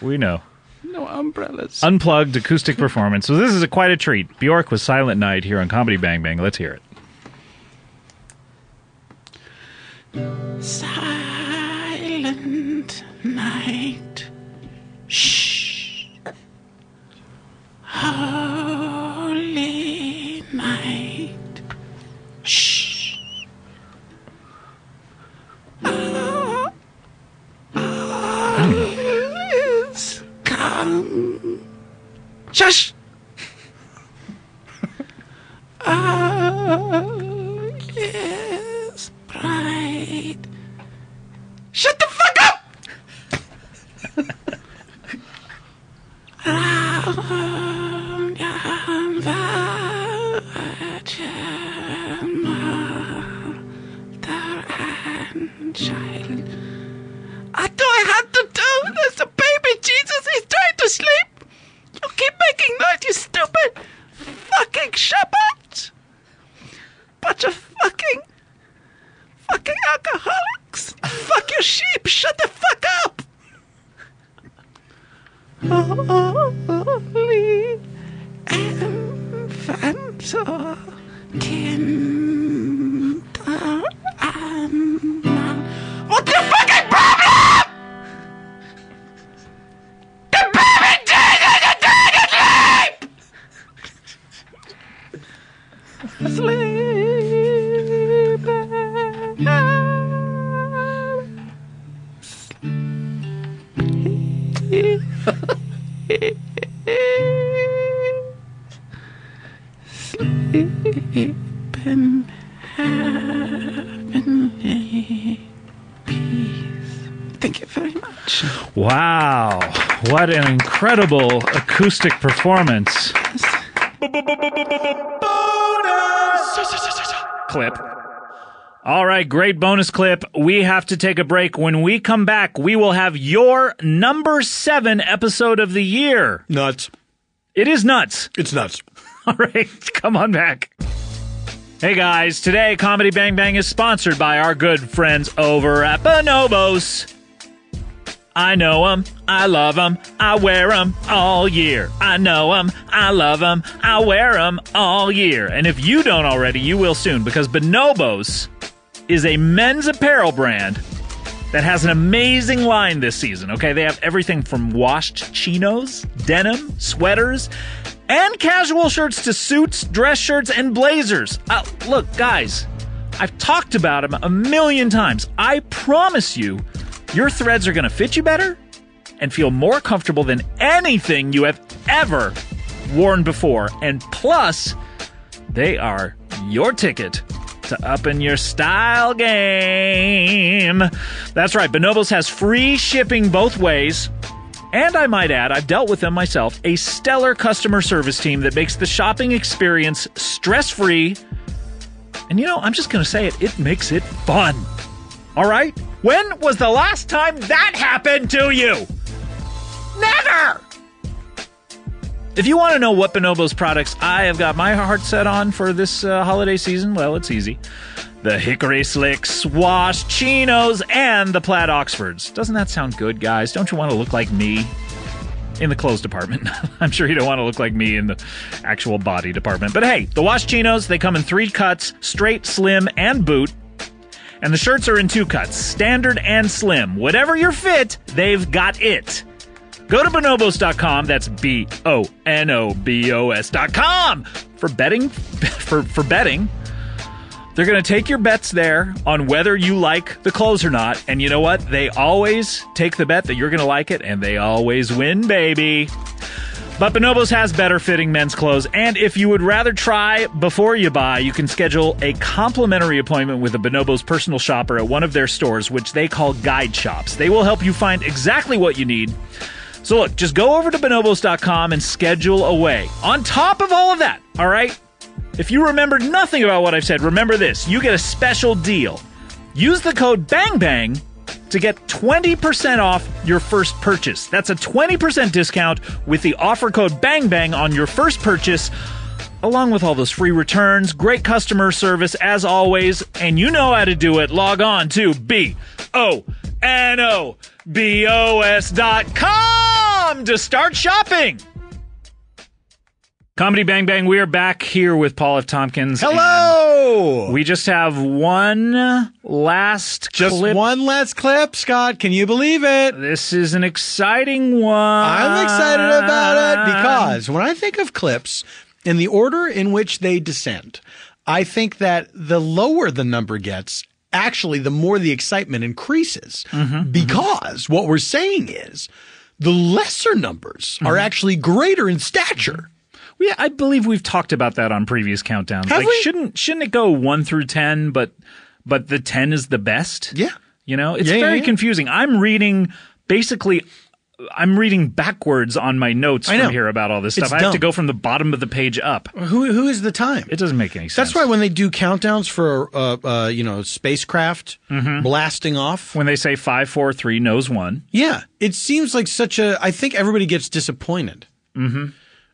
We know. No umbrellas. Unplugged acoustic performance. So this is a, quite a treat. Bjork with Silent Night here on Comedy Bang Bang. Let's hear it. Silent night. Shh. Holy night. Shh. Come. Shush. Oh, yes, bright. Shut the fuck up! Round yon virgin mother and child. I do I have to do? There's a baby Jesus, he's trying to sleep! You keep making noise, you stupid fucking Shabbat! Bunch of fucking fucking alcoholics. Fuck your sheep. Only Infanto Kinder Anna. What's your fucking problem? The baby died in the dragon sleep! Sleep. Sleeping heavenly peace. Thank you very much. Wow. What an incredible acoustic performance. Clip. All right, great bonus clip. We have to take a break. When we come back, we will have your number seven episode of the year. Nuts. It is nuts. It's nuts. All right, come on back. Hey guys, today Comedy Bang Bang is sponsored by our good friends over at Bonobos. I know 'em, I love 'em, I wear 'em all year. I know 'em, I love 'em, I wear 'em all year. And if you don't already, you will soon because Bonobos is a men's apparel brand that has an amazing line this season. Okay, they have everything from washed chinos, denim, sweaters, and casual shirts to suits, dress shirts, and blazers. Uh, look, guys, I've talked about them a million times. I promise you, your threads are going to fit you better and feel more comfortable than anything you have ever worn before. And plus, they are your ticket to upping your style game. That's right, Bonobos has free shipping both ways. And I might add, I've dealt with them myself, a stellar customer service team that makes the shopping experience stress free. And you know, I'm just going to say it, it makes it fun. All right? When was the last time that happened to you? Never! If you want to know what Bonobos products I have got my heart set on for this uh, holiday season, well, it's easy. The Hickory Slicks, Wash Chinos, and the Plaid Oxfords. Doesn't that sound good, guys? Don't you want to look like me? In the clothes department. I'm sure you don't want to look like me in the actual body department. But hey, the wash chinos, they come in three cuts straight, slim, and boot. And the shirts are in two cuts standard and slim. Whatever your fit, they've got it. Go to bonobos.com. That's B O N O B O S.com for betting. For, for betting. They're going to take your bets there on whether you like the clothes or not. And you know what? They always take the bet that you're going to like it, and they always win, baby. But Bonobos has better fitting men's clothes, and if you would rather try before you buy, you can schedule a complimentary appointment with a Bonobos personal shopper at one of their stores, which they call guide shops. They will help you find exactly what you need. So look, just go over to bonobos.com and schedule away. On top of all of that, all right? If you remembered nothing about what I've said, remember this you get a special deal. Use the code BANGBANG to get 20% off your first purchase. That's a 20% discount with the offer code BANGBANG on your first purchase, along with all those free returns, great customer service as always, and you know how to do it. Log on to B O N O B O S dot com to start shopping. Comedy Bang Bang, we are back here with Paul F. Tompkins. Hello! We just have one last Just clip. one last clip, Scott. Can you believe it? This is an exciting one. I'm excited about it because when I think of clips in the order in which they descend, I think that the lower the number gets, actually, the more the excitement increases Mm-hmm, because what we're saying is the lesser numbers Mm-hmm. are actually greater in stature. Yeah, I believe we've talked about that on previous countdowns. Have like we? shouldn't shouldn't it go 1 through 10 but but the 10 is the best? Yeah. You know, it's Yeah, yeah, very yeah. confusing. I'm reading basically I'm reading backwards on my notes I know. from here about all this It's stuff. I have to dumb. go from the bottom of the page up. Who who is the time? It doesn't make any sense. That's why when they do countdowns for uh, uh, you know spacecraft Mhm. blasting off, when they say five, four, three, knows one. yeah, it seems like such a. I think everybody gets disappointed, Mhm.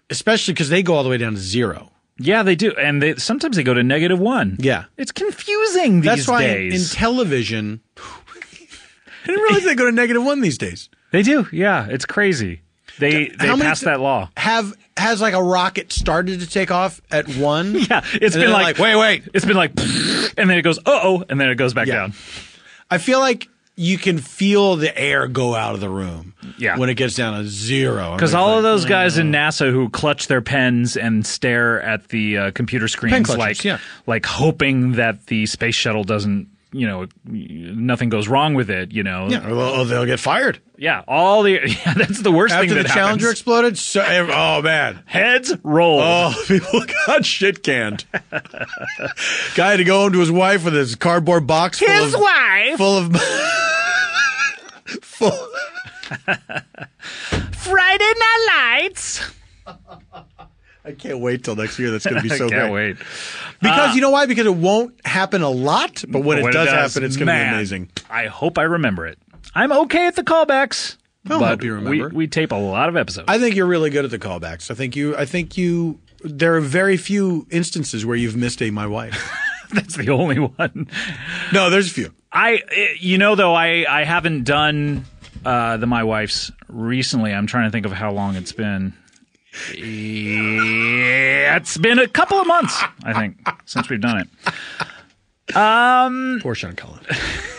especially because they go all the way down to zero. Yeah, they do. And they sometimes they go to negative 1. Yeah, It's confusing these that's why in- days. in television, I didn't realize they go to negative one these days. They do, yeah. It's crazy. They they How many passed t- that law. Have has like a rocket started to take off at one? yeah, It's been like, wait, wait. It's been like, and then it goes, uh oh, and then it goes back down. I feel like you can feel the air go out of the room. Yeah. when it gets down to zero. Because all of those guys "Mm." in NASA who clutch their pens and stare at the uh, computer screens, clutchers, like yeah. like hoping that the space shuttle doesn't, you know, nothing goes wrong with it, you know. Yeah, or they'll- they'll get fired. Yeah, all the yeah, that's the worst after thing the that Challenger happens. exploded, so, oh man, heads rolled. Oh, people got shit canned. Guy had to go home to his wife with his cardboard box. Full His of, wife? full of Friday Night Lights. I can't wait till next year. That's going to be so Can't great. wait. Because Uh, you know why? Because it won't happen a lot, but when, it, does happen, it's going to be man, amazing. I hope I remember it. I'm okay at the callbacks. I'll but help you remember. We, we tape a lot of episodes. I think you're really good at the callbacks. I think you. I think you. There are very few instances where you've missed a my wife. That's the only one. No, there's a few. I, eh, you know, though I I haven't done uh, the my wife's recently. I'm trying to think of how long it's been. Yeah, it's been a couple of months, I think, since we've done it. Um, poor Sean Cullen.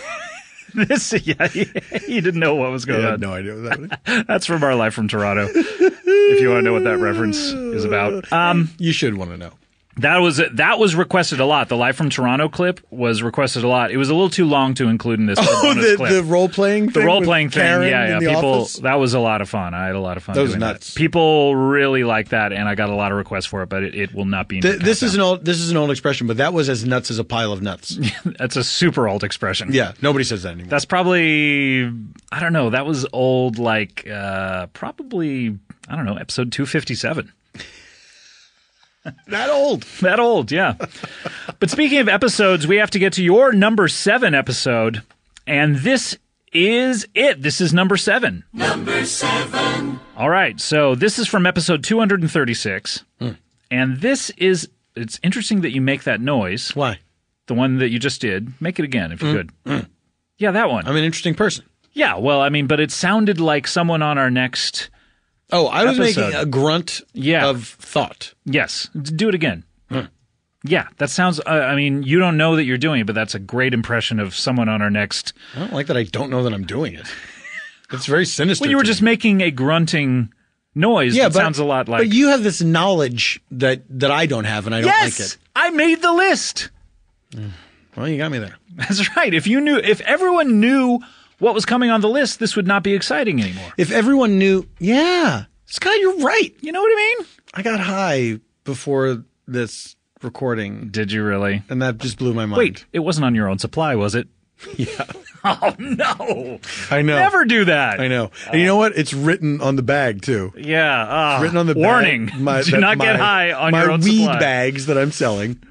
this, yeah, he, he didn't know what was going Yeah, I on. had no idea what that That's from our life from Toronto. if you want to know what that reference is about, um, you should want to know. That was that was requested a lot. The live from Toronto clip was requested a lot. It was a little too long to include in this. Oh, bonus the, clip. the role playing. the role playing thing. Karen in yeah, yeah. the People, office? that was a lot of fun. I had a lot of fun. That was doing nuts. People really like that, and I got a lot of requests for it. But it, it will not be. in Th- the this is an old this is an old expression, but that was as nuts as a pile of nuts. That's a super old expression. Yeah, nobody says that anymore. That's probably I don't know. That was old, like uh, probably I don't know, episode two fifty seven. that old. That old, yeah. but speaking of episodes, we have to get to your number seven episode, and this is it. This is number seven. Number seven. All right. So this is from episode 236. Hmm. And this is it's interesting that you make that noise. Why? Hmm. The one that you just did. Make it again if you could. Yeah, that one. I'm an interesting person. Yeah, well, I mean, but it sounded like someone on our next Oh, I was episode. making a grunt yeah. of thought. Yes. D- Do it again. Hmm. Yeah, that sounds uh, I mean, you don't know that you're doing it, but that's a great impression of someone on our next I don't like that I don't know that I'm doing it. That's very sinister. Well, you were to just making a grunting noise Yeah, that but- sounds a lot like But you have this knowledge that that I don't have, and I don't Yes! like it. I made the list. Well, you got me there. That's right. If you knew, if everyone knew what was coming on the list, this would not be exciting anymore. If everyone knew, yeah, Scott, you're right. You know what I mean? I got high before this recording. Did you really? And that just blew my mind. Wait, it wasn't on your own supply, was it? Yeah. oh no! I know. Never do that. I know. And you know what? It's written on the bag too. Yeah. Uh, It's written on the bag- warning. my- do that not get my- high on my your own weed supply. bags that I'm selling.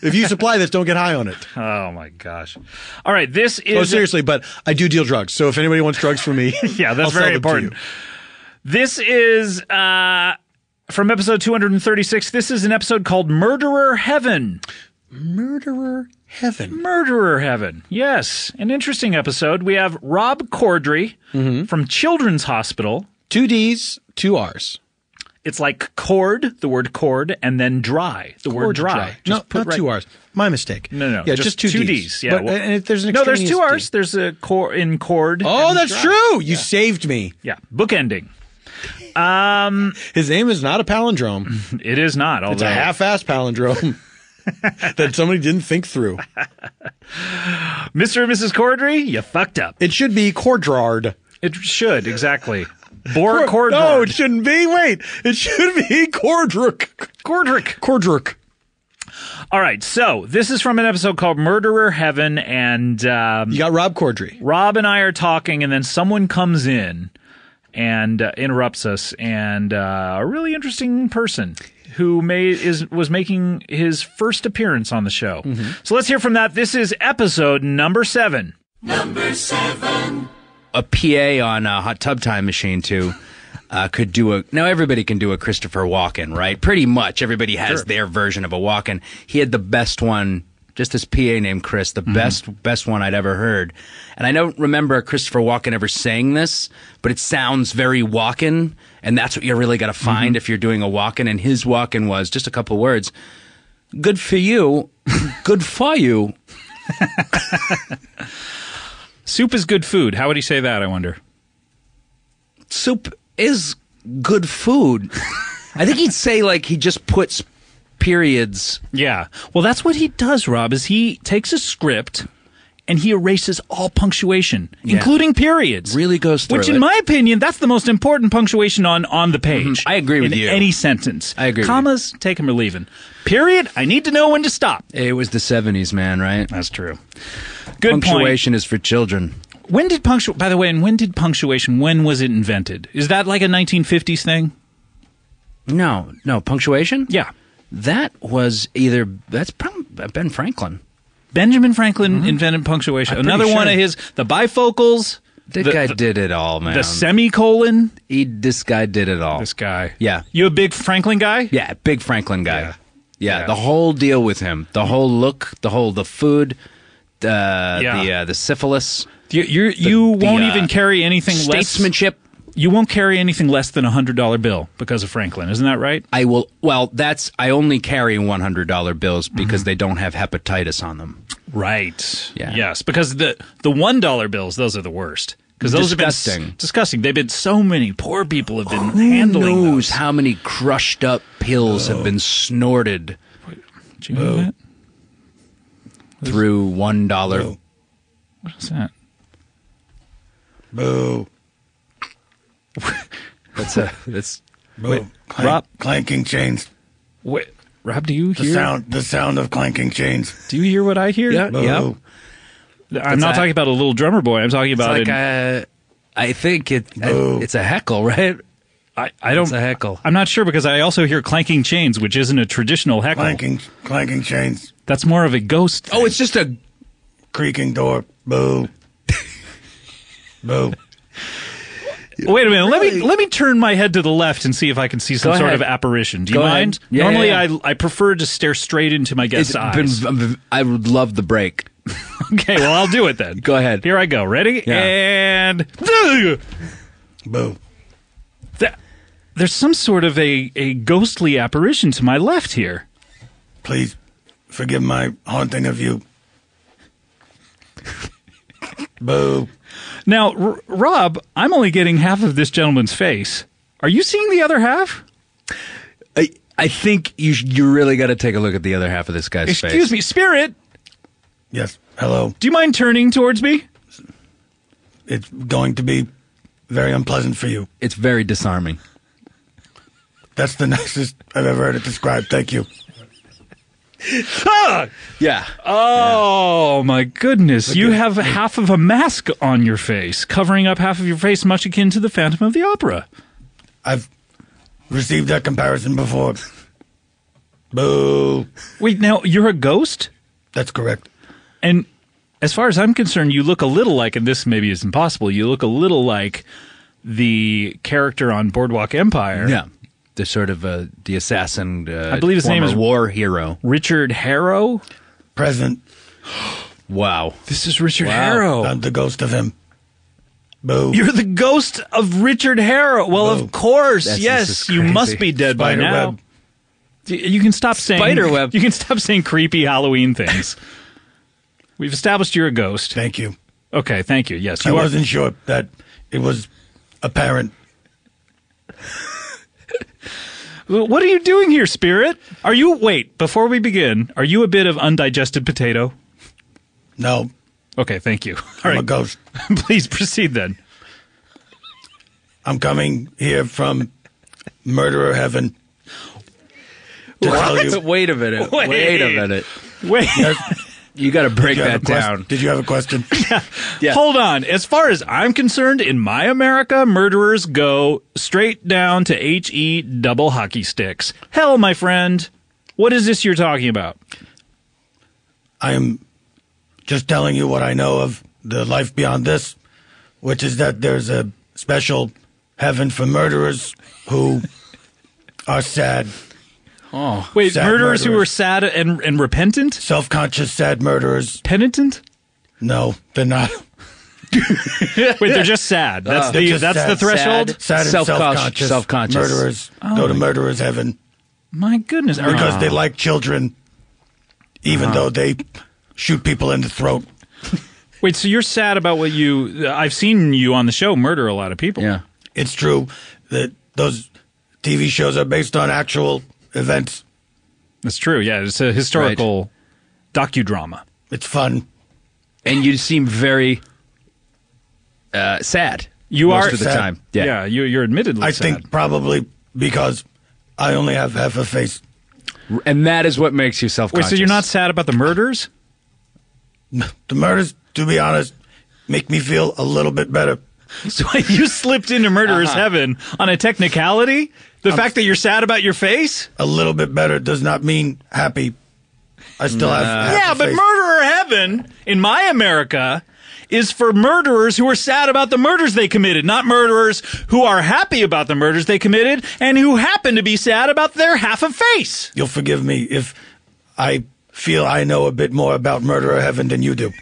if you supply this, don't get high on it. Oh my gosh! All right, this is oh, seriously, but I do deal drugs. So if anybody wants drugs from me, Yeah, that's I'll sell very them to important. you. This is uh, from episode 236. This is an episode called Murderer Heaven. Murderer Heaven. Murderer Heaven. Yes. An interesting episode. We have Rob Cordry from Children's Hospital. Mm-hmm. Two D's, two R's. It's like cord, the word cord, and then dry, the word Cord dry. No, Just put not right- two R's. My mistake. No, no, Yeah, just, two, D's. Yeah, But, uh, well- and if there's an no, there's two extraneous D. R's. There's a cord in cord. Oh, and that's dry. true. You saved me. Yeah, bookending. Um, His name is not a palindrome. It is not. It's although- a half-ass palindrome that somebody didn't think through. Mr. and Mrs. Cordry, you fucked up. It should be Cordrard. It should exactly. Bor Cordry. No, it shouldn't be. Wait, it should be Cordric. Cordric. Cordric. All right, so this is from an episode called "Murderer Heaven," and um, you got Rob Cordry. Rob and I are talking, and then someone comes in and uh, interrupts us, and uh, a really interesting person who made is was making his first appearance on the show. So let's hear from that. This is episode number seven. Number seven. a PA on a hot tub time machine too uh, could do a. Now everybody can do a Christopher Walken, right? Pretty much everybody has their version of a Walken. He had the best one just this PA named Chris, the best best one I'd ever heard. And I don't remember Christopher Walken ever saying this, but it sounds very Walken, and that's what you really got to find if you're doing a Walken. And his Walken was just a couple words. Good for you. Good for you. Soup is good food. How would he say that? I wonder. Soup is good food. I think he'd say like he just puts periods. Yeah. Well, that's what he does, Rob, is he takes a script and he erases all punctuation, including periods. Really goes through Which it. in my opinion, that's the most important punctuation on on the page. I Mm-hmm. agree with in you. Any sentence. I agree with you. Commas, take 'em or leave 'em. Period, I need to know when to stop. It was the seventies, man. Right? That's true. Good point. Punctuation is for children. When did punctu by the way, and when did punctuation when was it invented? Is that like a 1950s thing? No, no punctuation. Yeah, that was either that's probably Ben Franklin. Mm-hmm. Benjamin Franklin invented punctuation. I'm pretty Another one sure. of his the bifocals. That guy did it all, man. The semicolon. He, this guy did it all. This guy. Yeah. You a big Franklin guy? Yeah, big Franklin guy. Yeah. the whole deal with him, the whole look, the whole the food, uh, the uh, the syphilis. uh, You you're, you won't even carry anything statesmanship. less You won't carry anything less than a hundred dollar bill because of Franklin, isn't that right? I will. Well, that's I only carry one hundred dollar bills because they don't have hepatitis on them. Mm-hmm. Right. Yeah. Yes, because the the one dollar bills, those are the worst. Because those have been Disgusting. s- disgusting. They've been so many poor people have been handling. Who knows how many crushed up pills have been snorted Did you hear that? through one dollar? What is that? Boo. that's a that's uh, Wait, clank, clanking chains. Wait, Rob, do you the hear- sound? The sound of clanking chains. Do you hear what I hear? Yeah, yeah. I'm It's not a- talking about a little drummer boy. I'm talking about it's like an- a, I think it uh, it's a heckle, right? I, I don't. It's a heckle. I'm not sure because I also hear clanking chains, which isn't a traditional heckle. Clanking, clanking chains. That's more of a ghost. Oh, it's just a creaking door. Boo. Boo. Wait a minute. Let me let me turn my head to the left and see if I can see some Go sort ahead. of apparition. Do you Go ahead. mind? Yeah, Normally, yeah, yeah. I I prefer to stare straight into my guest's It's been- eyes. I would love the break. okay, well, I'll do it then. go ahead. Here I go. Ready? Yeah. And boo. there's some sort of a a ghostly apparition to my left here. Please forgive my haunting of you. Boo. Now, R- Rob, I'm only getting half of this gentleman's face. Are you seeing the other half? I I think you sh- you really got to take a look at the other half of this guy's face. Excuse me, spirit. Yes. Hello. Do you mind turning towards me? It's going to be very unpleasant for you. It's very disarming. That's the nicest I've ever heard it described. Thank you. Ah! Yeah. Oh my goodness! you have half of a mask on your face, covering up half of your face, much akin to the Phantom of the Opera. I've received that comparison before. Boo. Wait, now you're a ghost? That's correct. And as far as I'm concerned, you look a little like, and this maybe is impossible. You look a little like the character on Boardwalk Empire. Yeah, the sort of uh, the assassin. Uh, I believe his name former is- war hero. Richard Harrow. Present. Wow, this is Richard Wow. Harrow. I'm the ghost of him. Boo. You're the ghost of Richard Harrow. Well, of course, That's- this yes, is you must crazy. be dead Spider by now. web. Y- You can stop saying Spiderweb. You can stop saying creepy Halloween things. We've established you're a ghost. Thank you. Okay, thank you. Yes, I you are. wasn't sure that it was apparent. Well, What are you doing here, Spirit? Are you wait, before we begin, are you a bit of undigested potato? No. Okay, thank you. I'm a ghost. Please proceed then. I'm coming here from murderer heaven. To tell you- Wait a minute. Wait. Wait, a minute. Wait. You got to break Did you have that a quest- down. Did you have a question? Hold on. As far as I'm concerned, in my America, murderers go straight down to H E double hockey sticks. Hell, my friend. What is this you're talking about? I am just telling you what I know of the life beyond this, which is that there's a special heaven for murderers who are sad Oh, wait, Sad murderers, who murderers. were sad and and repentant, self conscious, sad murderers, penitent. No, they're not. wait, they're just sad. That's They're the just that's sad. the threshold. Sad, and self-conscious. Murderers Oh, go to murderers' heaven My goodness, are because you- they like children, even Uh-huh. though they shoot people in the throat. Wait, so you're sad about what you? I've seen you on the show murder a lot of people. Yeah, it's true that those TV shows are based on actual events. That's true. Yeah, it's a historical docudrama. It's fun. And you seem very uh, sad. You most are of the sad. time. Yeah. Yeah, you, you're admittedly. I think probably because I only have half a face. And that is what makes you self Wait, so you're not sad about the murders? The murders, to be honest, make me feel a little bit better. So you slipped into murderer's Uh-huh. Um, heaven on a technicality. The fact that you're sad about your face. A little bit better does not mean happy. I still have. half yeah, a but face. murderer heaven in my America is for murderers who are sad about the murders they committed, not murderers who are happy about the murders they committed and who happen to be sad about their half a face. You'll forgive me if I feel I know a bit more about murderer heaven than you do.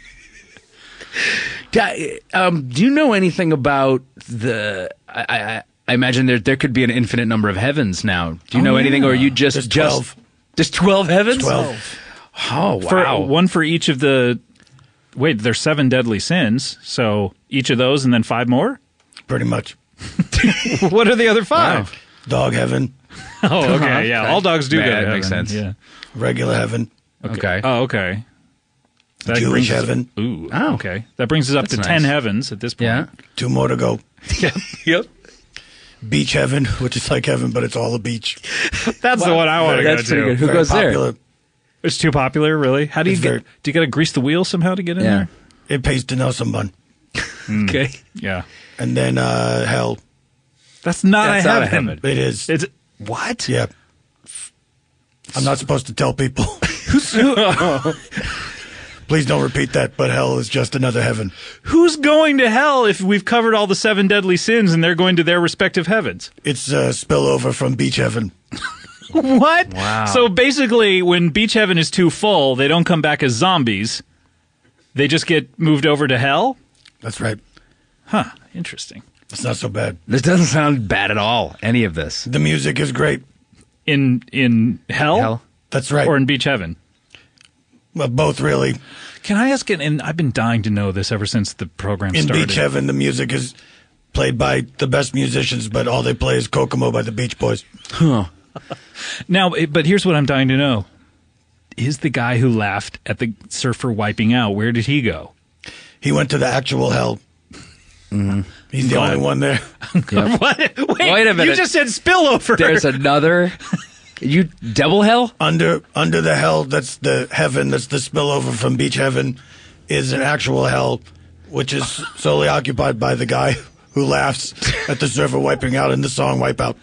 Da- Um, do you know anything about the? I, I, I imagine there there could be an infinite number of heavens now. Do you Oh, know anything, or are yeah. you just There's just 12. just twelve heavens? 12. Oh wow! For, one for each of the. Wait, there's seven deadly sins. So each of those and then five more? Pretty much. what are the other five? Dog heaven. Oh, okay. Yeah. All dogs do Yeah, go to that makes heaven. sense. Yeah. Regular heaven. Okay. Oh, okay. Jewish brings us- heaven. ooh. Okay. That brings us up That's to nice. 10 heavens at this point. Yeah. Two more to go. yep. Yep. Beach heaven, which is like heaven, but it's all a beach. That's the one I want to go to. Very popular. It's too popular, really. How do you It's get? very- do you got to grease the wheel somehow to get in there? It pays to know someone. Okay. Hmm. Yeah. And then uh, hell. That's not That's a not a heaven. heaven. It is. It's what? Yeah. I'm not supposed to tell people. Please don't repeat that, but hell is just another heaven. Who's going to hell if we've covered all the seven deadly sins and they're going to their respective heavens? It's a spillover from beach heaven. What? Wow. So basically, when beach heaven is too full, they don't come back as zombies. They just get moved over to hell. That's right. Huh. Interesting. It's not so bad. This doesn't sound bad at all. Any of this. The music is great. In in hell. That's right. Or in beach heaven. Well, both really. Can I ask? And I've been dying to know this ever since the program In started. beach heaven, the music is played by the best musicians, but all they play is Kokomo by the Beach Boys. Huh. Now, eh, but here's what I'm dying to know: Is the guy who laughed at the surfer wiping out? Where did he go? He went to the actual hell. He's the Got only it. one there. what? Wait, Wait a minute. You just said spillover. There's another. you double hell under under the hell. That's the heaven. That's the spillover from beach heaven. Is an actual hell, which is solely occupied by the guy who laughs at the surfer wiping out in the song "Wipeout."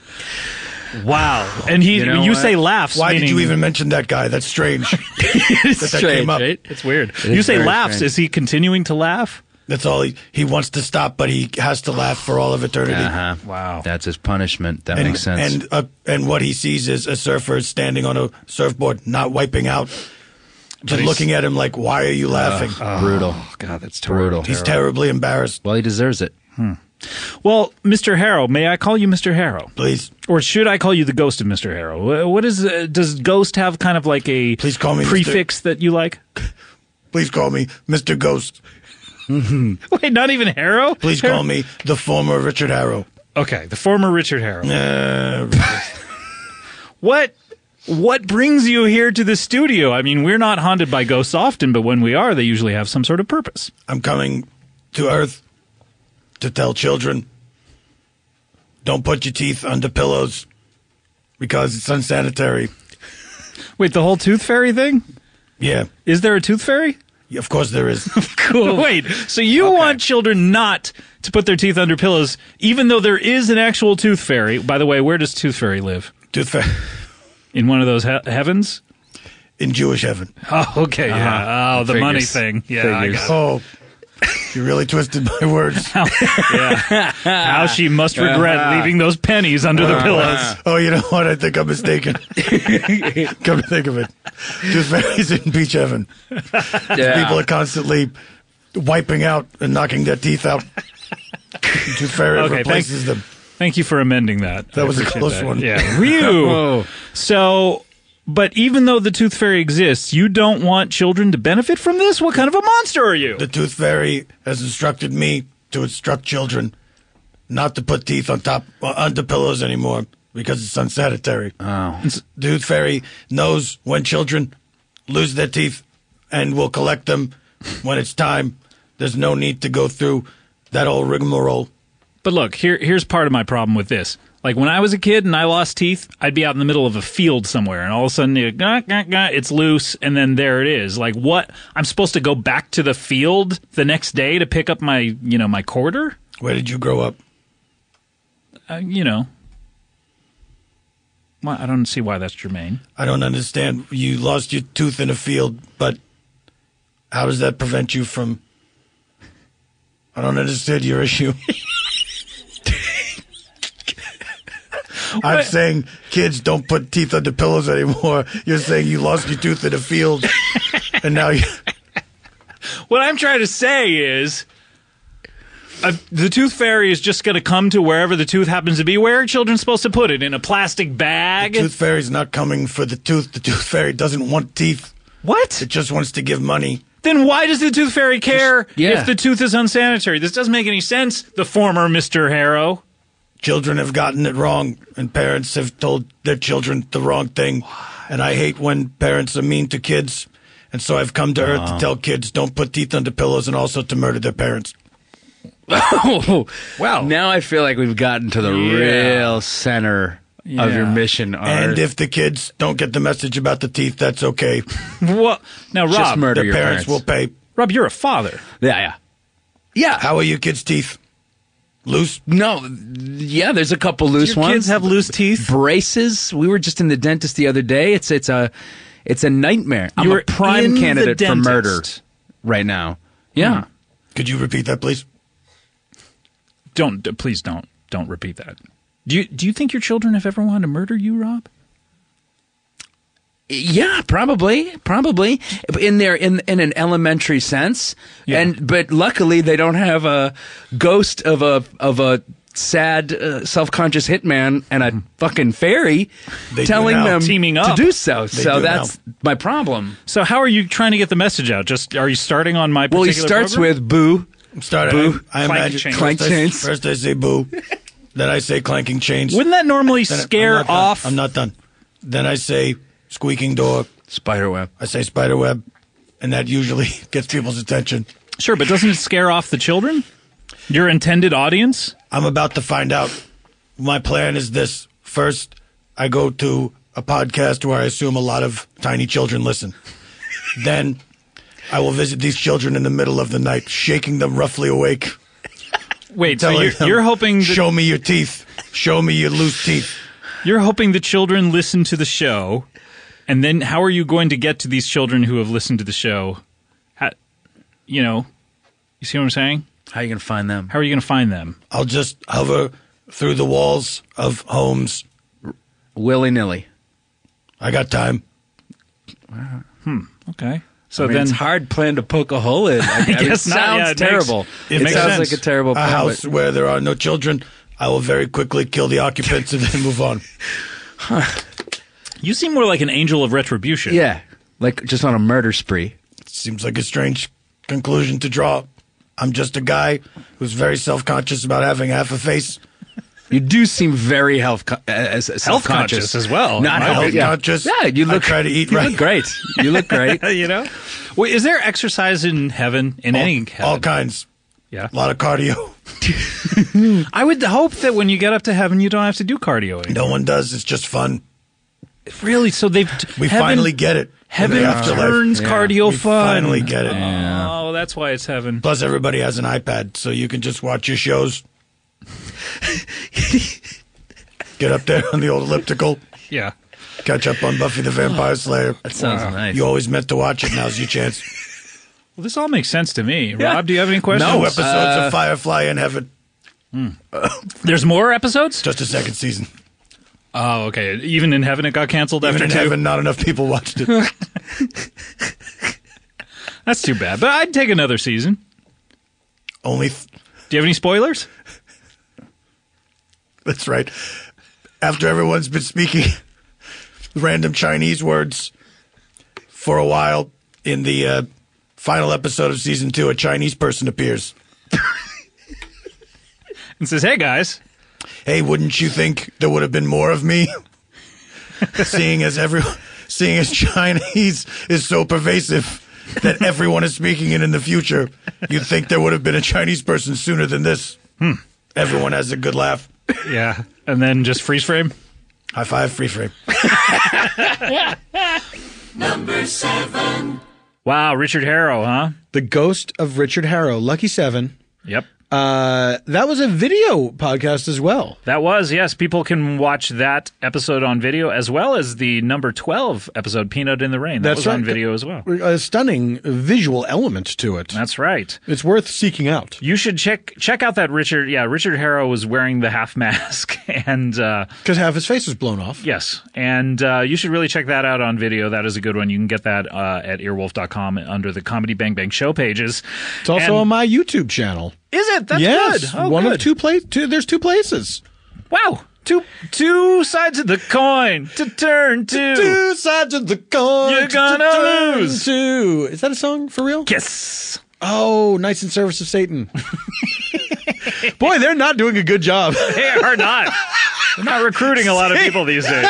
Wow! And he, You you, know what? say laughs. Why did meaning- you even mention that guy? That's strange. it's that that strange, came up. right? It's weird. It you is say very laughs. strange. Is he continuing to laugh? That's all he he wants to stop, but he has to laugh for all of eternity. Uh-huh. Wow. That's his punishment. That and, makes sense. And uh, and what he sees is a surfer standing on a surfboard, not wiping out, But but he's- looking at him like, "Why are you laughing?" Uh, Ugh, brutal. Oh, God, that's brutal. He's terribly embarrassed. Well, he deserves it. Hmm. Well, Mr. Harrow, may I call you Mr. Harrow? Please. Or should I call you the ghost of Mr. Harrow? Wh- What is uh, does ghost have kind of like a Please call me Mr. prefix that you like? Please call me Mr. Ghost. Wait, not even Harrow? Please call me the former Richard Harrow. Okay, the former Richard Harrow. Uh, What what brings you here to the studio? I mean, we're not haunted by ghosts often, but when we are, they usually have some sort of purpose. I'm coming to Earth to tell children don't put your teeth under pillows because it's unsanitary. Wait, the whole tooth fairy thing? Yeah, Is there a tooth fairy? yeah, of course there is. cool. Wait, so you want children not to put their teeth under pillows, even though there is an actual tooth fairy. By the way, where does tooth fairy live? Tooth fairy. In one of those he- heavens? In Jewish heaven. Oh, okay. Yeah. Uh-huh. Oh, the money Figures. thing. Yeah. I Figures. got it. Oh. You really twisted my words. yeah. How she must regret leaving those pennies under the pillows. Oh, you know what? I think I'm mistaken. Come to think of it, just varies in beach heaven. Yeah. People are constantly wiping out and knocking their teeth out. Tooth fairy Okay, replaces thank- them. Thank you for amending that. That I was a appreciate close that. one. Yeah. Ryu. Whoa. so, but even though the Tooth Fairy exists, you don't want children to benefit from this? What kind of a monster are you? The tooth fairy has instructed me to instruct children not to put teeth on top uh, under pillows anymore because it's unsanitary. Oh. The tooth fairy knows when children lose their teeth and will collect them when it's time. There's no need to go through that old rigmarole. But look, here here's part of my problem with this. Like when I was a kid and I lost teeth, I'd be out in the middle of a field somewhere, and all of a sudden you go, "Gah, gah, gah," it's loose, and then there it is. Like what? I'm supposed to go back to the field the next day to pick up my you know my quarter? Where did you grow up? Uh, you know. Well, I don't see why that's germane. I don't understand. You lost your tooth in a field, but how does that prevent you from? I don't understand your issue. I'm saying kids don't put teeth under pillows anymore. You're saying you lost your tooth in a field, and now you. What I'm trying to say is. Uh, the tooth fairy is just going to come to wherever the tooth happens to be. Where are children supposed to put it? In a plastic bag? Tooth fairy's not coming for the tooth. The tooth fairy doesn't want teeth. What? It just wants to give money. Then why does the tooth fairy care yeah. if the tooth is unsanitary? This doesn't make any sense. The former Mr. Harrow. Children have gotten it wrong, and parents have told their children the wrong thing. And I hate when parents are mean to kids. And so I've come to earth to tell kids don't put teeth under pillows and also to murder their parents. Oh, wow. Now I feel like we've gotten to the Yeah. real center of your mission. Art. And if the kids don't get the message about the teeth, that's okay. What? Now, Just Rob, murder their your parents, parents. will pay. Rob, you're a father. Yeah, yeah. Yeah. How are your kids' teeth? Loose? No. Yeah, there's a couple loose your ones. kids have loose teeth? Braces. We were just in the dentist the other day. It's it's a it's a nightmare. I'm You a were in prime the candidate for dentist. murder right now. Yeah. Hmm. Could you repeat that, please? Don't d- please don't don't repeat that. Do you do you think your children have ever wanted to murder you, Rob? Yeah, probably, probably in there in in an elementary sense. And but luckily they don't have a ghost of a of a sad uh, self-conscious hitman and a fucking fairy Mm-hmm. They do telling now. them Teaming to up. do so. They so do that's my problem. So how are you trying to get the message out? Just are you starting on my? Well, he particular starts program? with boo. Start boo. I, I imagine clank first I- chains. first I say boo. then I say clanking chains. Wouldn't that normally Then I- I'm scare not done. off? I'm not done. Then I say squeaking door. Spider web. I say spider web, and that usually gets people's attention. Sure, but doesn't it scare off the children? Your intended audience? I'm about to find out. My plan is this. First, I go to a podcast where I assume a lot of tiny children listen. then I will visit these children in the middle of the night, shaking them roughly awake. Wait, so telling you're, them, you're hoping that, Show me your teeth. Show me your loose teeth. You're hoping the children listen to the show, and then how are you going to get to these children who have listened to the show? How, you know, you see what I'm saying? How are you going to find them? How are you going to find them? I'll just hover through the walls of homes. Willy nilly. I got time. Uh-huh. Hmm. Okay. So I mean, then it's hard plan to poke a hole in. I, mean, it sounds terrible. It, sounds like a terrible A plan, house but- where there are no children. I will very quickly kill the occupants and then move on. you seem more like an angel of retribution. Yeah, like just on a murder spree. Seems like a strange conclusion to draw. I'm just a guy who's very self-conscious about having half a face. You do seem very health co- uh, as, as Health self-conscious. conscious as well, Not right? Health yeah. conscious. Yeah, you I look. try to eat you right. Look great. You look great. you know? Wait, is there exercise in heaven? In any heaven? All kinds. Yeah. A lot of cardio. I would hope that when you get up to heaven, you don't have to do cardio anymore. No one does. It's just fun. Really? So they've We heaven- finally get it. in Heaven the afterlife. turns cardio we fun. Finally get it. Oh, that's why it's heaven. Plus, everybody has an iPad, so you can just watch your shows. Get up there on the old elliptical. Yeah. Catch up on Buffy the Vampire Slayer. That sounds nice. You always meant to watch it. Now's your chance. Well, this all makes sense to me. Yeah. Rob, do you have any questions? Hmm. No episodes of Firefly in Heaven. There's more episodes? Just a second season. Oh, okay. Even in heaven, it got canceled Even after in two? heaven, not enough people watched it. That's too bad. But I'd take another season. Only. Do you have any spoilers? That's right. After everyone's been speaking random Chinese words for a while, in the uh, final episode of season two, a Chinese person appears and says, "Hey guys, hey, wouldn't you think there would have been more of me, seeing as everyone, seeing as Chinese is so pervasive." that everyone is speaking it in the future. You'd think there would have been a Chinese person sooner than this. Everyone has a good laugh. Yeah. And then just freeze frame. High five, free frame. Number seven. Wow, Richard Harrow, huh? The Ghost of Richard Harrow, Lucky Seven. Yep. Uh, that was a video podcast as well. That was, yes. People can watch that episode on video as well as the number 12 episode, Peanut in the Rain. That That's was right. on video as well. A stunning visual element to it. That's right. It's worth seeking out. You should check check out that Richard. Yeah, Richard Harrow was wearing the half mask, and uh, Because half his face is blown off. yes, and uh, you should really check that out on video. That is a good one. You can get that uh, at earwolf.com under the Comedy Bang Bang show pages. It's also And- on my YouTube channel. Is it? That's yes, good. Oh, one good. of two places. Two, there's two places. Wow. Two two sides of the coin to turn to. Two sides of the coin. You're gonna turn lose. to. Is that a song for real? Yes. Oh, nice in service of Satan. Boy, they're not doing a good job. They are not. They're not recruiting a lot of people these days.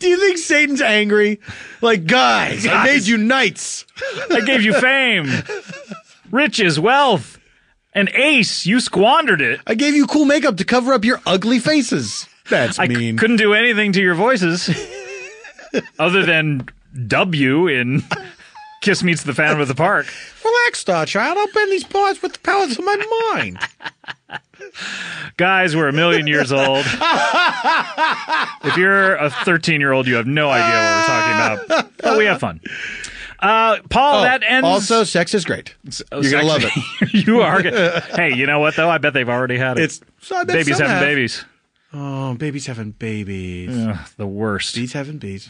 Do you think Satan's angry? Like, guys, I Guys. made you knights. I gave you fame, riches, wealth, an ace. You squandered it. I gave you cool makeup to cover up your ugly faces. That's I c- mean. couldn't do anything to your voices other than W in Kiss Meets the Phantom of the Park. Relax, Star Child. I'll bend these parts with the powers of my mind. Guys, we're a million years old. If you're a 13 year old, you have no idea what we're talking about. But we have fun. Uh, Paul, Oh, that ends. Also, sex is great. You're gonna love it. you are. gonna- Hey, you know what though? I bet they've already had it. It's- so I bet babies some having have. babies. Oh, babies having babies. the worst. Bees having bees.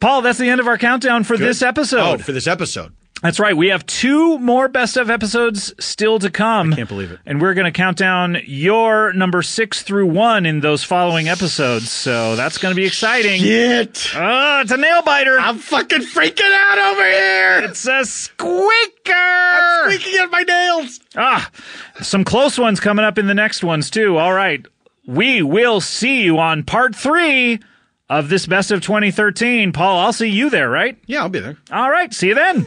Paul, that's the end of our countdown for this episode. Oh, for this episode. That's right. We have two more best of episodes still to come. I can't believe it. And we're going to count down your number six through one in those following episodes. So that's going to be exciting. Shit. Oh, it's a nail biter. I'm fucking freaking out over here. It's a squeaker. I'm squeaking at my nails. Ah, some close ones coming up in the next ones, too. All right. We will see you on part three of this best of 2013. Paul, I'll see you there, right? Yeah, I'll be there. All right. See you then.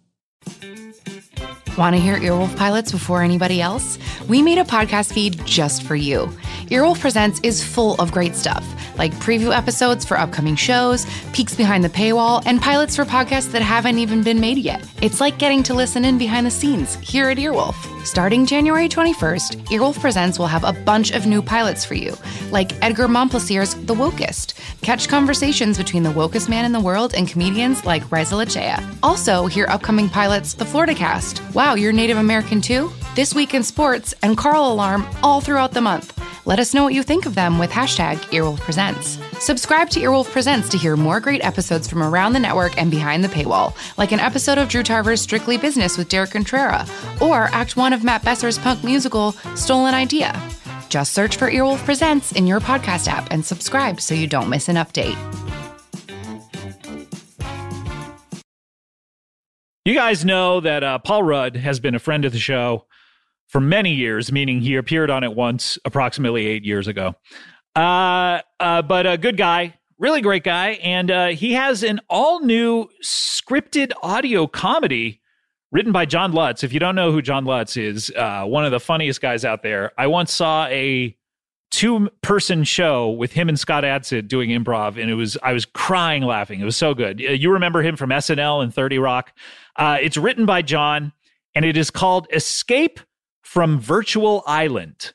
Want to hear Earwolf pilots before anybody else? We made a podcast feed just for you. Earwolf Presents is full of great stuff, like preview episodes for upcoming shows, peeks behind the paywall, and pilots for podcasts that haven't even been made yet. It's like getting to listen in behind the scenes here at Earwolf. Starting January 21st, Earwolf Presents will have a bunch of new pilots for you, like Edgar Montplaisir's The Wokest. Catch conversations between the wokest man in the world and comedians like Reza Lachea. Also, hear upcoming pilots The Florida Cast, Wow, You're Native American Too, This Week in Sports, and Carl Alarm all throughout the month. Let us know what you think of them with hashtag Earwolf Presents. Subscribe to Earwolf Presents to hear more great episodes from around the network and behind the paywall, like an episode of Drew Tarver's Strictly Business with Derek Contrera, or Act 1 of Matt Besser's punk musical Stolen Idea. Just search for Earwolf Presents in your podcast app and subscribe so you don't miss an update. You guys know that uh, Paul Rudd has been a friend of the show for many years, meaning he appeared on it once approximately eight years ago. Uh, uh, but a good guy, really great guy. And uh, he has an all new scripted audio comedy written by John Lutz. If you don't know who John Lutz is, uh, one of the funniest guys out there. I once saw a two person show with him and Scott Adsit doing improv, and it was I was crying laughing. It was so good. Uh, You remember him from SNL and Thirty Rock. Uh, it's written by John, and it is called Escape from Virtual Island.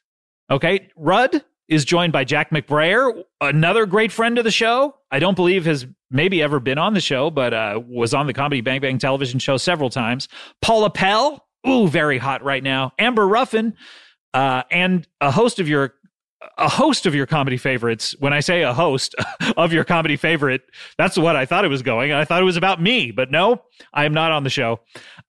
Okay, Rudd is joined by Jack McBrayer, another great friend of the show. I don't believe has maybe ever been on the show, but uh, was on the Comedy Bang Bang television show several times. Paula Pell, ooh, very hot right now. Amber Ruffin, uh, and a host of your a host of your comedy favorites. When I say a host of your comedy favorite, that's what I thought it was going. I thought it was about me, but no, I am not on the show.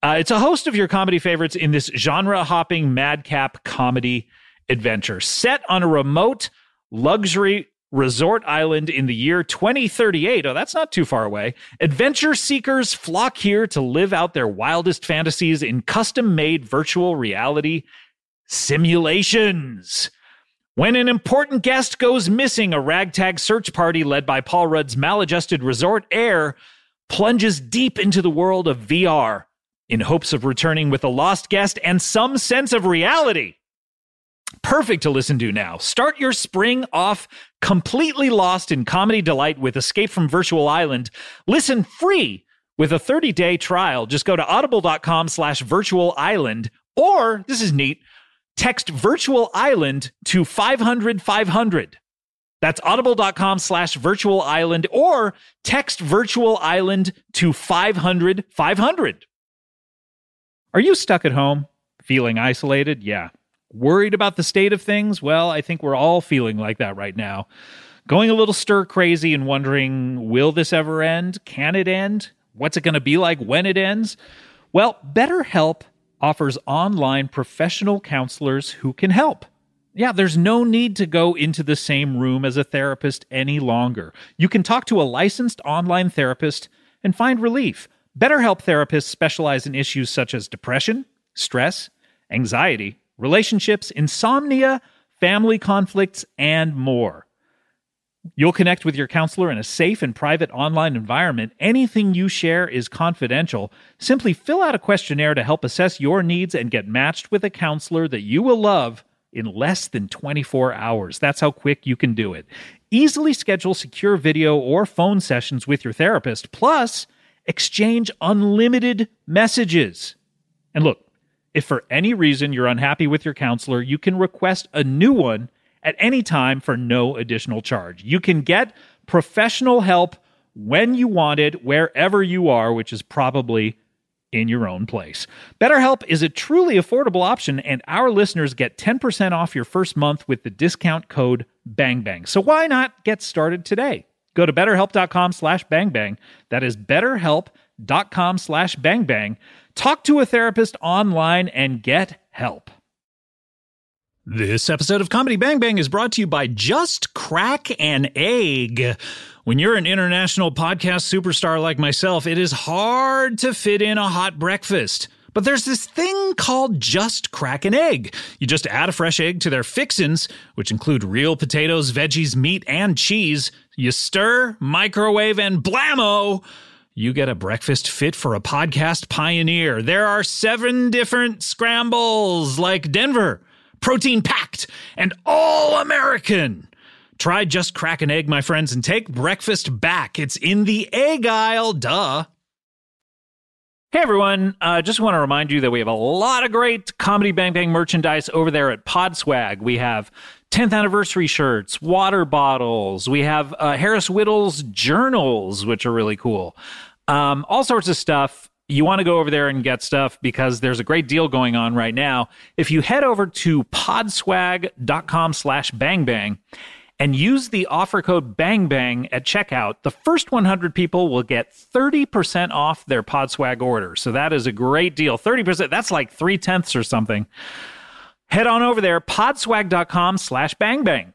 Uh, it's a host of your comedy favorites in this genre hopping madcap comedy adventure set on a remote luxury resort island in the year 2038. Oh, that's not too far away. Adventure seekers flock here to live out their wildest fantasies in custom made virtual reality simulations. When an important guest goes missing, a ragtag search party led by Paul Rudd's maladjusted resort heir plunges deep into the world of VR in hopes of returning with a lost guest and some sense of reality. Perfect to listen to now. Start your spring off completely lost in comedy delight with Escape from Virtual Island. Listen free with a 30-day trial. Just go to audible.com slash virtual island or, this is neat, text virtual island to 500 500. That's audible.com slash virtual island or text virtual island to 500 500. Are you stuck at home? Feeling isolated? Yeah. Worried about the state of things? Well, I think we're all feeling like that right now. Going a little stir crazy and wondering, will this ever end? Can it end? What's it going to be like when it ends? Well, BetterHelp offers online professional counselors who can help. Yeah, there's no need to go into the same room as a therapist any longer. You can talk to a licensed online therapist and find relief. BetterHelp therapists specialize in issues such as depression, stress, anxiety, relationships, insomnia, family conflicts, and more. You'll connect with your counselor in a safe and private online environment. Anything you share is confidential. Simply fill out a questionnaire to help assess your needs and get matched with a counselor that you will love in less than 24 hours. That's how quick you can do it. Easily schedule secure video or phone sessions with your therapist, plus, exchange unlimited messages. And look, if for any reason you're unhappy with your counselor, you can request a new one at any time for no additional charge. You can get professional help when you want it, wherever you are, which is probably in your own place. BetterHelp is a truly affordable option, and our listeners get 10% off your first month with the discount code BANGBANG. So why not get started today? Go to betterhelp.com slash bangbang. That is betterhelp.com slash bangbang. Talk to a therapist online and get help. This episode of Comedy Bang Bang is brought to you by Just Crack an Egg. When you're an international podcast superstar like myself, it is hard to fit in a hot breakfast. But there's this thing called Just Crack an Egg. You just add a fresh egg to their fixins, which include real potatoes, veggies, meat, and cheese. You stir, microwave, and blammo! You get a breakfast fit for a podcast pioneer. There are seven different scrambles, like Denver, protein packed, and all American. Try Just Crack an Egg, my friends, and take breakfast back. It's in the egg aisle, duh. Hey everyone, uh, just want to remind you that we have a lot of great Comedy Bang Bang merchandise over there at Podswag. We have 10th anniversary shirts, water bottles, we have uh, Harris Whittle's journals, which are really cool. Um, all sorts of stuff. You want to go over there and get stuff because there's a great deal going on right now. If you head over to podswag.com slash bangbang, and use the offer code BANGBANG at checkout, the first 100 people will get 30% off their Podswag order. So that is a great deal. 30%, that's like three tenths or something. Head on over there, podswag.com slash bangbang.